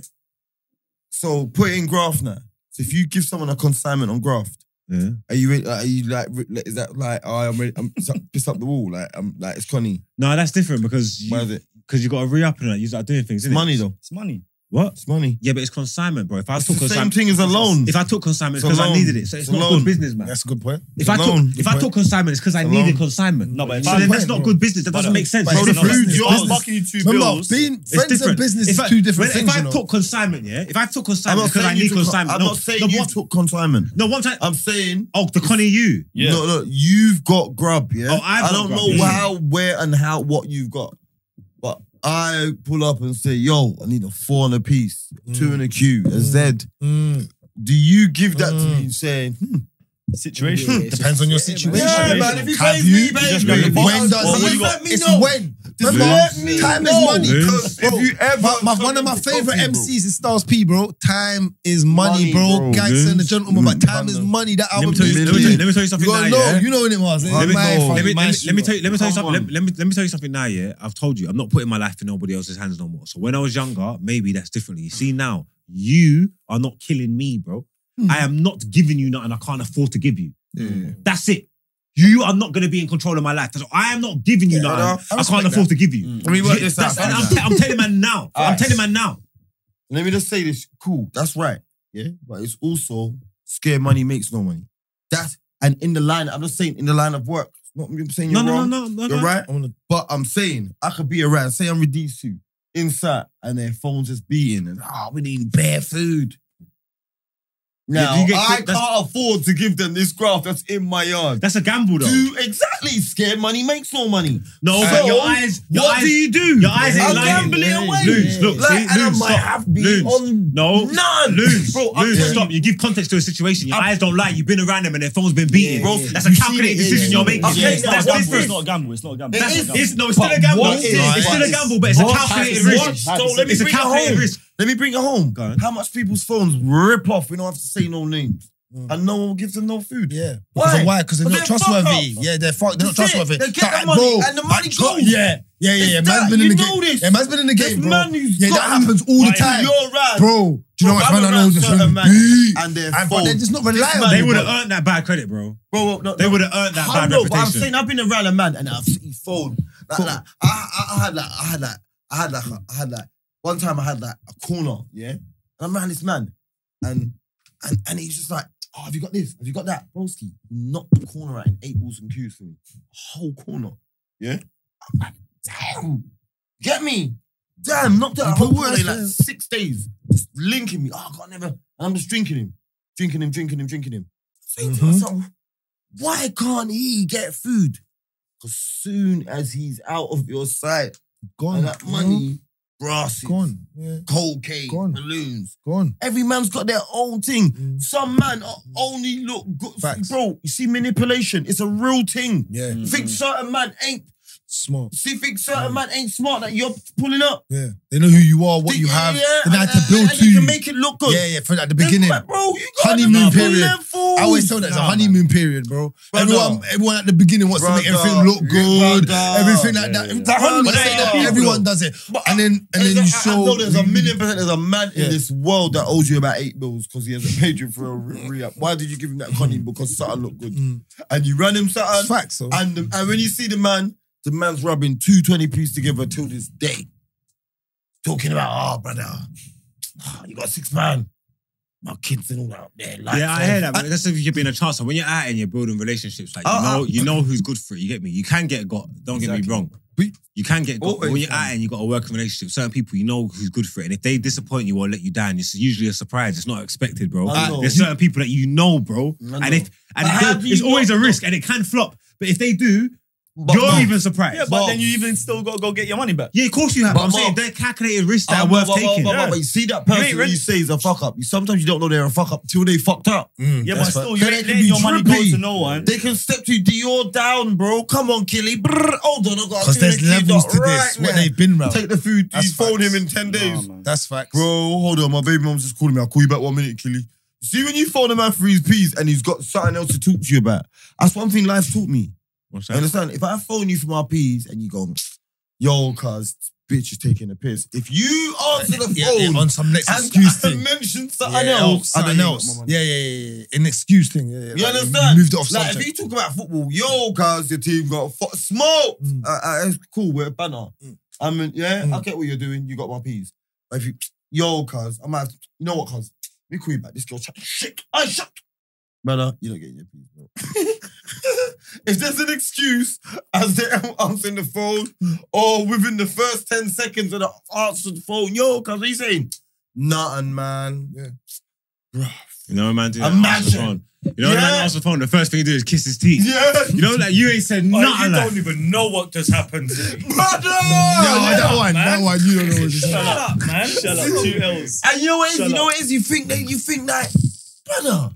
B: So put it in graph now. So if you give someone a consignment on graft,
A: Yeah.
B: are you ready, are you like re- is that like oh, I'm ready, I'm so- piss up the wall like I'm like it's Connie.
A: No, that's different because
B: Why is
A: you,
B: it?
A: cause you got to re up and that. You start doing things.
B: It's
A: Innit?
B: money though.
F: It's money.
A: What?
B: It's money.
A: Yeah, but it's consignment, bro. If I
B: It's
A: took
B: the same
A: consignment,
B: thing as a loan.
A: If I took consignment, it's
B: It's a
A: because I
B: loan.
A: needed it. So it's,
B: It's a
A: not
B: loan.
A: good business, man.
D: That's a good point.
A: If I
B: loan.
A: took if I took consignment, it's because I
B: It's a
A: needed
B: loan.
A: consignment.
F: No, but if
A: so
F: I-
A: then that's not
D: bro.
A: good business. That doesn't make sense.
D: But
A: It's
D: the
A: different.
D: food,
A: It's
D: your
A: business.
D: business.
F: fucking you two
D: Remember,
F: bills.
D: being
A: It's
D: friends and
A: different.
D: business
A: If
D: is
A: I-
D: two different
A: when-
D: things.
A: If I
D: you know.
A: took consignment, yeah, if I took consignment because I
B: you
A: need
B: took-
A: consignment.
B: I'm
A: no,
B: not saying
A: no,
B: you
A: one-
B: took consignment.
A: No, one time.
B: I'm saying
A: Oh, the Connie, you.
F: Yeah.
B: no, no, you've got grub, yeah.
A: Oh, I've
B: I
A: got
B: don't
A: grub,
B: know
A: yeah.
B: how, where, and how what you've got, but I pull up and say, "Yo, I need a four and a piece, two and a Q, a Z."
D: Mm,
B: Do you give that to
D: Mm.
B: me saying, hmm,
F: Situation.
D: depends on your situation.
B: Yeah,
F: man,
B: if you
D: Have
B: pays
D: you?
B: me, pays
F: Just
B: me.
F: grab the box.
D: When
F: Or
D: does
F: what
D: it?
F: you got?
D: It's
B: No.
D: when.
B: Just
D: Remember,
B: let me
D: time
B: know.
D: is money.
A: Vince.
B: Because if you ever,
D: But my, one of my favorite MCs is Styles P, bro. Time is
B: Money,
D: money, bro.
B: bro.
D: Gangster and the gentleman, but time is
B: London.
D: money. That
A: Let
D: album
A: me tell you. Let me tell you, let me tell you something
D: You
A: now.
D: gotta know.
A: yeah?
D: You know what it was. It
B: Let
D: was
B: me
D: my
B: know.
D: fault,
A: Let me,
D: my
A: let, me,
D: shit,
A: let me tell you. Let me tell you
B: Come
A: something. Let,
B: on.
A: let me let me tell you something now. Yeah, I've told you, I'm not putting my life in nobody else's hands no more. So when I was younger, maybe that's differently. You see now, you are not killing me, bro.
B: Hmm.
A: I am not giving you nothing I can't afford to give you. That's it. You are not going to be in control of my life. So I am not giving you nothing I, can't afford to give you.
B: Let me Hmm. work this out.
A: That's- and I'm, te- I'm telling man now. I'm telling man now.
B: let me just say this. Cool, that's right. Yeah, but it's also scare money makes no money. That's and in the line, I'm just saying in the line of work. It's Not I'm saying
A: No,
B: you're
A: no,
B: wrong.
A: no, no, no.
B: you're
A: no.
B: right. But I'm saying I could be around. Say I'm with these two inside, and their phones just beating, and oh, we need bare food. Now
A: do you get
B: I
A: clipped? That's-
B: can't afford to give them this graph that's in my yard.
A: That's a gamble, though.
B: Do exactly. Scared money makes no money.
A: no,
B: So,
A: but your eyes. Your
B: what
A: eyes,
B: do you do?
A: Your eyes ain't
B: I'll
A: lying.
B: gamble it away.
A: Loons, look,
B: Like,
A: see,
B: and I
A: Loons,
B: might
A: stop.
B: have been
A: Loons.
B: on
A: No,
B: none.
A: Loons,
B: Bro, I'm
A: Loons,
B: telling
A: stop. You give context to a situation. Your
B: I'm-
A: eyes don't lie. You've been around them and their phone's been beaten.
B: Yeah,
A: bro,
B: yeah.
A: that's a
B: You see
A: calculated
B: it, yeah,
A: decision
B: yeah,
A: you're
B: yeah.
A: making.
B: Okay,
A: That's-
B: now
A: that's
B: what
A: business.
B: is-
E: It's not a gamble. It's not a gamble.
B: It
A: That's-
B: is-
A: it's- no, it's still a
B: but
A: gamble.
B: what
A: It's,
B: is-
A: it's still a
B: what
A: gamble, but it's a
B: what
A: calculated
B: is-
A: risk.
B: what- so let me
A: it's a
B: bring it
A: calculated
B: home.
A: risk.
B: Let me bring it home.
A: Go on.
B: How much people's phones rip off? We don't have to say no names, and no one gives them no food.
D: Yeah.
B: Why?
D: Because of why? Because they're
B: But
D: not
B: they're
D: trustworthy.
B: fuck up.
D: Yeah, they're fuck, they're
B: That's it.
D: not trustworthy.
B: They get
D: Like,
B: the money
D: bro,
B: and the money
D: I tru-
B: goes.
D: Yeah, yeah, yeah.
B: It's
D: yeah.
B: that.
D: Man's been in
B: You
D: the
B: know
D: game.
B: this.
D: Yeah, man's been in the
B: This
D: game, bro.
B: man who's
D: yeah,
B: got
D: that happens all the
B: Like,
D: time,
B: You're right,
D: bro. Do you know
B: Bro,
D: what
B: I'm
D: man I know?
B: around
D: This
B: certain man
D: and
B: And their
D: but
B: phone.
D: they're just not reliable.
B: man-
A: They would have
B: bro.
A: earned that bad credit, bro.
B: bro, no,
A: They would have earned that
B: I
A: bad
B: know, but I'm
A: reputation.
B: saying I've been around a man and I've seen phone. Like, like, I, I, I had like, I had like, I had like, a- I had like, one time I had like a corner, yeah? And I'm around this man and, and, and he's just like, oh, have you got this? Have you got that? Broski knocked the corner out in eight balls and cues for me. Whole corner. Yeah? I'm like, damn. Get me. Damn, knocked out a whole corner in like six days. Just linking me. Oh, God, never. And I'm just drinking him. Drinking him, drinking him, drinking him. Saying
D: Mm-hmm.
B: to myself, why can't he get food? Because soon as he's out of your sight,
D: Gone.
B: and
D: Mm-hmm.
B: that money, grasses,
D: Gone. Yeah.
B: cold cake,
D: Gone.
B: balloons.
D: Gone.
B: Every man's got their own thing.
D: Mm.
B: Some man are only look good.
D: Facts.
B: Bro, you see manipulation. It's a real thing.
D: Yeah.
B: Think certain man ain't.
D: Smart.
B: See, think certain man ain't smart that you're pulling up.
D: Yeah. They know who you are, Mm-hmm. what you
B: Yeah,
D: have.
B: yeah,
D: They know how
B: and-
D: to build
B: and- and
D: to
B: they
D: you.
B: can make it look good.
D: Yeah, yeah. For, at the beginning.
B: But bro, you got
D: Honeymoon
B: honeymoon
D: period.
B: period. Level.
D: I always tell that it's a
F: Nah,
D: honeymoon period, bro.
B: Brother.
D: Everyone, everyone at the beginning wants to make
B: Brother.
D: everything look good,
B: Brother.
D: everything like that.
B: Yeah.
D: That honeymoon
B: Brother.
D: period, everyone does it, and then and then
B: I-
D: you
B: I- I
D: show.
B: know there's a million percent there's a man
D: Yeah.
B: in this world that owes you about eight bills because he hasn't paid you for a re- re-up. Why did you give him that money? Because something looked good.
D: Mm.
B: And you ran him
D: It's
B: something.
D: facts, so.
B: And, the, and when you see the man, the man's rubbing two 20 piece together till this day. Talking about, oh, brother, oh, you got six man. My kids and all out there. Like,
A: Yeah, I hear that, but that's if you're being a chancer. When you're out and you're building relationships, like you
B: Uh,
A: know,
B: uh,
A: you know who's good for it. You get me? You can get got. Don't get me wrong. You can get got. but when you're out and you got a working relationship, certain people you know who's good for it, and if they disappoint you or let you down, it's usually a surprise. It's not expected, bro.
B: I know.
A: There's certain people that you know, bro,
B: I know.
A: and if and
B: But how
A: they-
B: do you
A: it's always
B: not
A: a
B: know?
A: risk, and it can flop. But if they do,
B: But-
A: you're
B: but-
A: even surprised.
E: Yeah, but then you even still got to go get your money back.
A: Yeah, of course you have.
B: But
A: I'm saying
B: Mark-
A: they're calculated risks that
B: Uh,
A: are
B: but-
A: worth
B: but- but-
A: taking.
B: But, but-
A: Yeah.
B: but you see that
E: ain't
B: person you,
E: ready.
B: say is a fuck up. You Sometimes you don't know they're a fuck up till they fucked up.
A: Mm.
E: Yeah, but
B: That's
E: still,
B: right.
E: you
B: Then
E: ain't
B: it can
E: letting
B: be
E: your money go
B: drippy.
E: to no one.
B: They can step to Dior down, bro. Come on, Killy. Brrr. Hold on, I got
D: Because there's levels to this. What they've been round.
B: Take the food.
D: That's
B: you phone
D: facts.
B: him in 10 days.
D: That's facts.
B: bro, hold on. My baby mom's just calling me. I'll call you back one minute, Killy. See, when you phone a man for his peas and he's got something else to talk to you about, that's one thing life taught me.
A: What's
B: You
A: that?
B: understand? If I phone you for my peas and you go, yo, cuz, bitch is taking a piss. If you answer the phone,
D: Yeah, yeah, on some next
B: and
D: excuse
B: I
D: thing.
B: mentioned
D: Yeah, oh,
B: something else. I
D: Something
B: don't
D: else. Yeah, yeah, yeah, yeah. An excuse thing. Yeah, yeah.
B: You
D: Like,
B: understand?
D: Moved it off
B: like if
D: subject.
B: you talk about football, yo, cuz your team got fu- smoke.
D: Mm.
B: Uh, uh, it's cool, we're a banner. I mean, yeah, I
D: Mm.
B: get what you're doing. You got my peas. But if you, yo, cuz I might, have to, you know what, cuz we call you back. This girl chat shit. I shut. Brother, you're not getting your peas, bro. if there's an excuse as they're answering the phone or within the first 10 seconds of the answer the phone, yo, cuz what are you saying? Nothing, man.
D: Yeah.
A: You know, a man do that.
B: Imagine.
A: answers the phone. You know, when a
B: Yeah.
A: man answers the phone. The first thing he do is kiss his teeth.
B: Yeah.
A: You know, like you ain't
B: Oh,
A: said
E: Like,
A: nothing.
E: you
A: like-
E: don't even know what just happened. Shut
B: Brother!
D: No, that one, that
E: man.
D: one. You don't know what you're saying.
E: up, man. Shut up. Two L's.
B: And you know what it is?
E: Shut
B: you know
E: up.
B: what it is? You think that you think that, brother,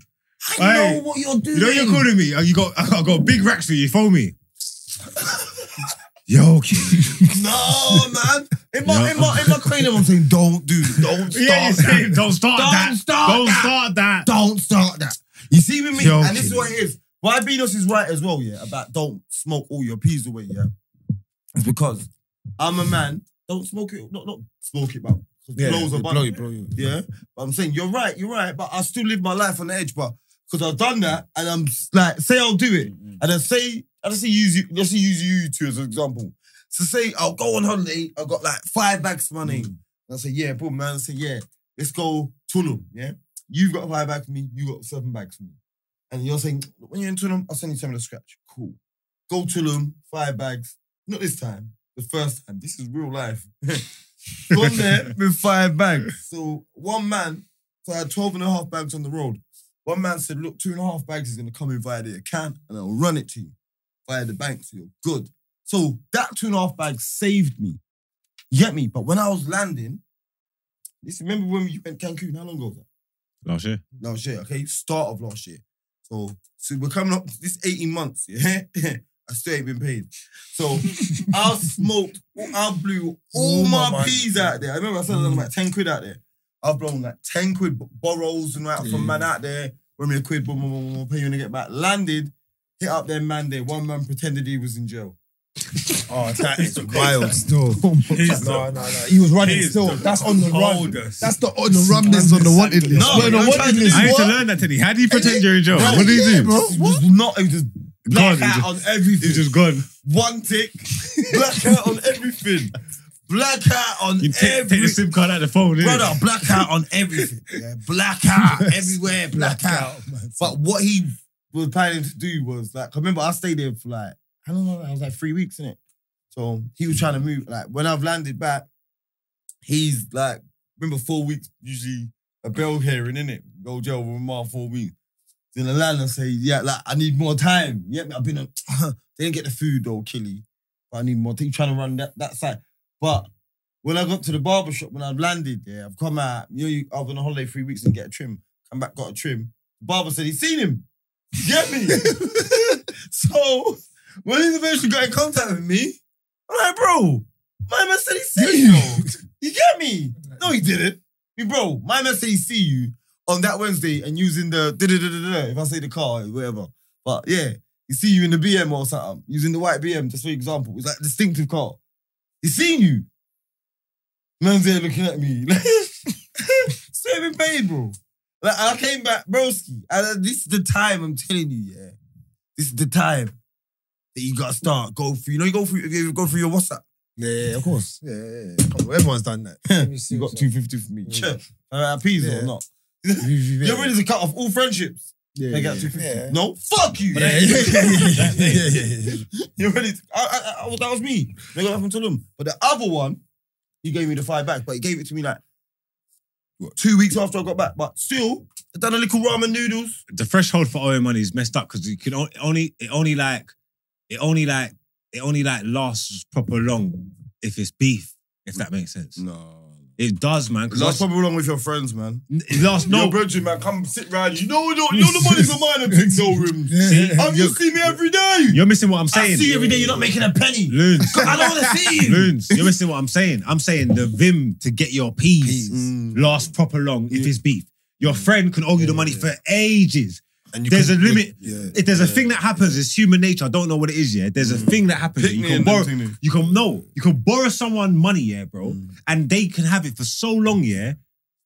B: I
A: Hey,
B: know what you're doing.
A: You know you're calling me. Uh, You got I got big racks for you. Phone me. Yo, kid.
B: No, man. In my
A: Yeah.
B: in my in my cranium, I'm saying, don't do, don't start
A: yeah, you
B: that.
A: saying, don't start
B: Don't
A: that.
B: start
A: don't
B: that.
A: start that.
B: Don't start that. You see with me,
A: Yo,
B: and this is
A: kid.
B: what it is. Why Benos is right as well, yeah, about don't smoke all your peas away, yeah. It's because I'm a man. Don't smoke it, not not smoke it, but
D: Yeah,
B: blows
D: yeah,
B: a
D: it
B: bun.
D: blow you, blow you.
B: Yeah. But I'm saying, you're right, you're right. But I still live my life on the edge, but because I've done that and I'm s- like, say I'll do it. And then say, I just use you, let's use you two as an example.
D: Mm.
B: So say I'll go on holiday, I've got like five bags of money. And I say, yeah, boom, man. I say, yeah. let's go Tulum, yeah? You've got five bags for me, you got seven bags for me. And you're saying, when you're in Tulum, I'll send you some of the scratch. Cool. Go Tulum, five bags. Not this time, the first time. This is real life. Gone there with five bags. So one man, so I had 12 and a half bags on the road. One man said, look, two and a half bags is going to come in via the account and I'll run it to you via the bank, so you're good. So that two and a half bags saved me. You get me? But when I was landing, this remember when we went Cancun, how long ago was that?
A: Last year.
B: last year, okay? Start of last year. So, so we're coming up to this 18 months, yeah? I still ain't been paid. So I smoked, I blew all
A: Oh
D: All
B: my,
D: my
B: my
D: money.
B: peas out there. I remember I said I was like 10 quid out there. I've blown like 10 quid b- borrows and out from man out there. Bring me a quid, boom, boom, boom, boom, pay you when I get back. Landed, hit up their man there. One man pretended he was in jail.
D: Oh, that is wild still. no, no, no. He was running still. That's on the run. That's the on the run list on the wanted list.
B: No,
D: We're on the
B: I'm trying to
D: wanted list.
A: I need to
D: What?
A: learn that today. How do you pretend you're in jail?
D: Bro,
A: What do you
D: yeah,
A: do?
D: bro.
B: Just not, he was just
A: Gone,
B: black
A: he
B: out on everything.
A: He's just gone.
B: one tick, blackout on everything, blackout on
A: You take, take the
B: everything.
A: SIM card out the phone. innit?
B: Brother, blackout on everything. Yeah, blackout everywhere, blackout. But what he was planning to do was like, 'cause remember I stayed there for like, I don't know, I was like three weeks in it. So um, he was trying to move. Like when I've landed back, he's like, remember four weeks usually a bell hearing in it. Go jail with my four weeks. Then the landlord say, yeah, like I need more time. Yeah, I've been. on they didn't get the food though, Killy. But I need more. He's trying to run that that side. But when I got to the barber shop, when I've landed, yeah, I've come out. You know, you, I was on a holiday three weeks and get a trim. Come back, got a trim. The barber said he's seen him. You Get me? so when he eventually got in contact with me, I'm like, bro, my man said he seen you. You get me? No, he didn't. Me, bro, my man said he see you on that Wednesday and using the da-da-da-da-da, if I say the car, whatever. But yeah, he see you in the BM or something, using the white BM, just for example. It's like a distinctive car. He seen you. Man's there looking at me. Still been paid, bro. Like, and I came back, broski. And uh, this is the time I'm telling you, yeah. This is the time that you gotta start. Go through, you know, you go through, you go through your WhatsApp.
D: Yeah, yeah, of course. Yeah, yeah, yeah. Come on, everyone's done that. Let me see
B: You got
D: what's up.
B: 250 for me. Yeah. Uh, peas
D: Yeah.
B: or not?
D: You- you-
B: You're ready to cut off all friendships.
D: Yeah,
B: They got
D: yeah,
B: 250.
D: yeah.
B: No, fuck you.
D: Yeah, yeah, yeah, yeah, yeah, yeah.
B: You're ready. To, I, I, I, well, that was me. They got nothing to them. But the other one, he gave me the five back, but he gave it to me like what, two weeks after I got back. But still, I done a little ramen noodles.
A: the threshold for owing money is messed up because you can on- only it only like it only like it only like lasts proper long if it's beef, if that makes sense.
B: No.
A: It does, man. Because
B: That's probably wrong with your friends, man.
A: it lasts
B: No,
A: no.
B: Your brethren, man, come sit round you. You know, you know, you know the money's on mine and big no rooms. Um, you see me every day.
A: You're missing what I'm
B: I
A: saying.
B: see you every day. You're not making a penny.
A: Loons,
B: I don't want to see you.
A: loons. You're missing what I'm saying. I'm saying the vim to get your peas
D: Mm.
A: lasts proper long if it's beef. Your friend can owe you the money for ages.
D: And you
A: There's
D: can-
A: a limit.
D: Yeah. Mm.
A: If there's a thing that happens, it's human nature. I don't know what it is. Yeah, there's a thing that happens. that
B: Pick
A: you
B: me
A: can
B: and
A: borrow.
B: them thing.
A: You can no. You can borrow someone money. Yeah, bro,
D: Mm.
A: and they can have it for so long. Yeah,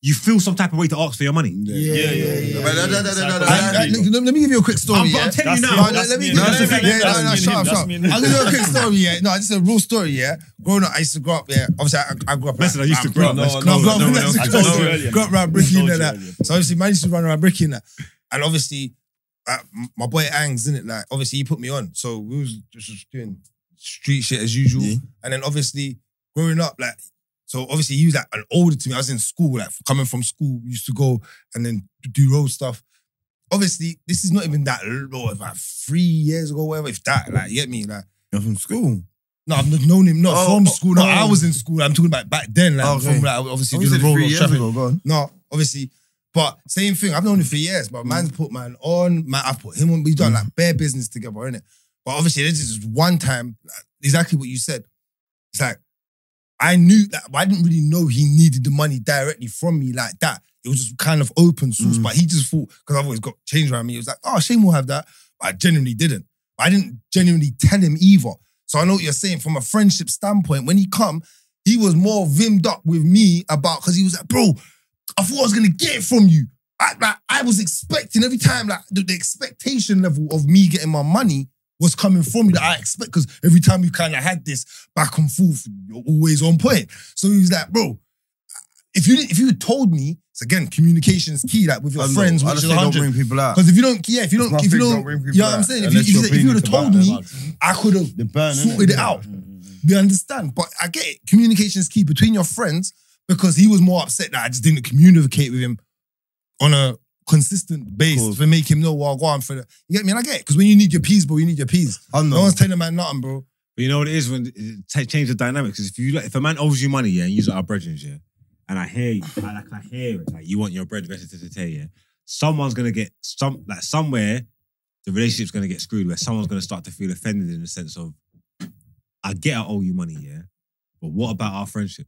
A: you feel some type of way to ask for your money.
D: Yeah, yeah,
B: But
D: yeah.
B: that- that- that- that-
D: I-
B: that-
D: I-
B: that-
D: Let let me give you a quick story.
A: I'm,
D: yeah?
A: I'm telling you
F: That's-
A: now.
D: No, no, let me.
F: me
D: no,
F: and
D: no,
F: him.
D: yeah,
F: That's
D: no,
F: me
D: no,
F: and
D: shut
F: him.
D: up,
F: That's
D: shut up.
F: me
D: I'm
F: and him.
D: gonna do a quick story. Yeah, no, this is a real story. Yeah, growing up, I used to grow up. Yeah, obviously, I, I grew up.
A: Listen, I used to grow up.
D: No,
A: Let's
D: no,
A: go.
D: no,
A: No one else.
D: I
A: I
D: grew
F: told you
D: up-
F: earlier.
D: grew up around
F: I
D: Bricky and
F: told you
D: that.
F: earlier.
D: So obviously, man used to run around Bricky and that, and obviously, uh, m- my boy Angs in it. Like, obviously, he put me on. So we was just doing street shit as usual, and then obviously, growing up, like. So obviously he was like an older to me. I was in school, like coming from school, we used to go and then do road stuff obviously, this is not even that low, about three years ago, whatever, if that, like, you get me? Like,
B: You're from school.
D: no, I've not known him, not
B: Oh,
D: from
B: oh,
D: school. No,
B: oh.
D: I was in school. I'm talking about back then, like,
B: Okay. Oh,
D: from, like, obviously,
B: You
D: doing
B: said
D: the road
B: three
D: road
B: years
D: traffic.
B: ago. Go on.
D: No, obviously. But same thing, I've known him for years, but man's put man on, man, I've put him on, we've done like bare business together, innit? But obviously, this is one time, like, exactly what you said. It's like, I knew that, but I didn't really know he needed the money directly from me like that. It was just kind of open source, but he just thought, because I've always got change around me, it was like, oh, Shane will have that. But I genuinely didn't. I didn't genuinely tell him either. So I know what you're saying from a friendship standpoint. When he come, he was more vimmed up with me about because he was like, bro, I thought I was gonna get it from you. I like I was expecting every time like the, the expectation level of me getting my money was coming from you that I expect because every time you kind of had this back and forth, you're always on point. So he was like, bro, if if you if you told me, it's again communication's key, like with your friends,
B: I
D: which
B: just
D: is
B: say don't
D: 100.
B: bring people out.
D: Because if you don't, yeah, if you don't,
B: Nothing
D: if you
B: don't
D: don't,
B: bring people
D: you know what I'm
B: out
D: saying? If you,
B: unless
D: if you,
B: you're
D: said- if
B: bringing
D: you would have
B: people out,
D: told
B: they're
D: me,
B: allowed to.
D: I could have
B: The burn, innit?
D: sorted it out. You understand? But I get it. Communication's key between your friends because he was more upset that I just didn't communicate with him on a consistent base to make him know, well, go on for that. You get me? And I get it. Because when you need your peas, bro, you need your peas.
B: I'm
D: No one's telling man nothing, bro.
A: But you know what it is when it ta- change the dynamics. If you like, if a man owes you money, yeah, and you're our brethren, yeah, and I hear, you, I, like I hear it, like you want your bread vested to the yeah. Someone's gonna get some, like somewhere, the relationship's gonna get screwed. Where someone's gonna start to feel offended in the sense of, I get I owe you money, yeah, but what about our friendship?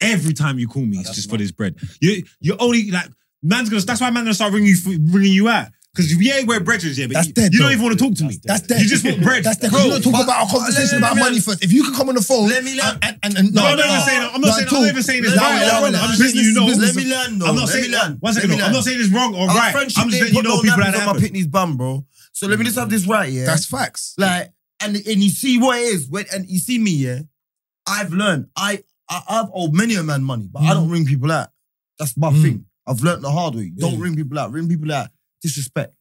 A: Every time you call me, it's just for this bread. You, you're only like man's gonna. That's why man's gonna start ringing you, for- ringing you out. Because yeah, we're brethren, yeah, but
D: That's
A: you,
D: dead,
A: you don't
D: though.
A: even want to talk to me.
D: That's dead.
A: You just want bread.
D: That's the
A: Bro,
D: you don't talk
B: but-
D: about our conversation
B: let me- let
D: about
B: me-
D: money first. If you could come on the phone,
B: Let me learn.
D: and, and, and
A: No,
D: no,
A: I'm not even saying that. I'm not saying- I'm
D: at all.
A: not even saying this.
D: No,
A: right,
D: no,
A: right,
D: no,
A: right.
D: no.
A: I'm just letting you know.
B: Let me learn, though.
A: I'm not
B: Let
A: saying
B: me learn.
A: One second,
B: Let me
A: no, I'm
B: learn.
A: not saying it's wrong or
B: Our
A: right. I'm
B: friendship
A: just
B: didn't
A: letting you
B: put
A: know
B: no
A: people
B: nappies
A: that
B: on my
A: happen.
B: Pitney's bum, bro. So let me just have this right, yeah.
D: That's facts.
B: like, and and you see what it is when and you see me, yeah. I've learned. I, I I've owed many a man money, but I don't ring people out. That's my
D: Mm.
B: thing. I've learned the hard way. Don't
D: Yeah.
B: ring people out. Ring people out. Disrespect.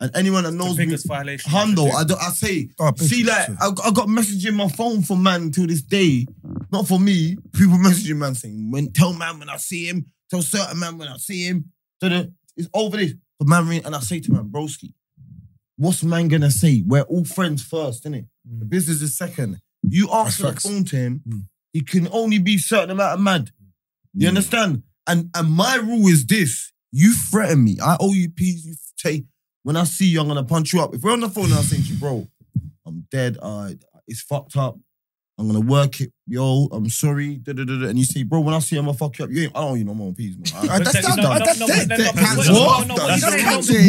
B: And anyone that knows
C: the
B: me,
C: biggest violation.
B: Hundo, I don't. I say
D: Oh,
B: See, like, I, I got messaging my phone for man till this day. Not for me. People messaging man saying, when tell man when I see him, tell certain man when I see him. So the, it's over this. But man, ring- and I say to man, broski, what's man gonna say? We're all friends first, innit? The business is second. You ask for the
D: facts.
B: phone to him, he can only be certain amount of mad. You understand? And and my rule is this: you threaten me, I owe you peas. You take when I see you, I'm gonna punch you up. If we're on the phone and I'm saying to you, bro, I'm dead. Uh, it's fucked up. I'm gonna work it, yo. I'm sorry. Da, da, da, da. And you say, bro, when I see you, I'm gonna fuck you up. You ain't, I don't owe you no more peas, man. I-
D: Alright, that's
C: That's
D: that.
C: no, no,
D: That's
C: no,
D: dead.
C: no, no, no,
D: That's
C: no,
D: cancelled.
C: no,
D: What?
C: no,
D: That's
C: no, no,
D: cancelled.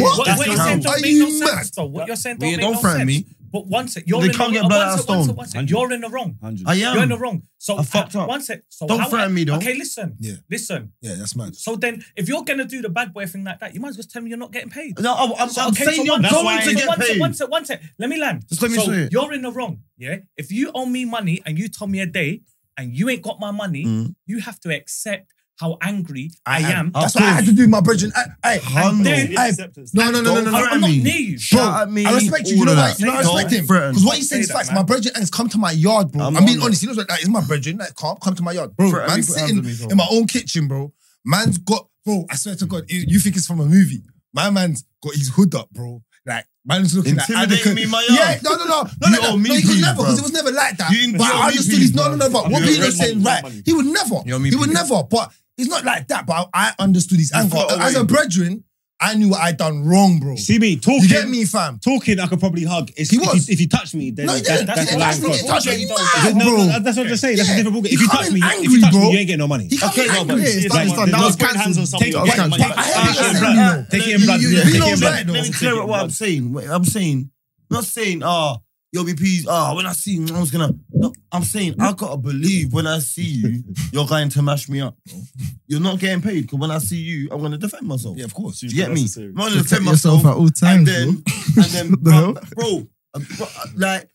C: What,
D: What?
C: what you're
B: That's
C: saying
B: how-
D: Are
C: don't make no
D: you
C: sense, though. What you're saying don't
B: Yeah,
C: make
B: don't
C: no
B: threaten
C: sense.
B: me.
C: But once it, you're
B: They
C: in the
B: can't
C: wrong.
B: get
C: uh,
B: blood
C: once
B: out
C: it-
B: of
C: once
B: stone.
C: it- once it- You're in the wrong.
B: I
C: You're in the
B: am.
C: wrong. So
B: I fucked
C: uh,
B: up.
C: Once it, so
B: Don't
C: how-
B: threaten me, though.
C: Okay, listen.
D: Yeah.
C: Listen.
D: Yeah, that's mad.
C: So then, if you're gonna do the bad boy thing like that, you might as well just tell me you're not getting paid.
B: No, I'm, I'm,
C: So,
B: I'm
C: okay,
B: saying
C: so
B: you're
C: one-
B: going
C: so
B: to get
C: one sec,
B: paid.
C: One sec, one sec. Let me land.
B: Just let me
C: so
B: say it.
C: You're in the wrong. Yeah. If you owe me money and you told me a day and you ain't got my money,
B: Mm.
C: you have to accept how angry I, am. Oh,
D: That's what I had to do with my brethren. I, I,
B: Hundo.
C: then-
D: I, no, no, no, no, no,
C: I'm,
D: no.
C: I'm not near you.
B: Shout at me.
D: I respect you. You
B: all
D: know
B: of
D: why?
B: that.
D: You know I
B: Don't
D: respect him
B: threaten.
D: because what he said
C: Say
D: is
C: that,
D: facts.
C: man.
D: My brethren has come to my yard, bro.
B: I'm
D: I'm being
B: on it.
D: honest. You know, like, it's my brethren. Like, can't come to my yard, bro.
B: Threaten me,
D: Man's
B: threaten
D: sitting
B: me, bro.
D: in my own kitchen, bro. Man's got, bro. I swear to God, you you think it's from a movie? My man's got his hood up, bro. Like, man's looking like
B: Intimidating
D: Anakin.
B: me in my
D: Yeah,
B: yard.
D: no, no, no, no,
B: You
D: no,
B: owe
D: no.
B: me
D: no he
B: peas,
D: could never
B: bro.
D: because it was never like that.
B: You-
D: but
B: you owe
D: I
B: me
D: understood.
B: peas,
D: He's no, no, no. But
B: bro.
D: what
B: You owe
D: Peter's
B: me
D: saying,
B: peas,
D: right? He would never.
B: You owe me
D: He would
B: peas.
D: never. But it's not like that. But I I understood his anger
B: float
D: as a
B: away.
D: brethren. I knew what I'd done wrong, bro.
A: See me talking.
D: You get me, fam?
A: Talking, I could probably hug. It's-
D: He
A: if
D: was.
A: If you touch me, then
D: No, he
A: that's-
D: didn't.
A: that's
D: He
A: a
D: didn't
A: line
D: touch me. He
A: cross.
D: touched me.
A: No,
D: Mad,
A: no,
D: bro.
A: that- that's what I'm just saying. That's
D: Yeah.
A: a different ballgame. If
D: He
A: you touch
D: coming
A: me, yeah, if
D: angry,
A: you touch
D: bro.
A: me, you ain't getting no money.
D: He can't
B: Okay,
D: okay,
B: no, but
D: angry.
B: it's
D: It's
B: like-
D: done, it's done.
B: that
D: That
B: was
D: was
F: putting hands on
D: cancelled.
F: somebody.
A: Take it
F: else.
A: back.
F: Like,
D: But- but I hear what you're
B: Take it
D: saying,
B: back.
D: you know.
A: Take it
B: You-
A: in blood.
D: you-
A: yeah,
D: you
A: take
D: know
A: it in
D: that,
A: blood.
D: though.
B: Let me clear up what I'm saying. Wait, I'm saying, I'm not saying, ah, yo, BP's, ah, when I see you, I was gonna. No, I'm saying, I gotta believe when I see you, you're going to mash me up. You're not getting paid because when I see you, I'm gonna defend myself.
D: Yeah, of course.
B: Do you get me?
F: Necessary.
B: I'm gonna
K: Protect
B: defend
K: yourself
B: myself.
K: at all
B: and
K: times.
B: then, and
K: What the hell?
B: then, bro, bro, uh, bro, uh, like,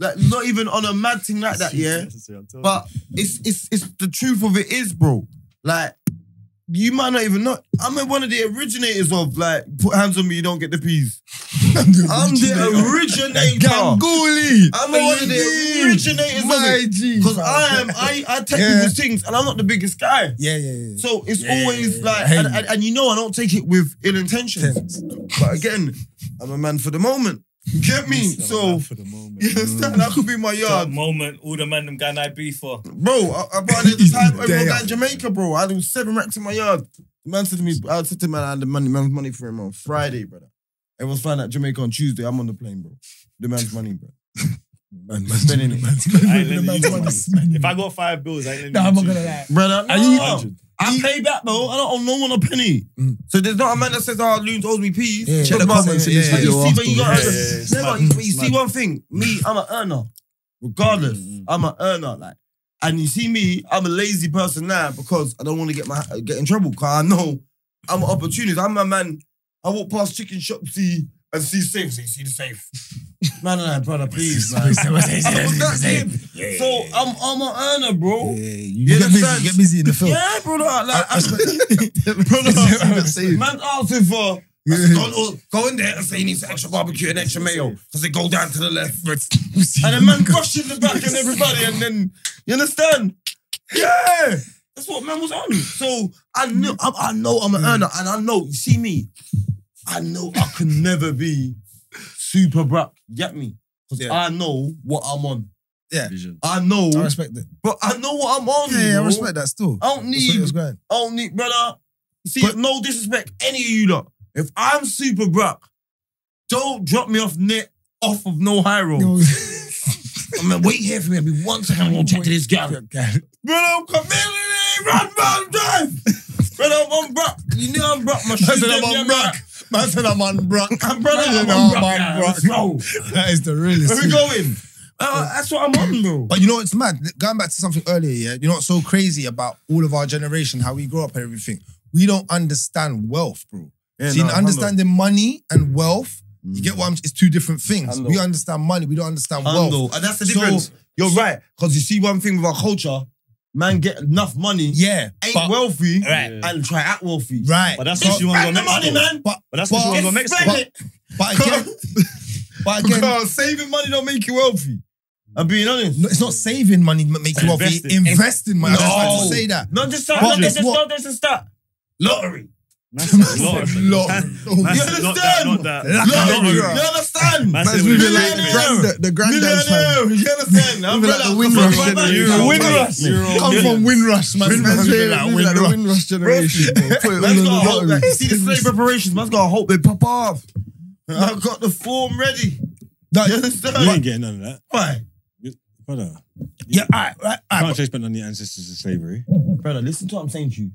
B: like, not even on a mad thing like that, yeah. But it's it's it's the truth of it is, bro. Like you might not even know. I'm one of the originators of like put hands on me, you don't get the peas. I'm the originator.
K: Ganguly.
B: I'm one of the originators of
K: My
B: it.
K: G.
B: Because I am I I take
D: Yeah.
B: these things and I'm not the biggest guy.
D: Yeah, yeah, yeah.
B: So it's
D: Yeah,
B: always
D: yeah, yeah.
B: like
D: I hate
B: and,
D: you.
B: and, and you know I don't take it with ill intentions. But again, I'm a man for the moment. You Get me? So you understand? That could be my
C: That
B: yard.
C: moment, all the men them going IB for.
B: Bro, I, I brought it at the time. Everyone
D: Damn.
B: got in Jamaica, bro. I had him seven racks in my yard. The man said to me, I said to him, man, I had the money, man's money for him on Friday, brother. Everyone's flying out Jamaica on Tuesday. I'm on the plane, bro. The man's money, bro.
D: Man,
B: Spending it.
F: If I got five bills, I ain't
D: No, I'm not gonna lie.
B: Brother, no,
D: And you-
B: no. I pay back, though. I don't owe no one a penny.
D: Mm.
B: So there's not a man that says, oh, Loons owes me peas.
D: Yeah,
B: Check
D: yeah,
B: the
D: yeah,
B: comments in this
D: yeah, Mm.
B: video.
K: yeah.
B: You see, but you got
F: Yeah, yeah, yeah, it's
B: Never,
F: mad.
B: you, but you
F: It's
B: see one thing. Me, I'm an earner. Regardless, I'm an earner. Like, and you see me, I'm a lazy person now because I don't want to get my get in trouble. Cause I know I'm an opportunist. I'm a man. I walk past chicken shop, see and see safe. So you see the safe. no, no, no, brother, please, man.
D: Safe, safe, safe,
B: I was that
D: safe.
B: kid. So I'm, I'm an earner, bro.
D: Yeah,
B: Yeah,
D: you, get busy,
B: understand?
D: you get busy in the film.
B: brother. Like,
D: I, I
B: I,
D: spent-
B: man, asking for. I
D: Yeah.
B: said, Go, go- go in there and say he needs extra barbecue and extra mayo because they go down to the left. And the man rushing the back and everybody, and then you understand? Yeah, that's what man was on. So I know, I, I know I'm an earner, and I know you see me. I know I can never be super black. You Get me? Because
D: Yeah.
B: I know what I'm on.
D: Yeah.
F: Vision.
B: I know,
D: I respect it.
B: but I know what I'm on.
D: Yeah, yeah, I
B: bro.
D: respect that still.
B: I don't
D: That's what it
B: need
D: was going.
B: I don't need, brother. See,
D: But-
B: no disrespect, any of you lot. If I'm super brock, don't drop me off net off of no high road. I mean, wait here for me. I'll be one second. I'm gonna check to this guy. Brother, I'm coming in. Run, run, drive. brother, I'm on brock. You know I'm brock. My shoes
D: said I'm
B: them,
D: on
B: yeah,
D: brock. Man said I'm on brock.
B: I'm brother.
D: Man
B: I'm on
D: said I'm
B: brock.
D: on
B: yeah.
D: brock.
B: Let's go.
D: That is the realest.
B: Where we going? Uh, that's what I'm on, bro.
D: But you know what's mad? Going back to something earlier, yeah, you know what's so crazy about all of our generation, how we grow up and everything. We don't understand wealth, bro. See, in understanding money and wealth, you
F: Mm.
D: get what I'm it's two different things.
B: Handle.
D: We understand money, we don't understand
B: I
D: wealth.
B: know, and that's the
D: So-
B: difference. You're right, because you see one thing with our culture, man, get enough money,
D: Yeah.
B: ain't
D: but-
B: wealthy,
D: Right.
B: and try act wealthy.
D: Right.
F: But that's what you want to go
B: Spend the
F: next.
B: money,
F: to.
B: man.
D: But
F: But that's what you want to go next. to.
B: Spend it.
D: but again, but again,
B: Because saving money don't make you wealthy. I'm being honest.
D: no, it's not saving money that makes you wealthy.
F: Invest it.
D: Invest in money. I was trying
B: No.
D: to say that.
B: Not just start.
D: But
B: Not
D: just
B: just
D: what-
B: start. There's a start. Lottery.
F: That's a lot.
D: Lord.
F: That's
B: You
F: a lot that,
B: understand?
F: not that.
B: Lottery. You
D: Lottery.
B: understand?
F: That's
G: Man's
F: it,
G: moving
F: we-
G: like the granddad, the granddad's fan.
B: Millionaire. You understand? I'm
G: Moving like the Windrush generation.
B: Windrush.
D: Come from Windrush, man.
G: Man's
D: Man's
G: moving
D: really
G: like
D: like
G: the
D: Windrush.
G: Windrush generation. bro. Put it all
B: Man's
G: in
B: gotta hope
G: the
B: that.
G: lottery.
B: See the slave preparations. Man's gotta hope they pop off. I've got the form ready.
D: No,
B: You understand?
A: You ain't getting none of that.
B: Why?
A: Brother,
D: Yeah, all right, right, all
A: I
D: right.
A: can't trace back on your ancestors of slavery.
B: Brother, listen to what I'm saying to you.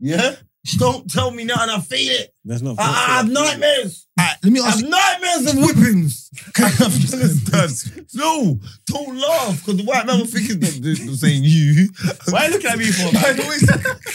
B: Yeah? Don't tell me now and I feel it.
A: That's not.
B: I, I have nightmares.
D: All right, let me
B: I
D: ask
B: have
D: you.
B: nightmares of whippings. Understand? no, don't laugh because the white man was thinking that they're saying you.
F: Why are you looking at me for? man?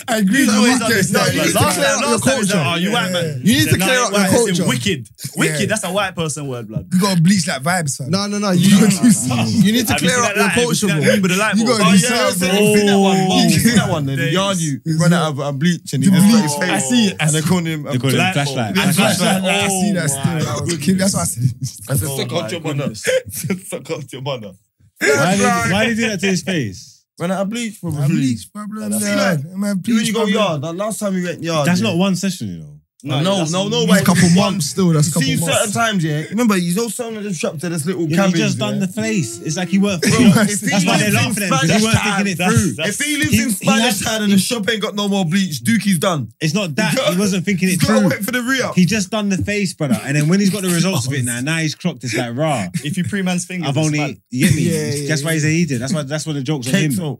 D: I agree.
F: You always
D: with
F: done this,
D: you. No,
F: like,
D: you need to
F: Last
D: clear
F: time,
D: out your
F: last time, it's like, oh,
D: culture.
F: you white man.
G: You need to
F: Said, nah,
G: clear out
F: white,
G: your
F: it's
G: culture.
F: Wicked,
D: Yeah.
F: wicked. That's a white person word, blood.
D: You gotta bleach like vibes, fam.
G: No, no, no. You, you need to
F: Have you seen
G: clear up
F: that light?
G: your
F: Have you
G: culture,
F: seen that
G: bro.
F: Remember the light
D: You
F: bulb?
D: gotta
F: Oh,
D: do
F: yeah,
D: something.
F: yeah,
B: You seen that one?
A: "Oh,
B: Mom, you seen
F: yeah.
B: that one? Then
F: Days.
B: yard you. He
G: Is
B: ran
G: it-
B: out of um, bleach and he just got his
D: bleach.
B: face.
D: I
B: see it. And they called him.
A: They call it
F: Black
A: flashlight.
F: bulb.
D: That's
A: Flashlight.
D: like, I see that
F: Oh
D: still.
F: my
D: I was kidding. That's what I said.
B: I said,
F: Oh
B: suck
F: my
B: out your mother.
F: goodness.
B: suck out your mother.
A: Why did, why did you do that to his face?
B: Run out of bleach, probably.
D: Man, Bleach problem,
B: that's
D: man. Man,
B: You when
D: bleach
B: you go
D: problem.
B: yard. Like last time we went yard.
A: That's
B: yeah.
A: not one session, you know.
B: No, no,
F: that's-
B: no, no,
D: That's
B: but
D: a couple
B: it's one-
D: months still. That's a
B: See
D: couple
B: you certain
D: months.
B: times, yeah. Remember, he's also on the trap to this little
A: Yeah,
B: cabbage.
A: you just done
B: yeah?
A: the face. It's like you weren't.
B: Bro, if he
A: that's why they're
B: lives
A: laughing at him because
B: in Spanish
A: you weren't
B: town,
A: thinking it
B: that's-
A: through.
B: If he lives in
A: he
B: Spanish
A: has-
B: town and the shop ain't got no more bleach, Dookie's done.
A: It's not that he wasn't thinking
B: He's
A: it
B: got to
A: through.
B: wait for the re up.
A: He just done the face, brother. And then when he's got the results of it now, now he's clocked. It's like raw.
F: If you pre-man's fingers,
A: I've
F: it's mad.
A: only you get me.
G: Yeah, yeah,
A: that's why he's a he did. That's why that's why the jokes on him.
B: Cakes out.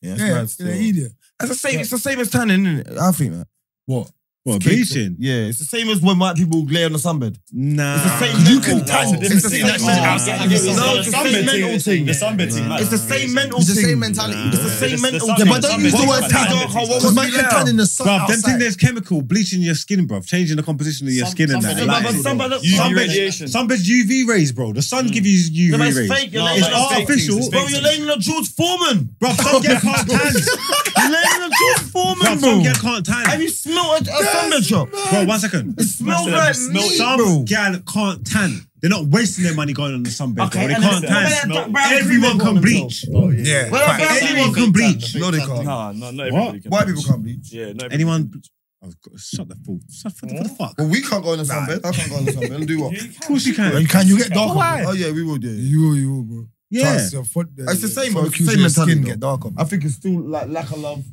B: Yeah, it's
D: Yeah,
B: mad still.
D: you're an idiot.
B: That's the same. It's the same as tanning, isn't it? I think that.
A: What
B: Cakes out.
A: bleaching?
B: Yeah, it's the same as when white people lay on the sunbed.
A: Nah,
B: It's the same
D: You
B: mental.
D: can tan.
B: No,
D: It's the same
B: mental.
D: mental.
B: No, it's the same mental thing.
F: The sunbed thing.
B: It's the same mental
G: It's the
B: thing.
G: same mentality.
B: It's the same
F: It's the
B: mental.
F: sun-
B: thing.
F: Yeah, but don't use the
B: What
F: word
B: was
F: tan.
B: dark? What
F: Because
B: was
D: Because man can
B: light?
D: tan in the sun.
A: Bruv, them
D: outside.
A: think there's chemical bleaching your skin, bruv, changing the composition of your
C: Some-
A: skin and
C: some
A: that.
C: of
B: Yeah,
A: Like,
B: but
A: some
B: some-
A: bitch-
F: UV
A: some
F: radiation.
A: bitch UV rays, bro. The sun gives you
B: Yeah,
A: UV
B: but it's
A: rays.
B: fake. You're
F: No,
B: laying
F: it's
B: on
F: fake
A: artificial.
F: things, it's
B: Bro,
F: fake
B: you're
F: things.
B: laying on George Foreman.
A: Bruh, some get can't tan.
B: You're laying on George Foreman,
A: Bruv, some
B: bro.
A: get can't
B: Have
A: tan.
B: you smelled a, a sunbed shop?
A: Bro, one second.
B: It smells
F: Massive.
B: like
F: Smell-
B: meat,
A: Some
B: bro.
A: gal can't tan. They're not wasting their money going on the sunbed, bro. They
B: and
A: can't
B: it's-
A: tan.
B: Well,
F: Smell-
B: brown
A: Everyone
B: people
A: can
B: want
A: bleach.
F: Oh, yeah.
D: Yeah.
B: Well,
D: fact.
B: brown people
A: Anyone
B: want
A: can bleach.
D: No, they can't.
F: No, no, not
A: What?
F: everybody can.
D: White people can't bleach.
F: Yeah, not everybody
A: Anyone? Oh, God, shut the fuck. Shut the, what the fuck?
D: Well, we can't go on the sunbed. I can't go on the sunbed. And do what?
A: Of course you can.
D: You can. You get darker.
A: Why?
D: bro.
B: Oh yeah, we will do. it.
D: You will, you will, bro.
A: Yeah.
D: Trust your foot, uh,
B: It's the same,
D: your
B: bro. It's the
D: focus,
B: same
D: your
B: mentality,
D: skin
B: though.
D: get darker.
B: I think it's still like lack of love,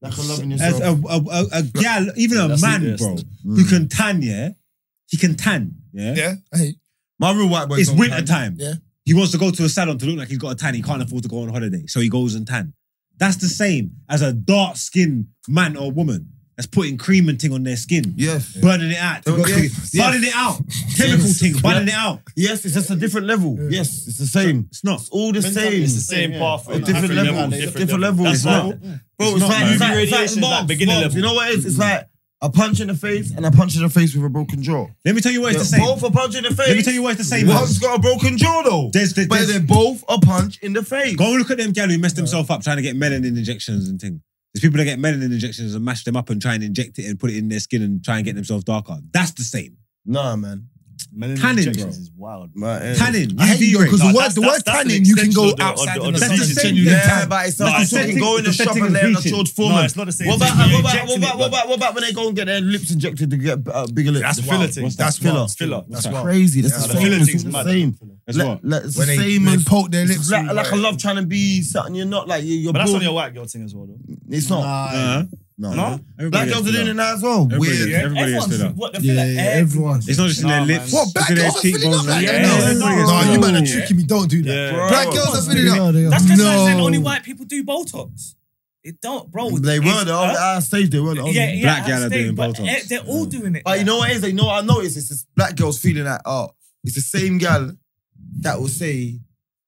B: lack of love in
A: As
B: yourself.
A: a, a, a, a gal, even
F: Yeah,
A: a
F: that's the
A: man,
F: best.
A: bro, who can tan, yeah? He can tan, yeah?
D: Yeah. Hey.
B: My real white boy.
A: It's winter time.
D: Yeah.
A: He wants to go to a salon to look like he's got a tan. He
B: Mm.
A: can't afford to go on holiday, so he goes and tan. That's the same as a dark skinned man or woman that's putting cream and thing on their skin,
B: Yes.
A: burning it out,
B: Yeah. Yeah.
A: burning it out, chemical thing, burning it out.
B: Yes, it's just a different level. Yes, it's the same.
A: It's not.
B: It's all the same.
F: It's the same path.
B: A different level. Different level.
F: That's
B: It's
F: why.
B: not. Bro,
A: not, man.
B: it's, like, it's like, it's like,
F: Radiation is like
B: Marx,
F: beginner
B: Marx,
F: level.
B: You know what it is? It's like I punch in the face and I punch in the face with a broken jaw.
A: Let me tell you what it's the
B: They're
A: same.
B: Both a punch in the face.
A: Let me tell you what it's the same.
B: One's
A: as.
B: got a broken jaw though.
A: There's, there's,
B: but
A: there's,
B: they're both a punch in the face.
A: go and look at them gal who messed themselves up trying to get melanin injections and things. There's people that get melanin injections and mash them up and try and inject it and put it in their skin and try and get themselves darker. That's the same.
B: Nah, man.
A: Tannin,
F: injections
A: bro.
F: is wild.
B: Man,
A: Tannin,
D: I hate
A: UV
D: you
A: rays.
D: because
F: No,
D: the word,
F: that's-
D: the
F: that's-
D: word
F: that's an
D: tanning, you can
F: extension
D: go
F: of the- of
D: outside
F: the-
D: and
F: of the
D: that's the
A: sentence.
D: same
A: Yeah,
D: thing.
B: Yeah, but it's
A: No,
B: not.
A: it's
B: So
A: setting-
B: go in the
A: it's
B: shop
A: setting
B: and
A: a
B: they're in a
A: breach in.
B: George
F: No,
B: Foreman.
F: it's not the same.
B: What
F: thing.
B: about, what,
F: You're
B: about, what,
F: injecting
B: about,
F: it,
B: what,
F: bro.
B: about, what about when they go and get their lips injected to get uh, bigger lips?
F: That's filler thing.
B: That's filler.
F: filler.
B: That's crazy. That's
F: Yeah,
B: the
F: the
B: same.
F: filler
B: It's
F: thing's
B: the
F: mad.
B: same.
A: That's
B: Like-
A: what?
B: like, It's the
D: When they,
B: same
D: they
B: as
D: poke their lips.
B: It's like,
D: through,
B: like I
D: right?
B: love trying to be something you're not like you- you're.
F: But that's
B: built-
F: on your white girl thing as well, though.
B: It's not.
A: Uh-huh.
B: No,
F: No?
B: black
A: Everybody
B: girls
A: gets
B: are doing it
A: filler.
B: now as well.
A: Everybody
B: Weird.
A: gets- Everybody gets
C: Everyone's-
A: filler.
C: what, they feel
G: Yeah,
C: like
G: yeah,
C: every-
G: everyone.
A: It's not just in their
F: Nah,
A: lips.
F: man.
A: What,
D: What, black girls are filling up like
C: Yeah. Yeah.
D: that? No,
A: Yeah.
D: No, you man are
A: Yeah.
D: tricking me. Don't do that.
F: Yeah.
B: Bro.
D: Black girls are filling up.
C: That's just like
D: No.
C: saying only white people do Botox. It don't, bro.
B: They
C: It's-
B: were the
C: huh?
B: only I stage. They were the only.
C: Yeah, yeah,
A: Black
C: I
A: gal are
C: stay,
A: doing
C: but,
A: Botox.
C: eh, They're all doing it.
B: But you
C: yeah.
B: know what it is? They know what I noticed. It's this black girls feeling that. Oh, it's the same gal that will say,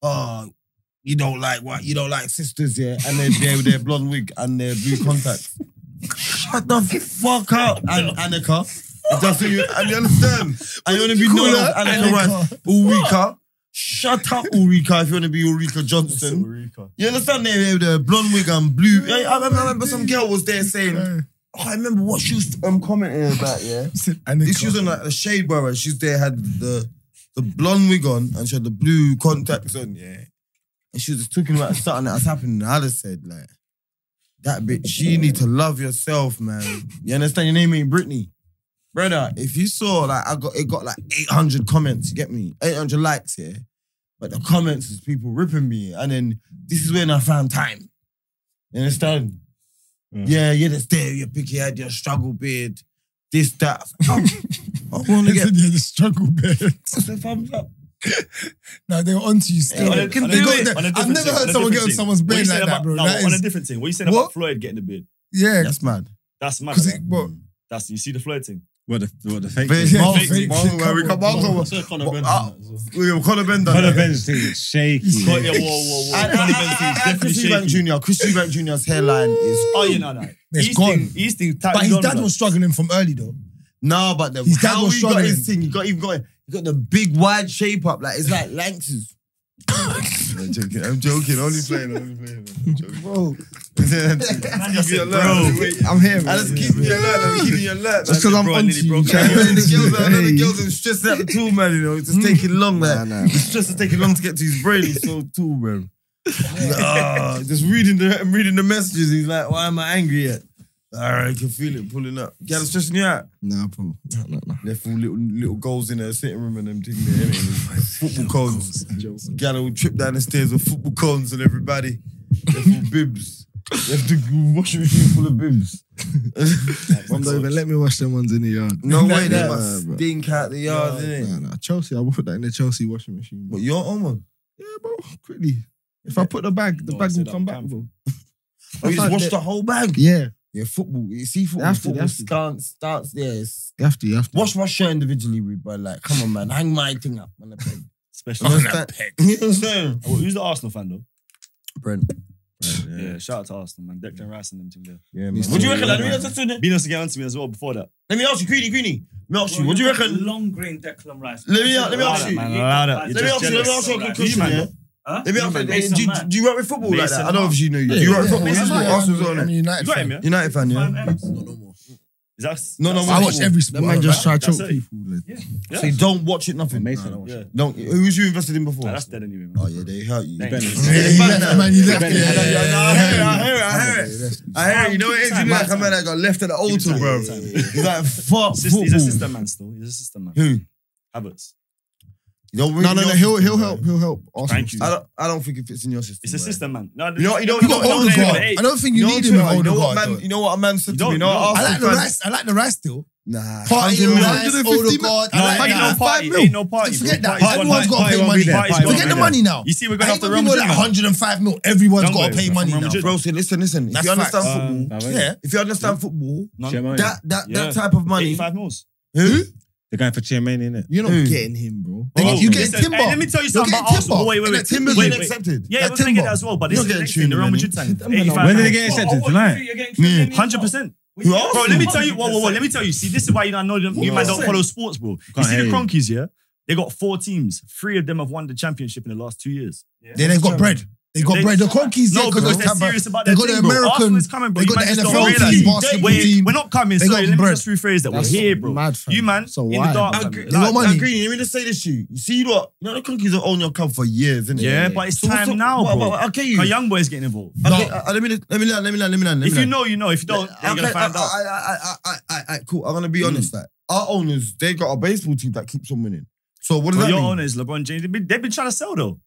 B: "Oh, you don't like what? You don't like sisters, yeah?" And they're there with their blonde wig and their blue contacts. Shut the fuck up, An- Annika. It's Just so you, and you understand. And you want to be known as Annika Rice, Ulrika. Shut up, Ulrika. If you want to be Ulrika Johnson, you understand? They with the blonde wig and blue. I, I remember, I remember some girl was there saying, "Oh, I remember what she was um, commenting about." Yeah,
D: And they
B: this she was in like a shade bar and she's there had the the blonde wig on and she had the blue contacts on, yeah. And she was just talking about something that's happened. And I just said, like, that bitch, you need to love yourself, man. You understand? Your name ain't Britney. Brother, if you saw, like, I got it got like 800 comments, you get me? 800 likes, yeah. But the comments is people ripping me. And then this is when I found time. You understand?
D: Mm.
A: Yeah.
B: Yeah, you're just there, you're picky head, you're struggle beard, this, that. I want to get
D: Listen, yeah, the struggle bed.
B: the thumbs up.
D: No, they were onto you still.
B: Yeah,
F: On a-
B: you can
F: on a
D: they
B: do
D: got
F: different-
D: the-
F: on a
D: I've
F: different
D: never
F: thing, on
D: heard someone
F: a
D: get on
F: different thing.
D: someone's
F: What you
D: brain
F: said
D: like that,
F: about-
D: bro.
F: No,
D: That
F: on a
D: is-
F: different thing. What you said
D: What?
F: about Floyd getting the bid?
D: yeah,
B: That's mad.
F: That's mad.
D: because
F: right?
D: it, but
F: That's you see the Floyd thing.
A: the, what the fake
B: Fake-
A: thing?
D: yeah,
B: Mark-
D: fake-
B: Mark-
D: fake-
B: Mark-
D: come
B: Mark-
D: on.
B: Mark-
E: Sir Conor
B: Well,
E: Benson.
B: uh, William Conor Bender.
A: Connor Ben's thing is shaky.
F: Oh, yeah, whoa, whoa, whoa.
B: And, and,
F: Conor
B: and,
F: Benson's
B: and, and
F: definitely
B: Chris Eubank
F: shaky.
B: Jr. Chris Eubank Jr.'s hairline is.
F: Oh, you know that.
D: It's
F: He's
D: gone.
F: thing- He's thing.
D: But his dad was struggling from early though.
B: No, but the,
D: His dad
B: how
D: was
B: he got his
D: struggling.
B: thing, he got even got he got the big wide shape up like it's like Lanx's.
K: I'm joking. I'm joking. Only playing. Only playing. I'm joking.
D: Bro,
K: Keep me alert. Wait, I'm here. I just keep me alert. I'm keeping you alert.
D: just because I'm
F: bro, I
D: onto
F: nearly
D: you.
F: broke
D: yeah.
F: up.
B: the girls are the
D: Hey.
B: girls are stressing out the tool, man. You know, it's just taking long. Like
K: nah.
B: it's just taking long to get to his brain. He's so tall, bro. He's like, "Ah," just reading the I'm reading the messages. He's like, why am I angry yet? All right, I can feel it pulling up. Girl, it's stressing you out.
K: Nah, bro.
B: Left all little little goals in her sitting room and them thing there. innit? football cones. Gal will trip down the stairs with football cones and everybody. Left all bibs. Left the washing machine full of bibs.
K: I'm not even. Let me wash them ones in the yard.
B: No
K: Nah,
B: way, that must
K: bro.
B: stink out the yard, innit?
K: Nah, nah. Chelsea. I will put that in the Chelsea washing machine.
B: But you're on one.
K: Yeah, bro. Quickly. If I put the bag, the
F: No, I
K: bag
F: said
K: will
F: that
K: come
F: on
K: back,
F: camera.
K: bro. I
B: Oh, you just
K: thought
B: washed
K: that-
B: the whole bag.
K: Yeah,
B: Yeah, football. You see, football.
K: They have to,
B: football
K: they have to.
B: stance, stance. Yeah, it's-
K: you have to. You have to.
B: wash my shirt individually, rude, but like, come on, man, hang my thing up on the peg.
F: Special.
B: You understand? You understand?
F: Well, who's the Arsenal fan though?
B: Brent.
F: Yeah. shout out to Arsenal, man. Declan Rice and them two there.
B: Yeah,
K: man.
B: What do you reckon?
K: Yeah,
B: Like, let, me
K: man.
B: ask you, let
F: Beano to get onto me as well before that.
B: me ask you, Queenie, Queenie. Let me ask
C: Bro,
B: you. What do you
C: got
B: reckon?
C: Long green Declan Rice.
B: Let me- let me
F: Allow
B: ask
F: that,
B: you.
F: man. Allow that. You're
B: Let me ask
F: just
B: you. Let me
F: jealous.
B: ask you a
F: Like,
B: quick
F: you,
B: question.
F: man,
B: Yeah.
C: Huh?
B: Let me
C: You're
B: ask you.
C: based
B: Do you-
C: on man.
B: Do you work with football like
F: Based
B: that?
F: on
B: I know
F: man.
B: obviously you know you. Do
D: Yeah,
B: you work with
D: yeah,
B: football?
D: yeah,
B: Arsenal's
D: yeah.
B: Arsenal's on
D: I'm a
B: it.
D: United
F: You got
D: fan.
F: him, yeah?
B: United fan, yeah.
C: Five M's.
F: Is that,
B: No, no,
F: that's-
D: I watch every
K: That
D: sport.
K: man just
D: bro.
K: try to
F: That's
K: choke
F: it.
K: people. like,
F: Yeah.
B: So you don't watch it, nothing.
A: Mason.
B: No, I don't watch
F: Yeah.
B: it. Don't. Who was you invested in
F: Nah,
B: before?
F: that's dead anyway, man.
B: Oh yeah, they hurt you.
F: Thank you.
A: Ben's-
D: Yeah, he
B: Back
D: left,
B: now.
D: man. He left.
A: Back
D: yeah,
B: I
D: yeah, yeah.
B: hear it, I hear it, I hear it. I hear it. You know what it is? You know, like a man that got left at the altar, bro. He's like, fuck
F: Sis- He's a
B: football.
F: system man still. He's a system man.
B: Who?
F: Havertz.
B: No,
K: No, no, no. He'll he'll help. He'll help. Arsenal.
F: Thank you.
B: I don't, I don't think it fits in your system.
F: It's a
B: bro.
F: system man. No,
B: You know, you know,
D: You got
B: you know- you know-
D: Odegaard.
F: hey,
D: I don't think
B: you
D: you
B: know
D: need him
B: what,
D: with
B: you know what
D: Odegaard.
B: man,
D: though.
B: you know what a man said
F: You
B: to me.
F: don't
B: You know,
F: know.
B: what
D: I like the
B: Arsenal fans-
D: rice. I like the rice still.
B: Nah,
D: Party
B: 100
D: rice,
B: 150
D: Odegaard.
F: No,
D: I like
F: ain't no
D: that.
F: party.
D: Five mil.
F: Ain't no party.
D: Just
F: bro.
D: forget that.
F: Party-
D: Everyone's
F: party-
D: got to
F: party
D: pay
F: won't
D: money.
F: be there. Party won't
D: Forget
F: be
D: the
F: there.
D: money now.
F: You see, we're
D: I
F: gonna
D: hate
F: have to
D: when
F: run
D: people are like 105 mil. Everyone's
F: Don't
D: got
F: go,
D: to pay
F: bro.
D: money
F: From
D: now.
F: Madrid.
B: Bro, so listen, listen. If
D: That's
B: you understand
D: facts.
B: football,
D: Yeah.
B: if you understand football,
A: Chiamani.
B: that that
F: Yeah.
B: that type of money,
F: 85 mils.
B: who?
A: The guy for Chiamani, innit?
K: You're not
B: Who?
K: getting him, bro.
D: They-
F: Bro,
D: you get
F: listen,
D: Timber.
F: hey, let me tell you something
D: You're
F: about
D: getting
F: Arsenal.
D: Timber.
F: Wait, wait,
D: And
F: wait.
D: that Timber's
F: Wait,
D: been
F: wait.
B: accepted.
F: Yeah,
D: That
F: I was thinking
D: Timber.
F: that as well, but this
B: You're
F: is the
B: getting
F: next thing. The Real
B: tuned,
F: Madrid thing.
B: man.
F: 85
A: When did they
F: mils.
A: get accepted? Tonight?
C: You're getting 15 million.
F: 100%.
B: Who
F: Bro,
B: else?
F: let me tell you. Whoa, whoa, whoa. Let me tell you. See, this is why you don't know them. You man don't follow sports, bro.
A: Can't
F: you see
A: hear
F: the
A: you.
F: Cronkies, yeah? They got four teams. Three of them have won the championship in the last two years.
D: Then they've got bread. They got
F: They-
D: bread. The Cronkies,
F: No,
D: yeah,
F: because they're
D: can't buy-
F: serious about
D: they
F: their
D: got
F: team,
D: the
F: bro.
D: American-
F: Arsenal's coming,
D: they
F: bro. You
D: got
F: man
D: the
F: just don't
D: NFL
F: realize.
D: team, basketball
F: Wait,
D: team.
F: We're not coming.
D: They
F: Sorry,
D: got
F: let me
D: bread.
F: just rephrase that. We're
G: That's
F: here, bro.
G: mad, fam.
F: You man
G: So
F: in the
G: why,
F: dark.
G: man?
F: fam.
B: agree.
F: Like,
D: got money.
B: I agree. Let me just say this to you. You see what? You know the cookies have owned your club for years, innit?
F: Yeah, but it's
B: So what's
F: time
B: up-
F: now,
B: what-
F: bro.
B: what- Okay, you.
F: Our
B: Okay,
F: young boys getting involved.
B: uh, Let me let me learn, let me learn, let me learn. let
F: If
B: me
F: you
B: learn.
F: know, you know. If you don't, you're gonna
B: Okay,
F: find
B: I,
F: out.
B: I, I, I, I, I, I, cool. I'm gonna be honest. Like our owners, they got a baseball team that keeps on winning. So what does
F: But
B: that
F: your
B: mean?
F: owner is LeBron James. They've been, they've been trying to sell though.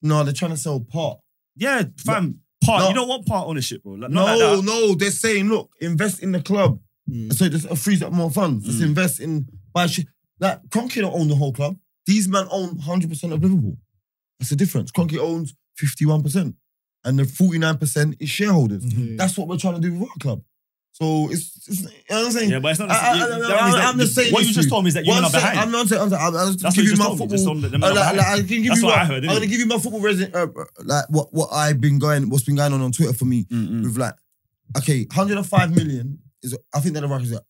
B: No, they're trying to sell part.
F: Yeah, fam. Part.
B: No.
F: You don't want part ownership, bro. Like,
B: No,
F: not like that. Hmm.
B: no, they're saying, look, invest in the club. So it just frees up more funds. Just invest in buy shit. Like Cronky don't own the whole club. These men own 100 percent of Liverpool. That's the difference. Cronky owns 51 percent, and the 49 percent is shareholders.
F: Hmm.
B: That's what we're trying to do with our club. So it's, it's you know what I'm saying.
F: Yeah, but it's not.
B: I- I-
F: that
B: I-
F: means
B: I'm-
F: that
B: I'm just saying
F: What
B: this
F: you
B: to
F: just
B: you.
F: told me is that you're
B: One
F: not
B: sec-
F: behind.
B: I'm not saying. I'm, saying- I'll- I'll just
F: That's what
B: give
F: you
B: you
F: just
B: my
F: told me. Just
B: football.
F: told me that they're
B: Uh,
F: not
B: like,
F: behind.
B: like, I can give
F: That's
B: you
F: what
B: what
F: I heard,
B: I'm gonna
F: innit?
B: give you my football resident, uh, uh, like what what I've been going, what's been going on on Twitter for me
F: Mm-mm.
B: with like, okay, 105 million is I think that the Rockets are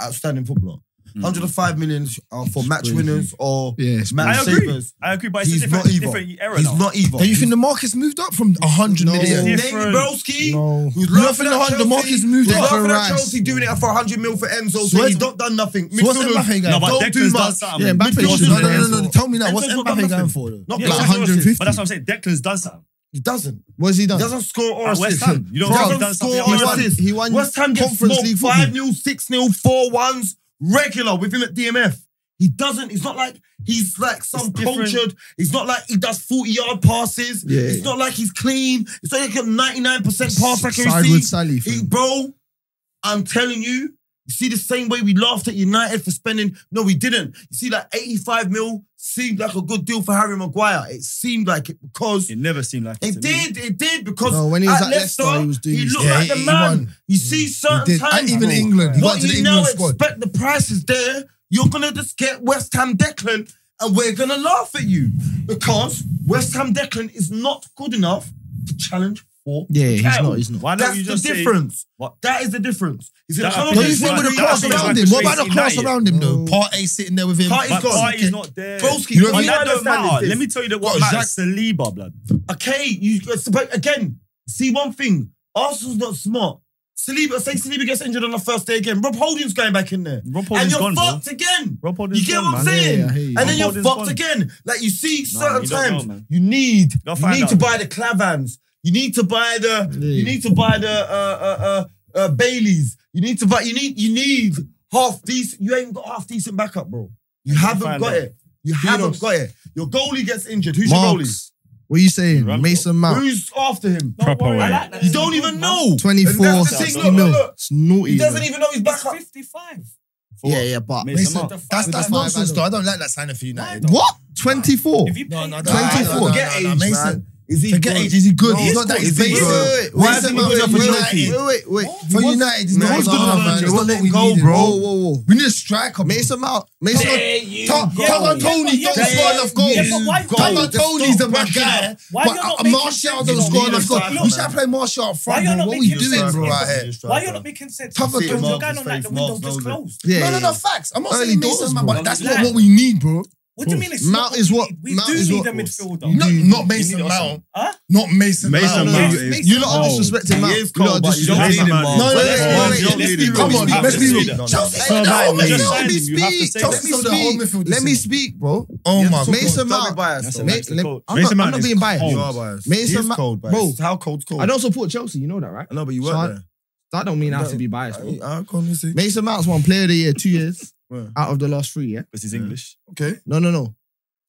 B: outstanding footballer.
F: Mm.
B: 105 million are for match
G: crazy.
B: winners or
G: Yeah,
B: match
F: I agree.
B: savers.
F: I agree, but it's
B: He's
F: a different,
B: not either.
F: different era
B: He's
F: now.
B: not either.
D: Don't you think the market's moved up from 100
G: No.
D: million?
B: David
F: different.
B: Broski?
G: No.
B: Who's
D: You don't
B: laughing
D: think
B: at
D: the hun- the
B: Chelsea?
D: market's moved
B: Who's
D: up for
B: laughing at
D: Rice?
B: Chelsea doing it for 100 mil for Enzo, so,
D: what's-
B: he's not done nothing.
D: So what's
B: Midfielders-
D: Mbappe
F: No,
D: going
F: but
D: for?
B: Don't
F: Declan's
B: do
F: done
B: much.
F: something.
G: Yeah, Mbappe's
B: Midfielders-
G: just
D: No, no,
G: done
D: no, no, no.
G: nothing.
D: Tell me now. What's
B: Enzo's not
D: Mbappe
B: done
D: going
B: nothing.
D: for? though?
B: Not
F: Yeah,
B: like
F: exactly what I'm saying. But that's what I'm saying. Declan's done something.
B: He doesn't.
D: What has he
B: He
D: done?
B: doesn't score or
F: At West
B: assist.
F: Ham. You don't
B: He
F: know
B: doesn't
F: he's done something.
B: score
F: at
B: or
F: West Ham.
B: assist.
D: He won
B: West Ham gets
D: Conference
B: smoked
D: League
B: 5
D: football.
B: 0, 6 0, 4 1s regular with him at DMF. He doesn't, it's not like he's like some
F: different.
B: cultured, it's not like he does 40 yard passes,
G: Yeah.
B: it's not like he's clean, it's not like a 99% pass
G: Side with
B: accuracy.
G: Sally.
B: He,
G: fam.
B: bro, I'm telling you, you see the same way we laughed at United for spending, no, we didn't. You see, like 85 mil seemed like a good deal for Harry Maguire. It seemed like it because
F: It never seemed like it.
B: it
F: to me.
B: did, it did, because
G: No, when he was at
B: Leicester,
G: Leicester, he was doing.
B: he
G: his
B: looked
G: thing.
B: like the
D: he
B: man.
D: won.
B: You see
D: He
B: certain
D: did. And
B: times,
D: even
B: bro,
D: England. He got
B: what
D: to the
B: you now
D: England squad.
B: expect the price is there, you're gonna just get West Ham Declan, and we're gonna laugh at you because West Ham Declan is not good enough to challenge for.
G: Yeah, he's
B: title.
G: not. He's not.
F: Why don't
B: That's
F: you
B: the
F: just say-
B: difference.
F: What?
B: That is the difference. He's gonna
F: That
B: come
F: I
B: up
D: Don't
F: think
D: you
B: against
D: think
F: Like,
D: with
B: United-
D: the class
F: that's
D: around
F: like
D: him? What about
F: Tracy
D: the class
F: Knight.
D: around him though?
G: No.
D: Part A sitting there with him.
B: Partey's
F: But
B: gone.
F: Party's not there.
B: Broski,
D: You don't
F: But
B: we
F: that don't
B: understand
F: matter.
B: this.
F: Let me tell you that
D: Got
F: what matters. Saliba, blood.
B: Okay, you but again, see one thing. Arsenal's not smart. Saliba, say Saliba gets injured on the first day again. Rob Holding's going back in there.
F: Rob
B: and
F: Holding's
B: you're
F: gone, bro.
B: fucked again.
F: Rob Holding's
B: You get
F: gone,
B: what I'm
F: man.
B: saying?
G: Yeah, I hear you.
B: And then
F: Rob
B: you're
F: Holding's
B: fucked
F: gone.
B: again. Like you see
F: Nah,
B: certain
F: you don't
B: times,
F: know, man.
B: you need
F: Go
B: you
F: find
B: need
F: out.
B: to buy the Clavans. You need to buy the you need to buy the uh, uh, uh, uh, Baileys. You need to buy you need you need half decent. You ain't got half decent backup, bro. You haven't
F: find
B: got
F: out.
B: it. You haven't got it. Your goalie gets injured. Who's your goalie?
G: Marks. What are you saying?
F: Rambo.
G: Mason Mount.
B: Who's after him?
A: Proper way.
B: You don't even know.
G: 24,
B: And that's the thing,
G: 60
B: look,
G: mil.
B: look, look.
G: It's naughty.
B: He doesn't even know he's
C: It's
B: back up.
C: 55.
D: Yeah, yeah, but
F: Mason
D: Mason,
F: Mount.
D: that's
G: With
D: that's
G: the five,
D: nonsense
G: I don't-
D: though. I don't like that signing for United.
G: What? 24?
C: If you pay,
D: no,
C: no,
D: no.
G: 24.
B: Forget
D: No, no, no,
B: age,
D: Mason.
B: man. Is he
D: Forget
B: good?
D: it. Is he good?
B: No,
D: he's not that.
B: he's
D: He's basic.
B: good. Wait, wait, wait.
D: Mason Mount
B: Wait,
D: for
B: wait,
D: United.
G: wait, wait.
D: For United, he's
B: No,
D: not
B: he's
D: good
B: good,
D: enough,
B: man.
D: man. It's
B: Just
D: not
B: let
D: what
B: him
D: we
B: go,
D: needed.
B: bro.
D: Whoa, whoa, whoa. We need a striker.
G: Mason Mount. Mason Mount.
D: Tanga Tony don't score enough
C: Yeah, but why-
D: goals. Tanga Tony's the bad guy.
C: Why
D: But
C: you're not
D: uh,
C: making
D: Martial
C: sense?
D: doesn't
B: You
D: score
B: don't need
D: enough
B: a
D: goals.
B: striker,
D: We
B: man.
D: should play Martial up
C: Why
D: front.
C: you're
D: bro.
C: not
D: What are you
C: making
D: doing,
C: sense?
D: bro, out here?
C: Why you're not making sense?
D: Tough
C: Because
D: as
C: you're
B: Mark's
C: going on like the
B: face,
C: window
B: Mark's
C: just
B: knows it.
C: closed.
G: Yeah.
D: No, no,
G: yeah.
D: no, facts. I'm not
G: Early
D: saying
G: doors,
D: Mason, man,
G: bro.
D: but that's
C: Like-
D: not what we need, bro.
C: What do you mean? It's
G: Mount
C: not
G: is
C: we
G: what-
C: need? We
G: Mount
C: do
G: is
C: need
G: what-
C: a midfielder.
D: Not,
G: do-
D: not
F: you
D: Mason
F: need
D: Mount.
C: Huh?
D: Not
A: Mason
D: Mason, Mount.
A: Mount
C: Yes,
A: is
C: Mason
G: You lot are
A: cold.
G: disrespecting
B: He
G: Mount.
B: is
G: You lot
B: cold,
G: are
B: but you don't
G: disrespecting
B: need him,
G: Mount.
B: man.
D: No, no,
B: Wait,
D: no,
B: wait,
D: no,
B: wait,
D: no,
B: don't
D: let's
B: need him.
D: be real,
B: Come on,
D: let's be
B: you don't
D: real.
B: need him.
D: Chelsea,
G: No,
D: let
G: no, no,
D: me
G: you
F: signed him, you
D: speak.
F: have to say
D: Chelsea,
G: Chelsea the whole midfield
D: speak. Let me
G: decision.
D: speak, bro.
G: Oh
D: Yeah,
G: my.
D: so
G: Mason
B: Don't be
G: Mount.
B: biased, though.
F: Ma-
D: Mason
F: the
D: let-
F: coach.
D: I'm
A: Mason
D: not, I'm
A: Mount
D: not
A: is
D: being biased.
A: cold.
B: You are biased.
D: Mason
B: He is
D: Ma-
B: cold, biased.
D: bro.
B: How cold's cold?
G: I don't support Chelsea. You know that, right?
B: I know, but you
G: So I-
B: weren't
G: That don't mean I have to
B: No,
G: be biased.
B: there.
G: bro.
B: I- I can't see.
G: Mason Mount's one player of the year, two years
B: Yeah.
G: out of the last three, yeah?
F: Because he's English.
B: Okay.
G: No, no, no.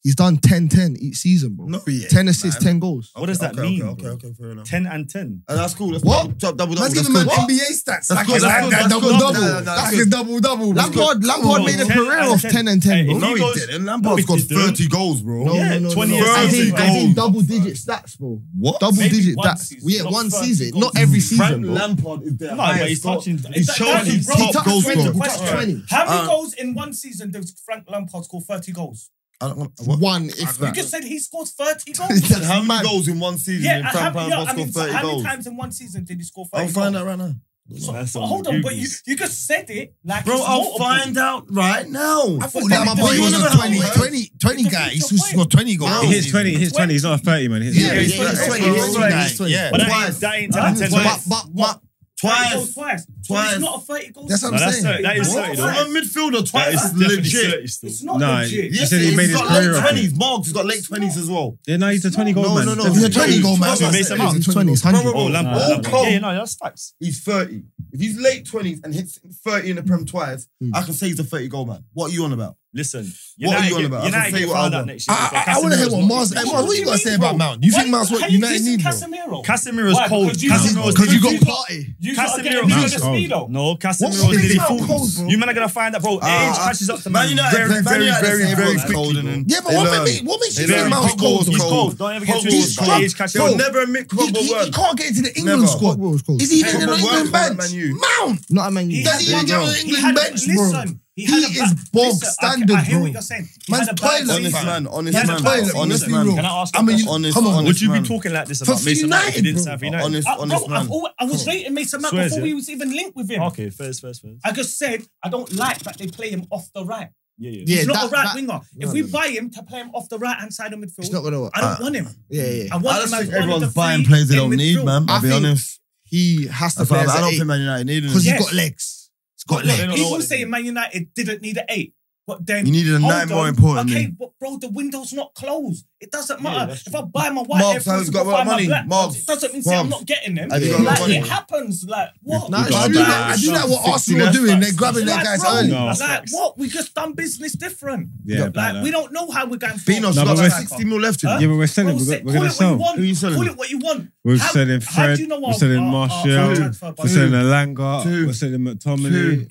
G: He's done 10 10 each season, bro.
B: No, yeah.
G: 10 assists,
B: man.
G: 10 goals.
F: What does
B: Okay,
F: that
B: okay,
F: mean,
B: Okay,
F: bro?
B: okay, okay, fair enough.
F: 10 and 10.
B: And that's cool. That's
G: What?
B: double, double, double.
D: Let's give
B: that's
D: him an
B: cool.
D: NBA stats.
B: That's
D: Like,
B: good,
D: it's
B: that's
D: like
B: good,
D: that
B: that's
D: double
B: good.
D: double.
B: No, no, no, that's
D: That's his double double.
G: Lampard, Lampard
F: Cool.
G: made a
F: 10
G: career
F: and
G: of
F: 10.
G: 10 and 10,
F: Hey,
G: bro.
F: if
B: No,
F: he
B: he
F: goes-
B: didn't.
F: No,
B: Lampard's
F: he
B: got
F: didn't.
B: 30 goals, bro.
G: No,
F: Yeah,
G: no, no,
F: 20
G: no.
F: years
G: I
B: old.
G: think, I
B: Goals.
G: think double digit stats, bro.
B: What?
G: Double
C: Maybe
G: digit
C: one
G: stats.
C: season,
G: Yeah,
C: not
G: one
C: first
G: season,
C: goals.
G: not every season,
B: Frank
G: bro.
B: Lampard is their
F: No, but
B: highest
F: he's
B: goal-
F: touching.
B: He's
C: that-
B: Chelsea's
C: that is-
B: top
G: That's
B: goal
G: twenty,
B: scorer.
G: that's
B: Alright.
G: 20.
C: How many
B: Uh,
C: goals in one season does Frank Lampard score 30 goals?
B: I don't want- what?
G: One, if
C: You
G: that.
C: just said he scored 30 goals.
B: said how many goals in one season
C: yeah,
B: in
C: I-
B: Frank
C: how, yeah,
B: Lampard
C: I mean,
B: scored 30
C: how many
B: goals?
C: times in one season did he score 30
B: I'll find
C: goals?
B: out right now.
C: So,
F: That's on
C: hold
F: the
C: on, but you,
F: Googles.
C: you just said it like
B: Bro,
C: it's
B: I'll
C: multiple.
B: find out right now.
D: I thought that my boy
B: You
D: was
B: wanna
D: a
B: know
D: 20,
B: how it
D: 20, 20
C: It's a
D: guy.
C: future
D: He's supposed to
C: player.
D: go 20 goal.
A: He hits 20. He hits 20. He's not 30, man. He hits
D: Yeah,
A: 20.
D: he's
B: yeah,
D: 20.
B: yeah,
D: He's 20.
B: yeah.
D: He's 20. Yeah.
F: But that
B: Twice.
F: ain't, that ain't that
D: But,
F: intense.
D: but, but, but
C: Goals
B: Twice.
C: twice. So
B: Twice.
C: it's not a 30 goals.
D: that's what I'm
F: No, that's
D: saying.
F: it. That is
C: What?
F: thirty.
B: From
F: though.
B: a midfielder,
F: That
B: twice
F: is
B: is
F: definitely
B: legit.
F: thirty still.
C: It's not
A: No,
C: legit.
A: he said he
B: he's
A: made his
B: got late
A: career up.
B: 20s. Marks has got late 20s as well.
A: Yeah, no, he's a 20 goal man.
D: No, no, no. He's a 20 goal, man.
F: So
D: He's
F: Mason Mount.
D: a 20. He's
B: Bro,
D: 100.
B: bro, bro.
F: Oh, Lampard.
B: all
F: Lampard.
B: Klopp,
F: Yeah, no, that's facts.
B: he's 30. If he's late 20s and hits 30 in the Prem twice, I can say he's a 30 goal man. What are you on about?
F: Listen,
B: What are you
F: United
B: on
F: get-
B: about? I can
F: United
B: say
F: get
B: what I
F: found out
B: want.
F: next
D: I,
F: year.
D: I, I want to hear what Mars. Hey, Mars, what you got to say about Mount? You think Mars
C: how
D: what
C: you
D: United
C: dissing
D: need? bro?
C: Casemiro.
F: Casemiro's
C: Why?
F: cold.
C: Because you-
F: Casemiro's
D: Because you
C: you
D: got
C: got-
D: party.
C: You gotta get
F: Casemiro.
C: rid of
A: Man's
C: the
A: cold.
C: speedo.
F: No,
D: What's
F: Casemiro's
D: this
F: nearly
D: about
F: full.
D: cold, bro?
F: You men are gonna find that, bro.
B: Ah,
F: age
B: ah,
F: catches up to
B: Man United,
F: very,
B: Man
F: very,
B: United
F: very,
B: say
F: very
B: Mount's
F: quickly.
B: cold
F: bro.
B: and
D: Yeah, but
B: they
D: what
B: learn.
D: makes what makes you
B: They
D: think
B: learn.
D: Mount's
B: Hot
D: cold?
B: goals,
D: bro?
F: He's
B: cold.
F: cold. Don't ever get too
D: He's
F: old.
D: cold.
F: Age catches
B: They'll
F: up.
B: never admit
D: He,
B: Klopp
D: he,
B: a
D: he
B: word.
D: can't get into the England
B: Never.
D: squad.
G: What was called?
D: Is he even
B: Klopp
D: in the
B: a
D: England
B: word for
D: bench?
B: Man U.
D: Mount.
G: Not a man.
C: He
G: you-
C: had-
D: Does he even get on the
C: he
D: England
C: had a-
D: bench, bro?
C: listen, he
D: He
C: had a bad-
D: is bog
C: listen, I-
D: standard,
C: I hear
D: bro.
C: what you're saying. He
D: Man's
C: had a bad
D: toilet.
C: season.
B: Honest man, honest
C: He had a
B: man, honest
C: toilet,
D: let's be
B: man.
D: real.
F: Can I ask you
D: I mean,
F: a
D: you-
F: question?
B: Honest,
D: come on.
B: honest
F: Would you be
B: man.
F: talking like this
D: For
F: about Mason Mount if he
D: United,
F: didn't
D: bro.
F: sign for United?
B: Honest,
C: I,
B: honest
C: bro, I've
B: man.
C: al- I was rating Mason Mount
F: Swears,
C: before
F: yeah?
C: we was even linked with him.
F: Okay, first, first, first.
C: I just said I don't like that they play him off the right.
F: Yeah, yeah.
G: Yeah,
C: He's not
G: that-
C: a right
G: that-
C: winger. If we buy him to play him off the right hand side of midfield,
G: It's not gonna work.
C: I don't
G: Uh,
C: want him.
G: Yeah, yeah.
C: I want
B: I just
C: him as
B: think
C: one of
B: everyone's
C: the three
B: buying players they
C: in
B: don't need,
C: midfield.
B: man. I'll
G: I
B: be
G: think-
B: honest.
G: He has to
B: That's why
G: play
B: I
G: as
B: don't
G: an
B: think
G: eight
B: Man United need him.
G: because he's
C: Yes.
G: got legs. He's got
F: They
G: legs.
F: don't know what
C: People
F: they
C: say
F: do.
C: Man United didn't need an eight, but then
B: You needed a
C: hold
B: nine more
C: on.
B: importantly.
C: Okay, but bro, the window's not closed. It doesn't
F: Yeah,
C: matter
F: that's
C: if
F: true.
C: I buy my white
B: Marks,
C: Air
B: have
C: Force,
B: you got
C: if I buy
B: my
C: my
B: money?
C: black,
B: Marks,
C: it doesn't mean say I'm
B: Marks,
C: not getting them.
B: have you got
C: like
B: my money?
C: it happens. Like what?
G: Nah,
D: I do that. I do that. What Arsenal are doing? They're grabbing their
C: Like,
D: guys
C: bro,
D: early.
A: No.
C: Like
F: Facts.
C: what? We just done business different.
A: Yeah,
C: like,
A: but, uh,
C: we don't know how we're going.
B: Beano's
A: No,
B: got
A: but
B: like
A: we're-
B: 60 mil left in
C: Huh?
B: him.
A: Yeah, but we're selling. We're,
C: Bro, say-
A: go- we're going to
C: call it
A: sell.
C: what you want.
B: Who are you selling?
C: Call it what you want.
A: We're
C: How-
A: selling
C: how
A: Fred.
C: do you know
A: we're
C: our-
A: selling
C: our- our
A: Martial.
C: contract for-
A: we're selling Alanga.
B: Two.
A: We're selling McTominay.
B: Two.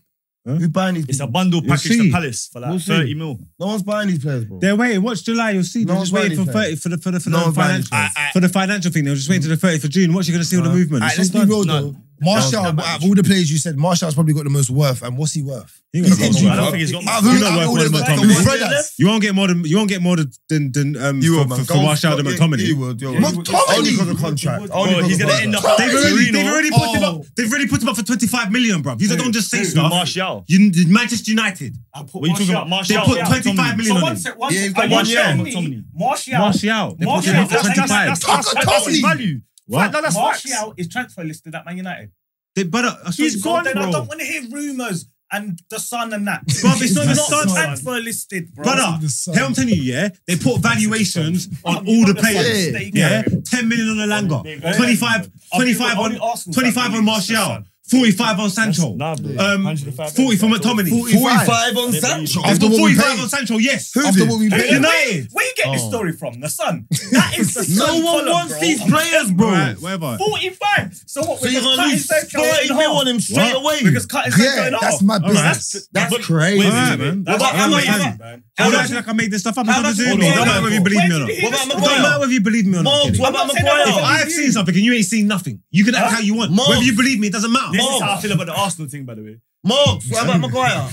B: Who's buying these
F: It's a
B: people?
F: bundle
A: You'll
F: package
A: see.
F: to Palace for like
B: We'll see.
F: 30 mil.
B: No one's buying these players, bro.
A: They're waiting. Watch July. You'll see. They're
B: No
A: just
B: one's
A: waiting for
B: buying
A: thirty for the for the for,
B: No
A: the,
B: one's buying
A: financial, for the financial thing. They're just waiting to the thirty for June. What you gonna see all the movement?
D: Alright,
A: It's
D: let's be
A: all done.
D: real though. Martial, out of all the players you said, Martial's probably got the most worth. And what's he worth?
A: He ain't
D: He's
A: got
D: injured,
A: no
F: I
A: more.
F: don't
D: bro.
F: think he's got
D: Out
F: much.
D: of who-
A: You're not
D: out of
A: worth
D: all
A: more
D: the
A: than
D: players-
A: McTominay.
D: the Freddas.
A: You won't get more than you won't get more than than, than um
B: You
A: for,
B: were,
A: for, for
B: man. Go-
A: Martial than
B: yeah,
A: McTominay.
B: You would. You're
D: Mark
B: right.
D: Tomlin.
B: Only because of contract. Only
F: Bro,
B: because
F: he's
B: of
F: going to end up
B: contract.
F: at
A: They've already, they've
F: Torino.
A: already put him
D: Oh.
A: up. They've already put him up for 25 million, bro. You don't just say
F: Dude,
A: stuff.
F: Martial.
A: You, Manchester United.
C: I put
F: What are you talking about?
A: They
F: Martial.
A: put
F: yeah,
A: 25
F: Tomlin.
A: million
C: So
A: on
C: one
A: him.
C: sec, one
B: Yeah,
C: sec.
B: he's got
C: Are you
F: one year.
C: telling me
F: Tomlin.
C: Martial.
A: Martial. They put him
C: Martial,
A: up for
C: that's-
F: That's, that's,
A: 25.
F: that's, that's, that's his
D: Tomlin.
F: value.
A: What?
F: Fact, no, that's facts.
C: Martial is transfer listed at Man United.
A: They- But uh, I swear
F: He's
A: to
C: So
F: gone,
A: God,
C: then I
F: bro.
C: don't want to hear rumours and the sun and that.
A: Bro, it's not the sun, man.
C: transfer listed, bro.
A: Brother,
D: son.
A: here I'm telling you, yeah, they put valuations on
C: You
A: all the
C: got the
A: players.
C: sun stake,
A: Yeah,
C: bro.
A: 10 million on Elanga,
F: They've-
A: 25,
C: I'll
A: 25
C: be- I'll
A: on,
C: be Arsenal
A: 25
C: fan,
A: on
C: please.
A: Martial,
C: That's
A: 45 on Sancho,
F: nah, bro.
A: um,
F: 105
A: 40 for
F: Sancho.
A: McTominay.
B: 45 on Sancho.
A: They've
D: After
A: got
D: what we
A: 45
D: paid.
A: on Sancho, yes.
D: After what we
C: Where,
D: paid.
C: where,
A: United.
C: where you get this story from? The Sun. That is the
B: No
C: Sun
B: one
C: column,
B: wants
C: bro.
B: these
C: I'm
B: players, bro.
A: Right, whatever.
C: 45. So what?
B: So
C: we're
B: you're
C: just
B: going to
C: cutting
B: lose
C: Sancho in
B: 30 mil
C: half.
B: on him straight
A: What?
B: away.
C: We're just cutting Sancho
D: Yeah,
C: in half.
D: that's my
A: All right.
D: business. That's
F: But-
D: crazy.
F: Wait,
A: All right,
F: wait, wait.
A: man.
F: That's
B: What about
F: crazy.
B: Emma?
F: That's crazy.
A: I
B: How
A: don't
B: much-
A: act like I made this stuff up. I'm
B: how
A: not
B: much
A: doing it.
B: money-
A: Don't matter whether you believe me or
C: Where
A: not.
C: did
B: What
C: you hear
B: about
C: this
A: Don't
B: Maguire?
C: story?
A: matter whether you believe me or not.
B: Mark,
A: Kenny.
B: what about
C: not saying that
A: If
C: Well,
B: Maguire?
A: I've seen something and you ain't seen nothing, you can act
C: Huh?
A: how you want.
B: Mark.
A: Whether you believe me, it doesn't matter.
F: This is
B: Mark.
F: how I feel about the Arsenal thing, by the way.
B: Mark, what about Maguire?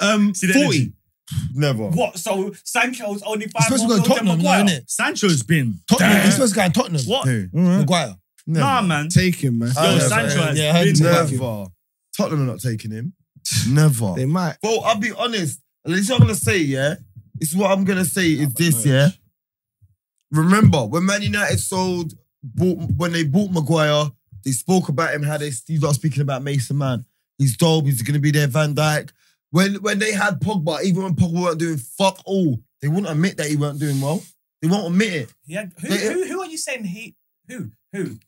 A: Um,
F: See the
A: 40.
F: energy?
B: Never.
C: What? So Sancho's only
D: He's
C: five more
D: supposed to go
C: goals
D: to
C: than
D: Tottenham,
C: Maguire.
D: now, isn't it?
F: Sancho's been.
D: Tottenham. He's supposed to go to Tottenham.
F: What?
K: Who?
D: Maguire.
F: Nah, man.
G: Take him, man.
F: Yo,
B: Yeah,
F: Sancho
D: yeah,
F: has
D: yeah, I heard
F: been.
D: that.
B: Never. Tottenham are not taking him. Never.
G: They might.
B: Bro, I'll be honest. This is what I'm gonna say, yeah. It's what I'm gonna say is this, yeah. Remember when Man United sold, bought, when they bought Maguire, they spoke about him how they you lot speaking about Mason Man. He's dope. He's gonna be their Van Dyke. When when they had Pogba, even when Pogba weren't doing fuck all, they wouldn't admit that he weren't doing well. They won't admit it.
C: Yeah. Who,
B: They-
C: who, who are you saying he? Who? Who?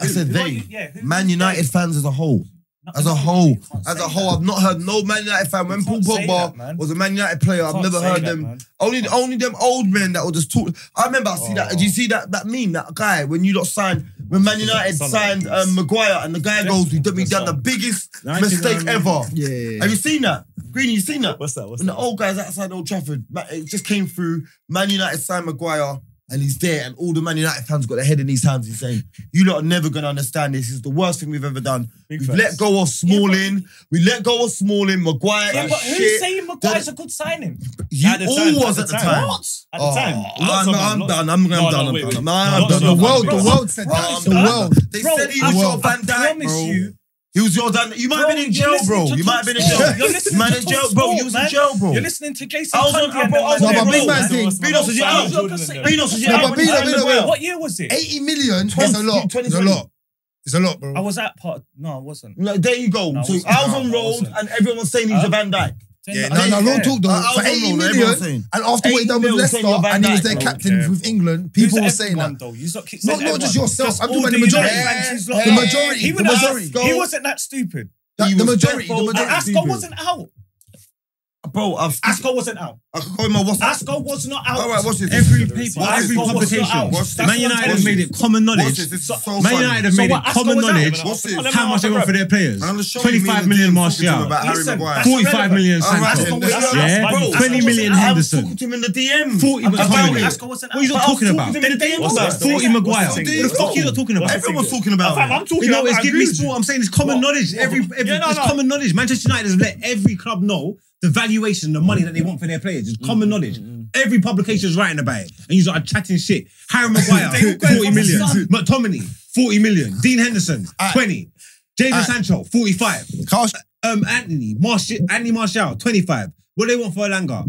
B: I said
C: Who are
B: they.
C: you- yeah, who-
B: Man United fans as a whole.
C: No,
B: As a
C: no,
B: whole,
C: you can't
B: as
C: say
B: a whole,
C: that.
B: I've not heard no Man United fan.
C: You
B: When Paul
C: can't say that,
B: Pogba
C: man.
B: was a Man United player, I've
C: Can't
B: never
C: say
B: heard
C: that,
B: them.
C: man. Oh.
B: Only, only them old men that will just talk. I remember I see that. Do you see that that meme? That guy when you lot signed when Man United
F: Son of
B: signed
F: a-
B: um, Maguire and the guy goes, "We done, we done the biggest
A: Nice
B: mistake
A: to know,
B: ever."
G: Yeah, yeah, yeah.
B: Have you seen that, Greeny? You seen that?
F: What's that? What's
B: When the
F: that?
B: old guys outside Old Trafford, Ma- it just came through. Man United signed Maguire, and he's there, and all the Man United fans got their head in these hands. He's saying, "You lot are never gonna understand this. This is the worst thing we've ever done.
F: Big
B: We've
F: facts.
B: let go of Smalling. we let go of Smalling. Maguire.
C: Yeah,
B: is
C: but who's
B: shit.
C: saying Maguire's a good signing?
B: you
F: At the
B: all
F: time,
B: was at the time.
F: At the time.
B: Oh,
F: Lots
B: I'm,
F: of
B: I'm
F: them,
B: done.
F: lots-
B: I'm, I'm
F: No, no,
B: done.
F: wait,
B: I'm
F: wait.
B: done. I'm
F: Lots
B: done.
F: of
D: The
F: them,
D: world,
F: bro.
D: the world said
B: Bro,
D: that. It's the
B: bro.
D: world.
B: They
C: Bro,
B: said he
C: I
B: was your Van
C: promise
B: Dyke, bro.
C: you,
B: He was your dad. You might have
C: Bro,
B: been in
C: you're
B: jail,
C: listening
B: bro.
C: to
B: You might have been in
C: Talk
B: jail.
C: Sport. You're listening
B: You might
C: to
B: have been in jail,
C: Talk
B: bro.
C: Sport,
B: You was
C: man.
B: in jail, bro.
C: You're listening to Casey.
B: I was on-
C: Conti
B: bro,
C: and them
B: I was
C: man
B: on-
C: there,
B: bro.
C: bro.
B: Big man
G: thing.
B: Beanos was your
C: I
B: out.
C: was gonna say-
B: Beanos was your
G: No,
B: out.
G: but Beano- Beano- Beano-
C: What year was it?
D: 80 million is a
B: 20,
D: lot. It's a
B: 20.
D: lot. It's a lot, bro.
C: I was at part. No, I wasn't.
B: No, there you go.
C: No,
B: so
C: it's-
B: I was
C: no,
B: on
C: no,
B: road,
C: it's-
B: and everyone was saying he's
C: Huh?
B: a Van Dyke.
D: yeah,
C: I
D: no, no,
C: didn't
D: long
C: care.
D: talk though.
B: I- I
D: For
B: was on
D: 80
B: loan, everyone
D: million,
B: was saying.
D: and after what
B: 80
D: he done with
B: million was
D: Leicester,
B: saying you're Van
D: and he was
B: Dijk,
D: their
B: bro.
D: captain
A: Yeah.
D: with England,
C: Who's
D: people were saying
C: everyone,
D: that.
C: Though? You lot keep
D: Not,
C: saying
D: not just
C: everyone.
D: yourself.
C: Just
D: I'm talking
C: all
D: about the majority.
C: United
B: Yeah.
C: fans who's
D: The
C: like-
D: majority.
C: He
D: The
C: would have
D: majority.
C: asked- He wasn't that stupid.
D: That-
B: He
D: The
B: was
D: majority. The
B: therefore-
C: And
D: majority.
B: I-
C: Asco
B: stupid.
C: wasn't out.
B: Bro, I've
C: Asco wasn't out.
B: I can call him my WhatsApp.
C: Asco was not out.
B: All right, watch this.
A: Every
B: Watch
A: paper,
B: this.
A: every
B: Watch this.
A: publication.
B: Watch this.
A: Man United
B: Watch
A: have made
B: this.
A: it common
B: Watch
A: knowledge.
B: this. This is so
A: Man
B: funny.
A: United have
C: So
A: made
C: what,
A: it
C: Asco
A: common
C: was out?
A: knowledge
B: What's this?
A: how much they want for their players.
B: Man, show me
A: 25
B: me
A: million
B: and Tim talking to him
A: Martial,
B: about Harry
C: Listen,
B: Maguire.
C: that's
A: 45 million
B: All right,
A: Sancho,
B: then, that's-
A: yeah,
B: that's fine.
A: 20 million
B: I haven't
A: Henderson,
B: talked to him in the DM.
A: 40
B: About
A: McTominay.
B: it.
C: Asco wasn't
A: What
C: out.
A: are you
B: But
A: not talking
B: I've
A: about?
B: talked to him in the DM.
A: What's that?
B: What's that?
A: 40 Maguire.
B: What's
A: What
B: that?
A: the fuck are you not talking about?
B: Everyone's talking about
F: Fam,
B: it.
F: I'm talking.
A: You know,
F: I
A: it's give
F: agree
A: me
F: with you.
A: sport. I'm saying it's common knowledge. Every, every
F: Yeah, no,
A: it's
F: no.
A: common knowledge. Manchester United has let every club know the valuation, the money that they want for their players. It's common knowledge. Every publication is writing about it, and you are chatting shit. Harry Maguire, forty million. McTominay, forty million. Dean Henderson, twenty. James
D: Aight.
A: Sancho, forty-five.
D: Carl-
A: Um, Anthony Martial, Anthony Martial, twenty-five. What do they want for Elanga?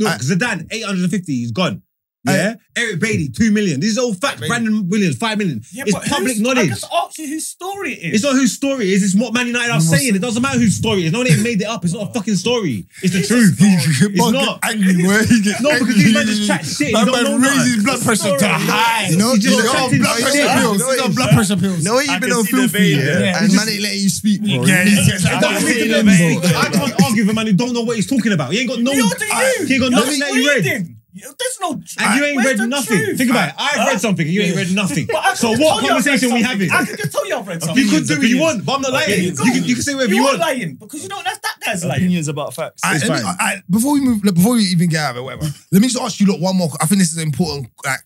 A: Look,
D: Aight.
A: Uh, Zidane, eight hundred and fifty. He's gone.
D: Uh,
A: Yeah, Eric Bailey, two million. These are all facts. Brandon Williams, five million.
C: Yeah,
A: it's
C: but
A: public
C: who's- I
A: knowledge.
C: just asked you whose story it
A: It's
C: is.
A: not whose story it is. It's what Man United are saying. It doesn't matter whose story it is. No one ain't made it up. It's not a fucking story. It's the truth. It's not.
D: angry, where he gets
A: No, because these men just chat shit. You don't know nothing.
D: blood pressure
C: to high.
D: You know,
A: He's just
D: you know,
A: chatting
D: blood
A: shit.
D: pressure
A: Yeah.
D: pills.
A: Yeah.
D: You know, blood pressure pills. No,
F: I
D: he
F: can see the vein there.
A: Yeah.
D: and man ain't letting you speak, bro.
F: Yeah,
D: He's
F: yeah,
D: just-
F: yeah.
D: I
A: It
D: don't
A: doesn't
D: think
A: make no
D: them, bro.
A: sense. I can't argue with a man who don't know what he's talking about. He ain't got no.
C: You're the you.
A: He ain't got
C: You're
A: nothing that he
C: reading.
A: read.
C: You- There's no.
A: And you ain't
C: Where's the
A: read nothing.
C: truth?
A: Think about it. I've read something and you ain't read nothing.
C: But I can
A: So
C: just
A: what
C: tell you I've read
A: conversation we
C: something.
A: having?
C: I can just tell you I've read something.
A: You could do what you want, but I'm not lying. You
C: Opinions,
A: can you can say whatever
C: You
A: you
C: are
A: want.
C: lying because you don't. That's that guy's lying.
F: Opinions about facts.
D: I,
A: It's
D: let me,
A: fine.
D: I, before we move, before we even get out of it, whatever. let me just ask you look, one more. I think this is an important like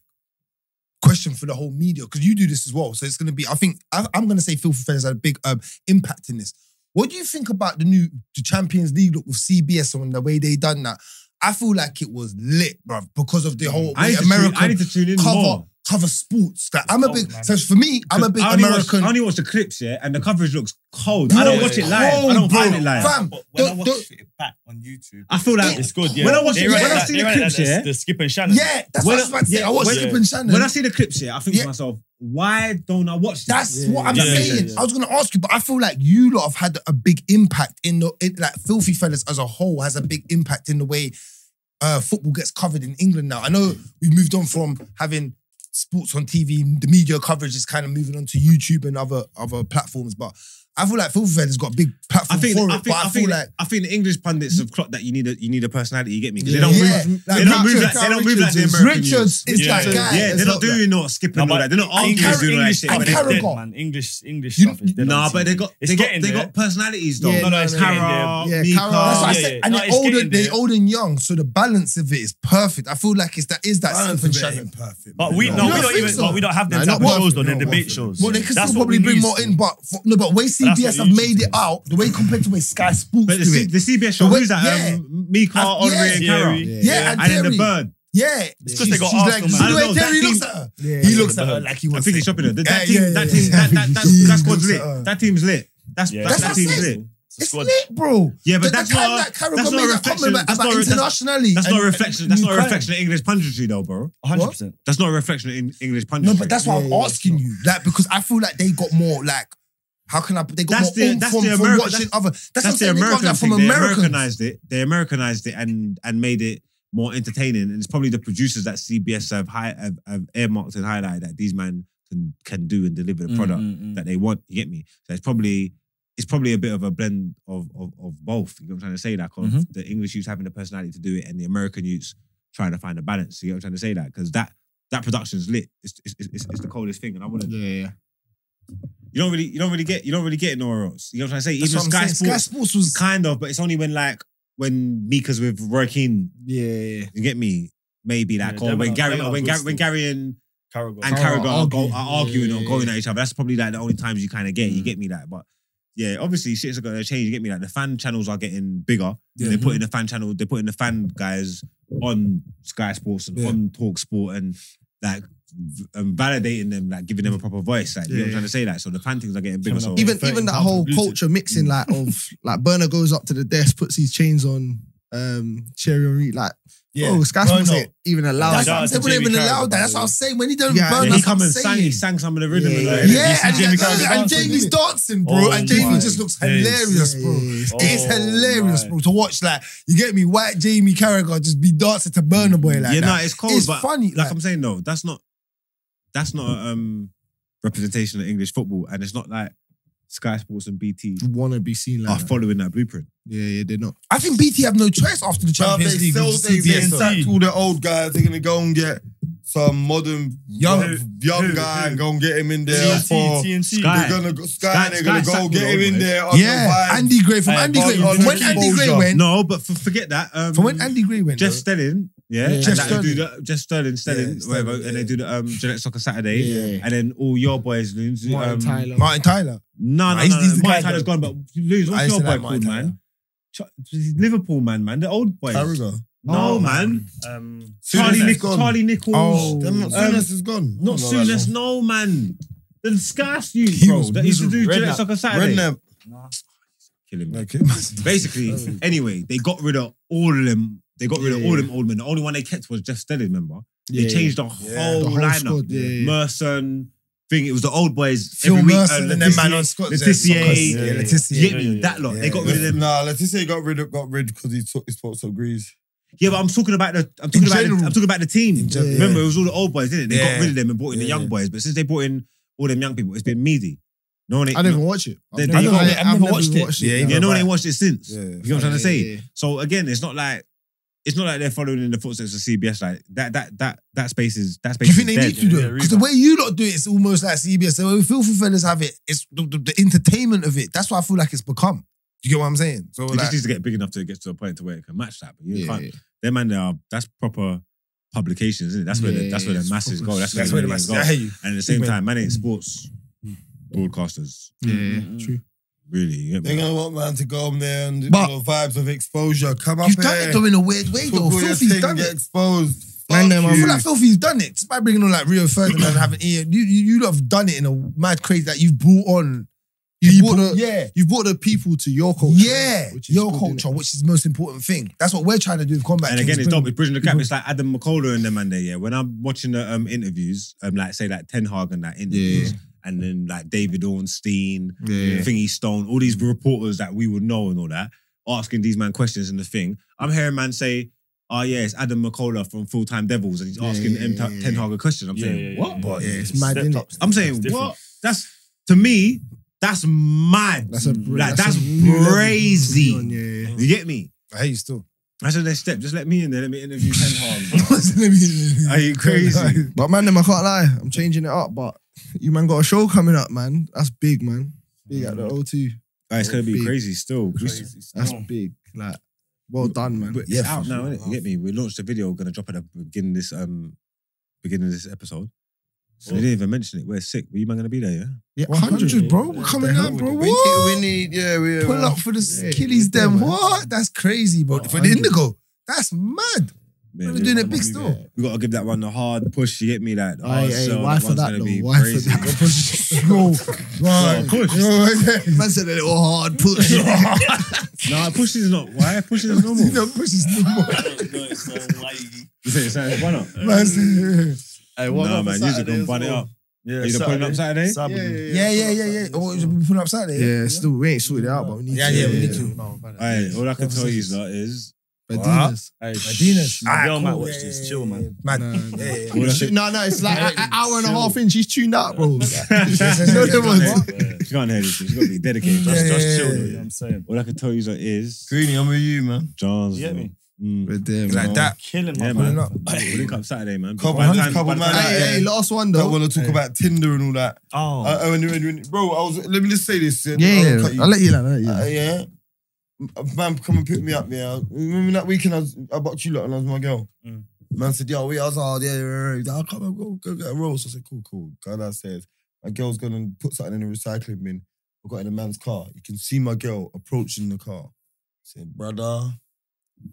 D: question for the whole media because you do this as well. So it's going to be. I think I, I'm going to say Filthy Fans had a big um, impact in this. What do you think about the new the Champions League look with CBS and the way they done that? I feel like it was lit, bro, because of the whole
A: I need to tune-
D: American
A: I need to tune in
D: cover
A: more.
D: cover sports. Like, I'm a
C: cold,
D: big.
C: man.
D: So for me, I'm a big
A: I only
D: American.
A: Watch, I only watch the clips, yeah, and the coverage looks cold. I don't
D: Bro,
A: watch it
D: it's
A: live. I
D: cold,
A: don't find
D: bro.
A: it live.
D: Fam,
C: But when I
D: don't-
C: watched it back on YouTube,
A: I feel like
F: It's good. Yeah.
A: When I watch
F: They
A: it,
F: ran
A: when I
F: that-
A: see
F: they
A: the
F: ran
A: clips,
F: that-
A: yeah?
F: the skip and Shannon.
D: yeah,
A: When
D: that's what I was about to say.
A: I-
D: I watched
A: when-
D: Skip and Shannon.
A: when I see the clips, yeah, I think
D: Yeah.
A: to myself, why don't I watch this?
D: That's what I'm
F: yeah, yeah,
D: saying.
F: yeah.
D: I was gonna ask you, but I feel like you lot have had a big impact in the in, like filthy fellas as a whole has a big impact in the way uh, football gets covered in England now. I know we moved on from having sports on TV, the media coverage is kind of moving on to YouTube and other other platforms, but I feel like filthy fellas has got a big
A: I
D: platform
A: think,
D: for it.
A: I think,
D: but I,
A: I
D: feel
A: think,
D: like
A: I think the English pundits have clocked that you need a you need a personality. You get me? 'Cause
D: Yeah.
A: They don't
D: Yeah.
A: move.
D: Like
A: they don't move like
D: Richards,
A: they don't move like the
D: Richards,
A: American.
D: Richards
A: youth.
D: is
F: Yeah.
D: that guy.
A: yeah,
D: It's
A: they're not
D: like-
A: doing no skipping
F: No,
A: all
F: but
A: that. They're not
F: English-
A: arguing doing all that
F: English
A: shit.
D: I'm
A: But they-
D: Carragher.
F: Dead, man. English, English
D: You-
F: stuff is dead.
A: Nah,
F: on
A: but
F: TV.
A: they got
F: It's
A: they got
F: getting
A: they
F: there.
A: got personalities though.
D: Yeah, no, no, it's
F: getting
A: Cara,
D: Yeah,
A: Mika,
D: Carragher. That's what I
F: yeah,
D: said.
F: yeah.
D: And
F: No,
D: they're
F: it's
D: old,
F: getting
D: and, they
F: there.
D: old and young, so the balance of it is perfect. I feel like it's that is that
B: Balance
D: Skip and
B: of it
D: Shannon.
B: ain't perfect.
F: But we
D: No. You
F: no, we
D: don't
F: don't
D: think
F: even
D: so?
F: but we don't have them
D: No, not
F: type of shows
D: worth it,
F: though, the
D: not
F: debate
D: worth it.
F: shows.
D: Well, they can
F: That's
D: still
F: what we
D: probably bring
F: need.
D: more in, but for, no, but way
F: what
D: CBS
F: we
D: have made it out, the way compared to the way Sky Sports
A: But the,
D: do
A: C-
D: it.
A: the CBS show,
D: But
A: who's
D: wait,
A: that?
D: yeah.
A: Um, Mika,
D: Uh,
A: Henri,
D: yeah.
A: and Cara.
F: Yeah.
D: yeah, and,
A: And then the
D: Terry.
A: bird.
D: Yeah,
F: It's 'cause they got
D: she's like,
F: Arsenal, man.
D: see
A: I
D: the way
A: know, that
D: Terry
A: team-
D: looks at her. he looks at her like he
A: I
D: wants.
A: think he's
D: to-
A: shopping her. That,
D: Yeah,
A: that
D: yeah,
A: team,
D: yeah,
A: that
D: yeah.
A: team, that, that, that, that squad's
D: Jesus.
A: lit. That team's lit. That's
F: Yeah.
A: that,
D: That's
A: that
D: what I
A: team's
D: said.
A: lit.
F: It's a
D: It's
F: squad.
D: lit, bro.
A: Yeah, but
D: The-
A: that's
D: the time
A: not-
D: that Carragher
A: that's not
D: made
A: a
D: that
A: reflection-
D: comment about
A: that's not a- that's-
D: internationally.
A: That's not a
D: and-
A: reflection. That's
D: and
A: not a
D: Ukraine.
A: reflection of English punditry, though, bro.
F: 100%.
A: That's not a reflection of in- English punditry.
D: No, but that's why I'm
G: yeah,
D: asking you, like, because I feel like they got more, like, how can I? They got
A: That's
D: more
A: the-
D: oomph
A: that's
D: from,
A: the
D: from
A: American-
D: watching other. That's, what I'm
A: That's the
D: saying, they got
A: American
D: that
A: thing.
D: from
A: they
D: Americans.
A: Americanized it. They Americanized it and and made it more entertaining. And it's probably the producers that CBS have high have, have earmarked and highlighted that these men can can do and deliver the product that they want. You get me? So it's probably it's probably a bit of a blend of of, of both. You know what I'm trying to say? Like of
F: Mhm.
A: the English youths having the personality to do it and the American youths trying to find a balance. You know what I'm trying to say? That because that that production's lit. It's it's, it's it's the coldest thing, and I want to.
D: Yeah, yeah.
A: You don't really you don't really get you don't really get it nowhere else. You know what I'm trying to say?
D: That's
A: Even
D: what I'm
A: Sky
D: saying. Sky
A: Sports
D: Sports was
A: Kind of, but it's only when like when Mika's with Roy Keane,
D: yeah, yeah.
A: you get me? Maybe like
F: Yeah,
A: or
F: they're
A: when
F: not-
A: Gary
F: they're not
A: or when
F: good
A: Gary, when
F: still.
A: Gary and,
F: Carragher.
A: and
D: Oh,
A: Carragher are,
D: argue.
A: go, are arguing
D: Yeah,
A: or
D: yeah,
A: going
D: yeah. Mm.
A: at each other. That's probably like the only times you kind of get. You get me like, but yeah, obviously shit's gonna change. You get me like the fan channels are getting bigger.
D: Yeah.
A: They're putting the fan channel, they're putting the fan guys on Sky Sports and
D: Yeah.
A: on Talk Sport and like v- um, validating them, like giving them a proper voice. Like you know what I'm
G: Yeah.
A: trying to say, like so the pantings are getting bigger. So
G: even even that whole culture mixing like of like Burner goes up to the desk, puts his chains on, um, cherry on Reed, like
D: Yeah.
G: oh, Scott's
F: No,
G: not
F: no.
G: even allowed.
F: That's what I'm saying,
D: They wouldn't
F: Jamie
D: even
F: Carragher,
D: allow
F: by
D: that.
F: the
D: That's what
F: way.
D: I'm saying. When he done
G: Yeah,
A: yeah,
D: burn,
A: he
D: that's what
A: come
D: I'm
A: and sang, he
D: saying.
A: sang some of the
G: Yeah,
A: rhythm. and,
G: yeah,
A: like,
G: yeah.
D: Yeah, and,
F: Jamie
D: and,
F: Carragher
D: and
F: dancing,
D: Jamie's
F: didn't
D: dancing, bro.
F: Oh
D: and Jamie
F: my
D: just looks
F: days.
D: hilarious, bro.
G: Yeah.
D: it's
F: Oh
D: hilarious,
F: my.
D: bro, to watch. Like, you get me? White Jamie Carragher just be dancing to Burner Boy like
A: yeah,
D: that.
A: no, it's cold,
D: It's
A: but
D: funny,
A: Like,
D: like-
A: I'm saying, no, that's not that's not a um, representation of English football, and it's not like Sky Sports and BT
G: want to be seen
A: are
G: like that.
A: following that blueprint.
G: Yeah, yeah, they're not.
D: I think BT have no choice after the
B: Bruv,
D: Champions
B: they
D: League.
B: sell
D: with
B: they, they
D: CBS, though.
B: sacked all the old guys. They're gonna go and get some modern young young
F: who,
B: guy
F: who?
B: and go and get him in there for.
F: TNT, TNT.
A: Sky.
B: They're gonna go, Sky,
A: Sky-
B: they're gonna
A: Sky
B: go
A: sacked all
B: get
A: the
B: him
A: old
B: in
A: boys.
B: there. on
D: Yeah,
B: the vibes.
D: Andy Gray. From
B: Hey,
D: Andy Gray.
B: Barney,
D: When
B: Barney
D: Andy Gray
B: Bolger.
D: went.
A: No, but for, forget that. Um,
D: From when Andy Gray went.
A: Jeff
D: though.
A: Sterling, yeah,
D: Yeah.
A: and
D: Jeff
A: that they do
D: Sterling.
A: the- Jeff Sterling, Sterling,
D: Sterling,
A: whatever, and they
D: yeah.
A: do the um, Gillette Soccer Saturday,
D: Yeah.
A: and then all your boys lose. um,
D: Martin Tyler.
A: No,
D: Nah,
A: no,
D: he's-
A: no, no,
D: he's the
A: Martin
D: guy
A: Tyler's
D: though.
A: gone, but lose.
D: I
A: What's
D: used
A: your
D: to like
A: boy
D: Martin
A: called, man? Ch- Liverpool man, man, the old boy.
D: Carragher.
A: No,
F: Oh,
A: man.
F: Um,
A: Charlie,
F: Souness.
A: Nick- Charlie Nichols.
D: Oh.
B: Them not
A: Um,
B: Soonest is gone.
A: Not
B: No,
A: soon
B: that
A: as
B: long.
A: no man. The scarce youth,
D: He
A: bro.
D: was
A: That used to do
D: miserable.
A: Gillette
D: Redknapp.
A: Soccer Saturday.
B: Redknapp.
A: Killing me.
D: Okay. Oh.
A: Basically, anyway, they got rid of all of them. They got rid of all them old men. The only one they kept was Jeff Stelling, remember? they changed the whole,
D: The whole
A: lineup.
D: squad, yeah, yeah.
A: Merson thing. It was the old boys.
D: Phil
A: every week,
D: Merson
A: uh,
D: and them
A: Letitia-
D: man on Scott.
A: Letitia.
D: Yeah, Letitia.
A: You get me?
F: Yeah, yeah,
A: That lot. they
D: yeah.
A: got rid of them.
B: Nah, Letitia got rid of got rid because he took his spots of grease.
A: Yeah, but I'm talking about the I'm talking
D: In
A: about the,
D: general.
A: I'm talking about the team.
D: In general.
A: Remember, it was all the old boys, didn't it? They
D: Yeah.
A: got rid of them and brought in the
D: Yeah.
A: young boys. But since they brought in all them young people, it's been meaty. No one ain't,
G: I don't even watch it.
A: They- they
G: I don't-
A: got-
G: I-
D: I've never watched it. Yeah,
G: Yeah,
A: yeah, no one ain't watched it since.
D: Yeah.
A: You know what I'm trying to
G: Yeah,
A: say?
G: yeah, yeah.
A: So again, it's not like it's not like they're following in the footsteps of CBS. Like that that that that space is that
D: Do
A: space.
D: you think they
A: is dead.
D: need to do it? Because the way you lot do it, it's almost like CBS. The way filthy fellas have it, it's the, the, the entertainment of it. That's what I feel like it's become. Do you get what I'm saying? So
A: It
D: like,
A: just needs to get big enough to get to a point to where it can match that. But you
G: yeah,
A: can't.
G: yeah.
A: Them and they are that's proper publications, isn't it? That's where the,
G: Yeah,
A: that's where
G: yeah,
A: the
G: it's
A: masses
G: proper-
A: go. That's,
D: that's where the
A: millions
D: masses. I hear you.
A: And at the same
D: Big man.
A: time, man ain't sports broadcasters.
G: Yeah, true.
A: Really, you get me?
B: They're gonna want man to go on there and do
D: But-
B: the vibes of exposure. Come up
D: You've
B: here.
D: done it though in a weird way
B: Put
D: though.
B: all your
D: Filthy's
B: thing,
D: done
B: get
D: it.
B: exposed.
D: Man, them,
B: Fuck
D: I
B: you.
D: feel like Filthy's done it. Despite bringing on like Rio Ferdinand and having Ian, you, you you lot have done it in a mad craze that you've brought on.
G: You
D: People-
G: brought the-
D: yeah,
G: You brought the people to your culture.
D: yeah,
G: which is
D: your
G: good,
D: culture,
G: innit?
D: which is the most important thing. That's what we're trying to do with combat.
A: And
D: Kings,
A: again, it's
D: bring-
A: dope. It's bridging the gap. It's like Adam McCullough and them and there. Yeah, when I'm watching the um, interviews, um, like say like Ten Hag and that interviews, and then like David Ornstein,
G: Yeah.
A: Thingy Stone, all these reporters that we would know and all that, asking these man questions and the thing. I'm hearing man say, "Oh yeah, it's Adam McCullough from Full Time Devils," and he's asking
G: yeah,
A: M-
G: yeah, yeah.
A: Ten Hag a question. I'm
F: Yeah,
A: saying,
F: yeah, yeah,
A: "What?"
F: yeah.
D: But yeah, it's
F: Stepped
D: mad, innit?
F: up.
A: I'm saying,
F: It's different.
A: "What?" That's to me. That's mad.
D: That's a
A: like
D: that's
A: that's,
D: a new level.
A: crazy.
D: Yeah, yeah, yeah.
A: You get me?
D: I hate you still.
A: That's the next step. Just let me in there. Let me interview Ten Hag.
D: Let me-
A: Are you crazy?
G: But man, them I can't lie. I'm changing it up. But you man got a show coming up, man. That's big, man. Big at the O2.
A: Oh, it's gonna be
G: Big.
A: crazy still. 'cause we-
G: That's big. Like, well done, man.
A: But
D: Yeah,
A: it's out
D: for
A: now,
D: sure.
A: innit? You get me? We launched a video, we're gonna drop at the beginning of this um beginning of this episode. So we didn't even mention it. We're sick. Were you man gonna be there, yeah?
G: Yeah,
D: 100, bro. We're coming out, bro. What?
B: We need, yeah, we
D: Pull up for the
G: Yeah,
D: Achilles,
G: yeah,
D: them.
G: man.
D: What? That's crazy, bro. For the
G: 100.
D: Indigo. That's mad.
A: Man,
D: We're doing
A: we-
D: a big store.
A: We gotta give that one a hard push, you get me? Like, the
G: Aye,
A: hard
G: aye,
A: sell,
G: Oh, why for
A: one's
G: that
A: gonna
G: though?
A: be
G: Why for
A: crazy.
G: that?
D: Yo,
A: Well, push.
D: Man said a little hard push.
A: Nah, push is not why pushing is normal.
D: You know, push is normal.
C: no, it's uh, like-
A: You say it's like, why not?
D: Man said-
K: Hey, what
A: Nah
K: about
A: man,
K: for
A: you're
K: Saturday
A: gonna
K: as
A: bun it
K: well?
A: up.
F: Yeah,
A: Are you gonna put it up Saturday?
F: Saturday.
D: Yeah, yeah, yeah, yeah. Oh, we put it up Saturday.
G: Yeah, still, we ain't sorted it out, but we need
D: Yeah,
G: to.
D: yeah, we need to.
A: Aye, all I can tell you is that is
G: Adidas.
D: Adidas.
F: Alright, Girl might watch this. Chill, man.
D: Man, yeah, yeah, yeah.
A: all I
G: She- No, no, it's like an hour and a half in. She's tuned out, bro.
A: can-
D: You know them ones?
A: She can't hear this. She's gotta be dedicated.
F: Just,
D: Yeah,
F: just
D: yeah,
F: chill.
D: yeah,
F: though, you
D: yeah.
F: know what I'm saying.
A: All I can tell you is that is
B: Greeny, I'm with you, man.
A: John's.
F: You get me?
A: Mm.
G: We're there,
D: Like
G: man.
D: that.
F: Killing my
A: Yeah,
D: Pulling
A: man.
D: up.
A: We'll link up Saturday, man.
B: Couple
A: By the
B: man,
A: time-
B: couple
A: by the
B: man.
A: time-
G: Hey, hey, last one
B: Don't
G: though.
B: want to talk about Tinder and all that.
F: Oh.
B: Uh, when- when- when- bro, I was. Let me just say this. Yeah,
G: Yeah,
B: I'll cut
G: yeah.
B: you.
G: I'll let you know. Yeah.
B: Uh, yeah. A Man, come and pick me up, yeah. Remember that weekend I, was, I bought you lot and I was my girl?
F: Mm.
B: Man said, yo, we I was hard, yeah, yeah, yeah. He's like, I'll come and go, go get a roll. So I said, cool, cool. Go downstairs. My girl's gone and put something in the recycling bin. I got in a man's car. You can see my girl approaching the car. I said, brother,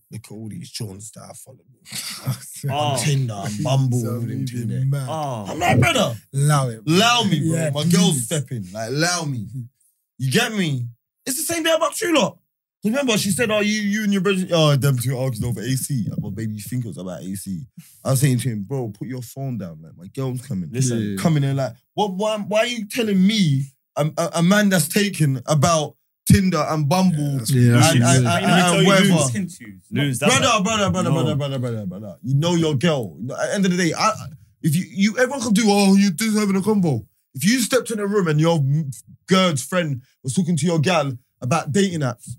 B: Look at all these Johns that I follow. Me.
E: Oh.
B: On Tinder, I'm Bumble, all them thing there.
E: Oh,
B: I'm like, brother,
D: Allow it.
B: allow me, bro.
D: Yeah,
B: My
D: please.
B: girl's stepping. Like, allow me. You get me? It's the same thing about you lot. Remember, she said, "Oh, you, you and your brother, oh, them two arguing over AC." But baby, you think it was about AC? I was saying to him, "Bro, put your phone down. Like, my girl's coming.
E: Listen.
B: coming in. Like, what? Why? Why are you telling me a, a, a man that's taken about Tinder and Bumble
G: Yeah, that's
B: and, and,
G: what it
B: and,
E: You know, I
B: and
E: tell you,
B: whatever?"
E: dudes,
C: Skin shoes.
F: Loons, that's
B: brother,
F: like-
B: brother, brother,
F: No.
B: brother, brother, brother, brother. You know your girl. You know, At the end of the day, I, if you, you, everyone can do. Oh, you just having a combo. If you stepped in a room and your girl's friend was talking to your gal about dating apps,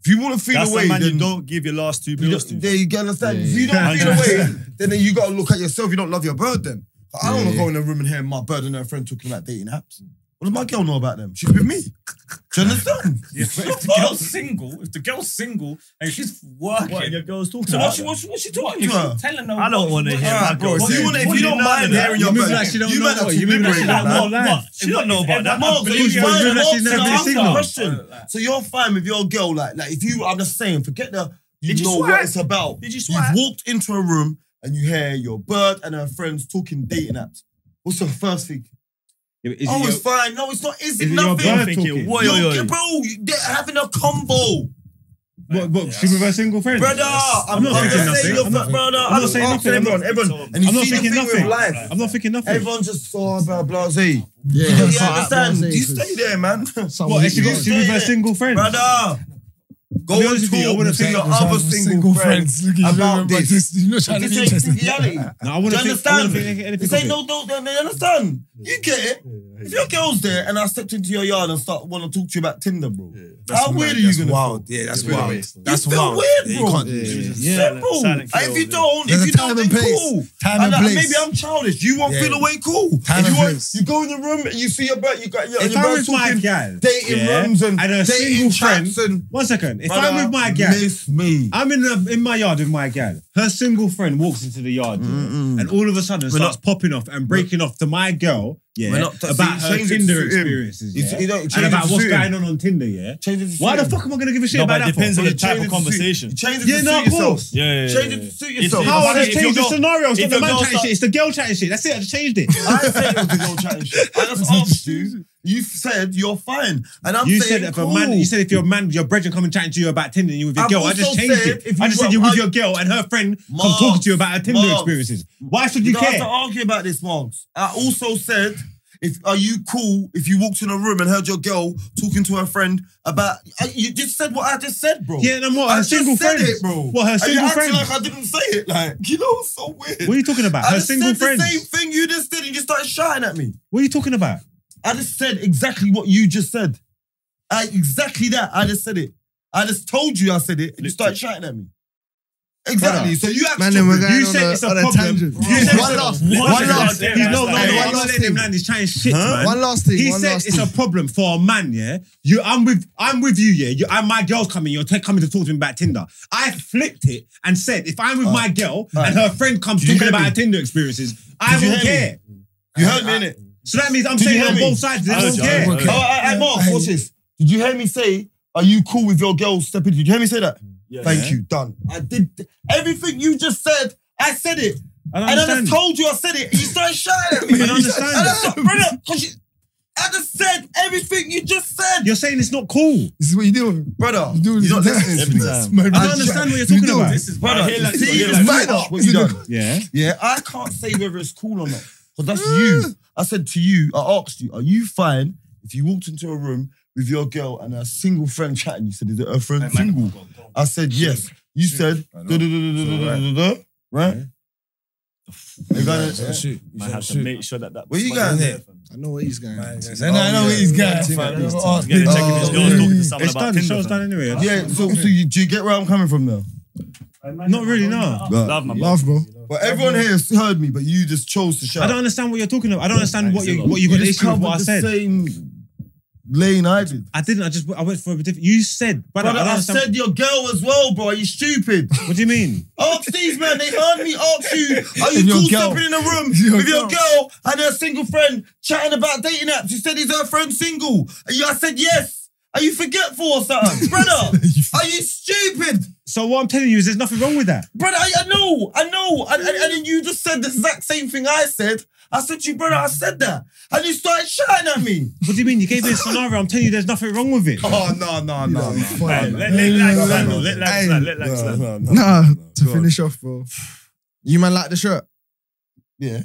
B: if you want to feel
F: That's
B: away,
F: the man
B: then
F: you don't give your last two
B: you
F: bills
B: don't,
F: to.
B: there you go, understand.
K: Yeah,
B: If you
F: yeah.
B: don't feel away, then, then you gotta look at yourself. You don't love your bird. Then I don't want to
K: Yeah.
B: go in a room and hear my bird and her friend talking about dating apps. What does my girl know about them? She's with me. Do you understand?
C: Yeah, but if the girl's single, if the girl's single and she's working,
F: What your girls talking
C: so
F: about?
C: what's she, what's she, what's she talking
B: What to her?
C: She's telling her
F: I don't
C: what-
F: wanna
C: what-
F: hear
B: Alright,
F: my
B: bro,
F: girl.
B: if you,
F: What
B: want, if
F: do
B: you
F: you
B: don't
F: know
B: mind
F: about
B: hearing
F: that?
B: your
F: You
B: bird,
F: like she don't
B: you
F: know
B: might have
F: what?
B: to
F: You mean like
B: liberate
F: she
B: that.
F: don't
B: man.
F: know life? She don't know about
B: Mark,
F: that. Mark,
B: so
F: believe
B: you're
F: me,
B: fine.
F: you're
B: Mark,
F: actually never
B: so answer
F: single.
B: the question. So you're fine with your girl, like, like if you, I'm just saying, forget the, you,
F: Did you
B: know
F: swipe?
B: what it's about.
F: Did you
B: You've
F: swear?
B: walked into a room and you hear your bird and her friends talking dating apps. What's your first thing?
A: Yeah, but is it
B: oh,
A: your-
B: it's fine. No, it's not. Is it
A: is it your
B: nothing?
A: bird
F: thinking,
A: talking?
F: what-
B: Yo,
F: Oi, oi, oi.
B: bro, you- they're having a combo,
A: What, what, she with her single friend?
B: brother. I'm,
A: not thinking
B: I'm just
A: nothing.
B: saying your
A: I'm
B: fir-
A: not-
B: brother.
A: I'm not saying nothing.
B: just asking Everyone, everyone, and you
A: I'm not
B: see the
A: thinking
B: thing with
A: nothing.
B: life.
A: I'm not thinking nothing.
B: Everyone just saw blah blah. Say,
G: Yeah,
B: you
G: that's what I-
B: understand?
G: what I say,
B: You
G: 'cause
B: stay there, man.
G: someone
A: What,
G: hit
A: is she
G: you
A: with
G: up.
A: she with her single friend?
B: Brother, go
A: I'll be
B: and
A: honest with you, I
B: talk
A: wouldn't
B: to
A: think
B: your
A: that was
B: other single friends about this.
D: You're not trying to
B: This
D: be
B: ain't
D: interesting.
B: reality.
A: No, I wouldn't
B: Do you
A: think, I wouldn't
B: understand?
A: think anything
B: This
A: of
B: ain't
A: it.
B: no, no, they understand. You get it. If your girl's there and I stepped into your yard and start want to talk to you about Tinder, bro, how weird are you gonna
D: wild.
B: feel?
D: Yeah, that's
K: Yeah.
D: wild.
K: Yeah.
D: That's
B: You feel
D: wild.
B: weird,
D: Yeah, you
B: bro.
D: can't do
K: Yeah.
D: shit.
B: Simple.
F: silent
B: And if you
F: kill,
B: don't,
D: There's
B: if
D: a
B: you
D: time
B: don't, then
D: and place.
B: cool.
D: Time and
B: I-
D: place.
B: Maybe I'm childish. You won't
D: Yeah.
B: feel away cool.
D: Time
B: If
D: and
B: you, want-
D: place.
B: you go in the room and you see your bird, you got your,
A: If
B: your
A: I'm
B: bird
A: with my
B: talking
A: gal,
B: dating
A: yeah,
B: rooms and,
A: and a
B: dating
A: single friend,
B: traps and
A: one second. If I'm
B: Brother,
A: with my gal,
B: miss me.
A: I'm in the, in my yard with my gal. Her single friend walks into the yard, yeah, and all of a sudden starts popping off and breaking off to my girl, yeah,
B: We're not- so
A: about
B: you
A: her
B: change it to
A: Tinder
B: suit him.
A: experiences,
B: You-
A: yeah,
B: you don't
A: and
B: change it
A: about
B: to
A: what's
B: suit him.
A: going on on Tinder, yeah.
B: Change it to
A: Why the
B: suit.
A: fuck am I gonna give a shit
F: No,
A: about
F: but
A: that?
F: it depends
A: for?
F: on the
B: You
F: type
B: change
F: of
B: it to suit-
F: conversation.
B: you Change it
A: Yeah,
B: to
A: no,
B: suit
A: of
B: yourself.
A: course.
F: Yeah, yeah,
B: Change
F: yeah,
B: it to suit
F: If-
B: yourself.
F: if
A: How I
F: If
A: just
F: your
A: changed the
F: girl-
A: scenario? It's
F: if
A: not the
F: your
A: man
F: girl
A: chatting
F: start-
A: shit. It's the girl chatting shit. That's it. I just changed it.
B: I didn't say it was the girl chatting shit. I just asked you. You said you're fine, and I'm
A: You
B: saying
A: said if
B: cool.
A: a man, you said if your man, your brethren come and chatting to you about Tinder and you with your
B: I've
A: girl, I
B: also
A: just changed
B: said
A: it.
B: if
A: I
B: you
A: just
B: were-
A: said you're with
B: I-
A: your girl and her friend come
B: Mark,
A: talking to you about her Tinder
B: Mark,
A: experiences. Why should you
B: you don't have
A: care?
B: to argue about this, Marks. I also said. If are you cool if you walked in a room and heard your girl talking to her friend about I- you just said what I just said, bro.
A: Yeah, and I'm what
B: I
A: her
B: just
A: single
B: said
A: friend,
B: it, bro.
A: What her
B: And you
A: single
B: acting
A: friend?
B: like I didn't say it, like you know, it's so weird.
A: What are you talking about?
B: I
A: Her
B: just
A: single
B: said
A: friends.
B: the same thing you just did, and you started shouting at me.
A: What are you talking about?
B: I just said exactly what you just said. I exactly that. I just said it. I just told you I said it, and you started shouting at me. Exactly. So you
G: Man,
B: actually
G: then we're going
A: You
G: on
A: said
G: a-
A: it's a
G: on a
A: problem.
G: tangent.
A: You said
G: One
A: it's a-
G: last-
A: Listen,
G: one
A: He's
G: last-
A: no
G: Hey,
A: man.
G: one
A: You're not
G: last
A: letting him
G: thing.
A: land. He's trying shit, man.
G: One last thing.
A: He
G: one
A: said
G: last
A: it's
G: thing.
A: a problem for a man, yeah. You, I'm with, I'm with you, yeah. You, and my girl's coming. You're t- coming to talk to me about Tinder. I flipped it and said, if I'm with my girl and her friend comes
B: Oh. you
A: talking
B: hear
A: about
B: me?
A: her Tinder experiences, I
B: Did you
A: won't
B: hear me?
A: care.
B: you heard me in it.
A: So that means I'm
B: Did you
A: saying
B: hear
A: on
B: me?
A: both sides. I
F: I
A: don't
F: heard you, I
A: care.
F: heard
B: Oh, I, I, Mark, watch this. Did you hear me say? Are you cool with your girl stepping? Did you hear me say that?
F: Yeah.
B: Thank you. Done. I did everything you just said. I said it,
A: I don't
B: and I just
A: understand.
B: told you I said it. and You started shouting at me.
A: I don't understand.
B: And I just- brother, 'cause you- I just said everything you just said,
A: You're saying it's not cool.
D: This is what you do.
B: brother.
D: You do
B: You're not
D: this.
B: listening to me.
A: I don't understand what you're talking about.
C: This is
B: Brother,
C: brother.
B: you
F: like- I
B: see,
F: hear
B: it's
F: like-
B: mad up what you
D: It's
B: done.
A: Yeah.
B: Yeah, I can't say whether it's cool or not. Because that's you. I said to you, I asked you, are you fine if you walked into a room with your girl and a single friend chatting? You said, is it her friend single? I said, yes. You said,
D: I
B: da
D: know.
B: da da da da da da da, right? You gotta-
D: Shoot.
F: I have to make sure that that.
B: Where you going there?
G: I know what he's going.
D: And I know he's got.
F: You gotta check if this
B: Oh,
F: girl's
B: yeah.
F: talking to someone
A: It's
F: about
A: done. The
F: Tinder.
A: show's
F: fam.
A: done anyway.
B: Yeah, so, so you, do you get where I'm coming from now?
A: Not really, no.
F: Love my
D: Love, bro.
B: But everyone here has heard me, but you just chose to shout.
A: I don't understand what you're talking about. I don't understand what you what you
B: you
A: got an
B: just
A: issue with
B: covered
A: what I
B: the
A: said.
B: same lane I did.
A: I didn't. I just I went for a different. You said, but I
B: Brother,
A: don't
B: I,
A: understand.
B: said your girl as well, bro. Are you stupid?
A: what do you mean?
B: ask these men. They heard me ask you. Are
D: With
B: you
D: your
B: cool
D: girl.
B: stepping in a room
D: Your
B: with your
D: girl.
B: girl and her single friend chatting about dating apps? You said is her friend single? And you- I said yes. Are you forgetful or something, brother? Are you stupid?
A: So So what I'm telling you is there's nothing wrong with that.
B: Brother, I, I know, I know. And, and, and then you just said the exact same thing I said. I said to you, brother, I said that. And you started shouting at me.
A: What do you mean? You gave me a scenario. I'm telling you there's nothing wrong with it.
B: Oh, no, no, no. no.
E: Let let Lax land, let Lax land, let Lax land.
B: no,
G: Nah, to
B: Go on.
G: finish off, bro. You man like the shirt?
B: Yeah.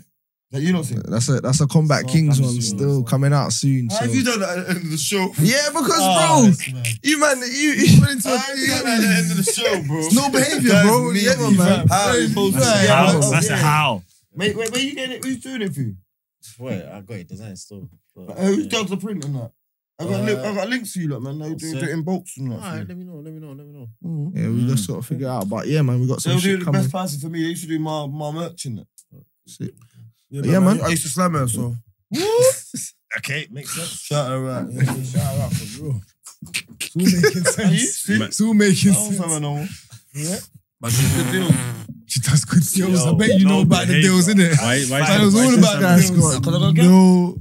B: That you don't see.
G: That's a that's a Combat Kings one still coming out soon.
B: How
G: So.
B: have you done that at the end of the show?
G: Yeah, because
B: Oh,
G: bro, you man, you, you went into
B: How have you done that at the end of the show, bro?
G: no behavior,
B: That's
G: bro.
B: me,
G: Yeah,
B: fam.
G: man.
B: How are you supposed to- Yeah,
E: How?
B: but-
E: That's a
B: yeah.
E: how.
B: Wait, wait, where you getting it? Who's doing it for you?
K: Wait, I got it designed still. But,
B: Uh, who's does the print and that? I got, li-
K: Uh,
B: I got links for you, lot, man. Now you do,
K: so-
B: do it in bulks and that. for
K: Alright,
B: you.
K: let me know, let me know, let me know.
G: Yeah, we just sort of figure out. But yeah, man, we got some
B: They'll do
G: shit
B: the
G: coming.
B: best person for me. They should do my, my merch in it.
G: Shit. Yeah, man.
B: I used to slam her, so.
D: Okay, makes sense.
B: Shout her out.
D: Shout out for real. It's all making sense.
B: See?
D: It's all making
B: I don't
D: sense.
B: slam her no more. But she's a good deal.
D: She does good deals. I
E: Yo,
D: bet you know
E: no
D: about the
E: behavior.
D: deals, innit?
A: Why? Why?
D: Man, it was
A: why
D: all
A: is
D: about
A: this
D: that.
A: happening?
D: No,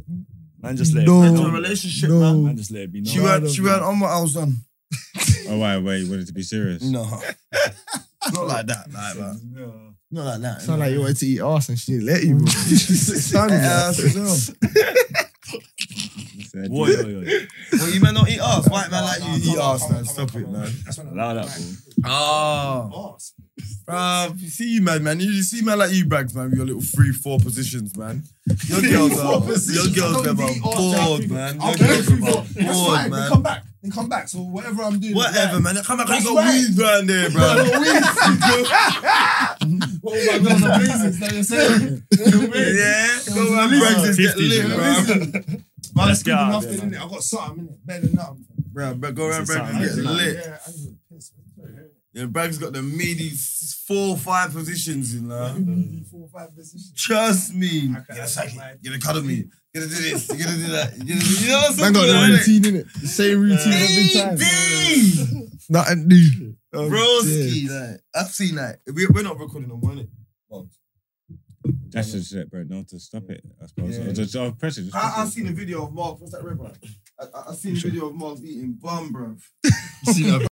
E: Man, just let
D: No.
E: it
B: Into a
E: be.
B: relationship,
D: No.
B: man.
E: Man, just let it be.
B: She
E: known.
D: No, I
B: went,
D: don't
B: she
D: know.
B: went on what I was done.
A: Oh, why? Why you wanted to be serious?
B: No. Not like that, like, man. Not like that.
G: Sound like you wanted to eat ass and she didn't let you. bro. Sound
B: Uh,
G: like that.
B: no.
A: He said,
E: Whoa, yo, yo, yo.
B: Well, you man not eat ass. White man like you eat ass, man. Stop it, man.
E: Allow that, bro.
K: Ah.
B: Oh. Bruv, Um, you see you, man, man. You, you see man like you, Bags, man, with your little three, four positions, man. Your girls are,
D: positions.
B: your
D: I
B: girls
D: don't
B: them are
D: really eat all that
B: bored,
D: people.
B: man.
D: I'll
B: Your
D: go
B: girls
D: through
B: them
D: more.
B: are
D: That's
B: bored,
D: fine. They
B: man.
D: come back. They come back. So whatever I'm doing,
B: Whatever, man. Come back, I
D: That's
B: got
D: right.
B: weed round there,
D: Bro,
B: bro.
D: the weeds. Oh my god, amazing. Now you're saying
B: yeah, go where Bags is get
E: 50s,
B: lit,
E: you know.
B: bruv.
D: Man,
E: Let's
D: it's
E: get out
D: good enough,
E: of here,
D: then, innit? I got something in it, better than nothing.
B: Bruv, but go around
E: This is
B: Bags is
E: something.
B: get lit.
D: Yeah, I need a piss. man.
B: Yeah, Brag's got the meaty s- four, five positions in there.
D: Maybe Four, five positions.
B: Trust me. You're gonna suck it. You're gonna cuddle me. You're gonna do this. You're gonna do that. You're gonna do, you know what I'm
G: Man
B: saying?
G: got the
B: Like,
G: routine in it. Same
B: Uh,
G: routine every time.
B: AD,
G: Nothing new. Oh,
B: broski. Like, I've seen that. We, we're not recording no more, innit?
A: That's just it, bro. No, to stop it. I suppose.
B: Yeah.
A: Or just- or press it. just press
B: I, I've
A: it.
B: seen a video of Mark. What's that rapper? I, I, I've seen a video of Mark eating bum, bruv.
D: You see that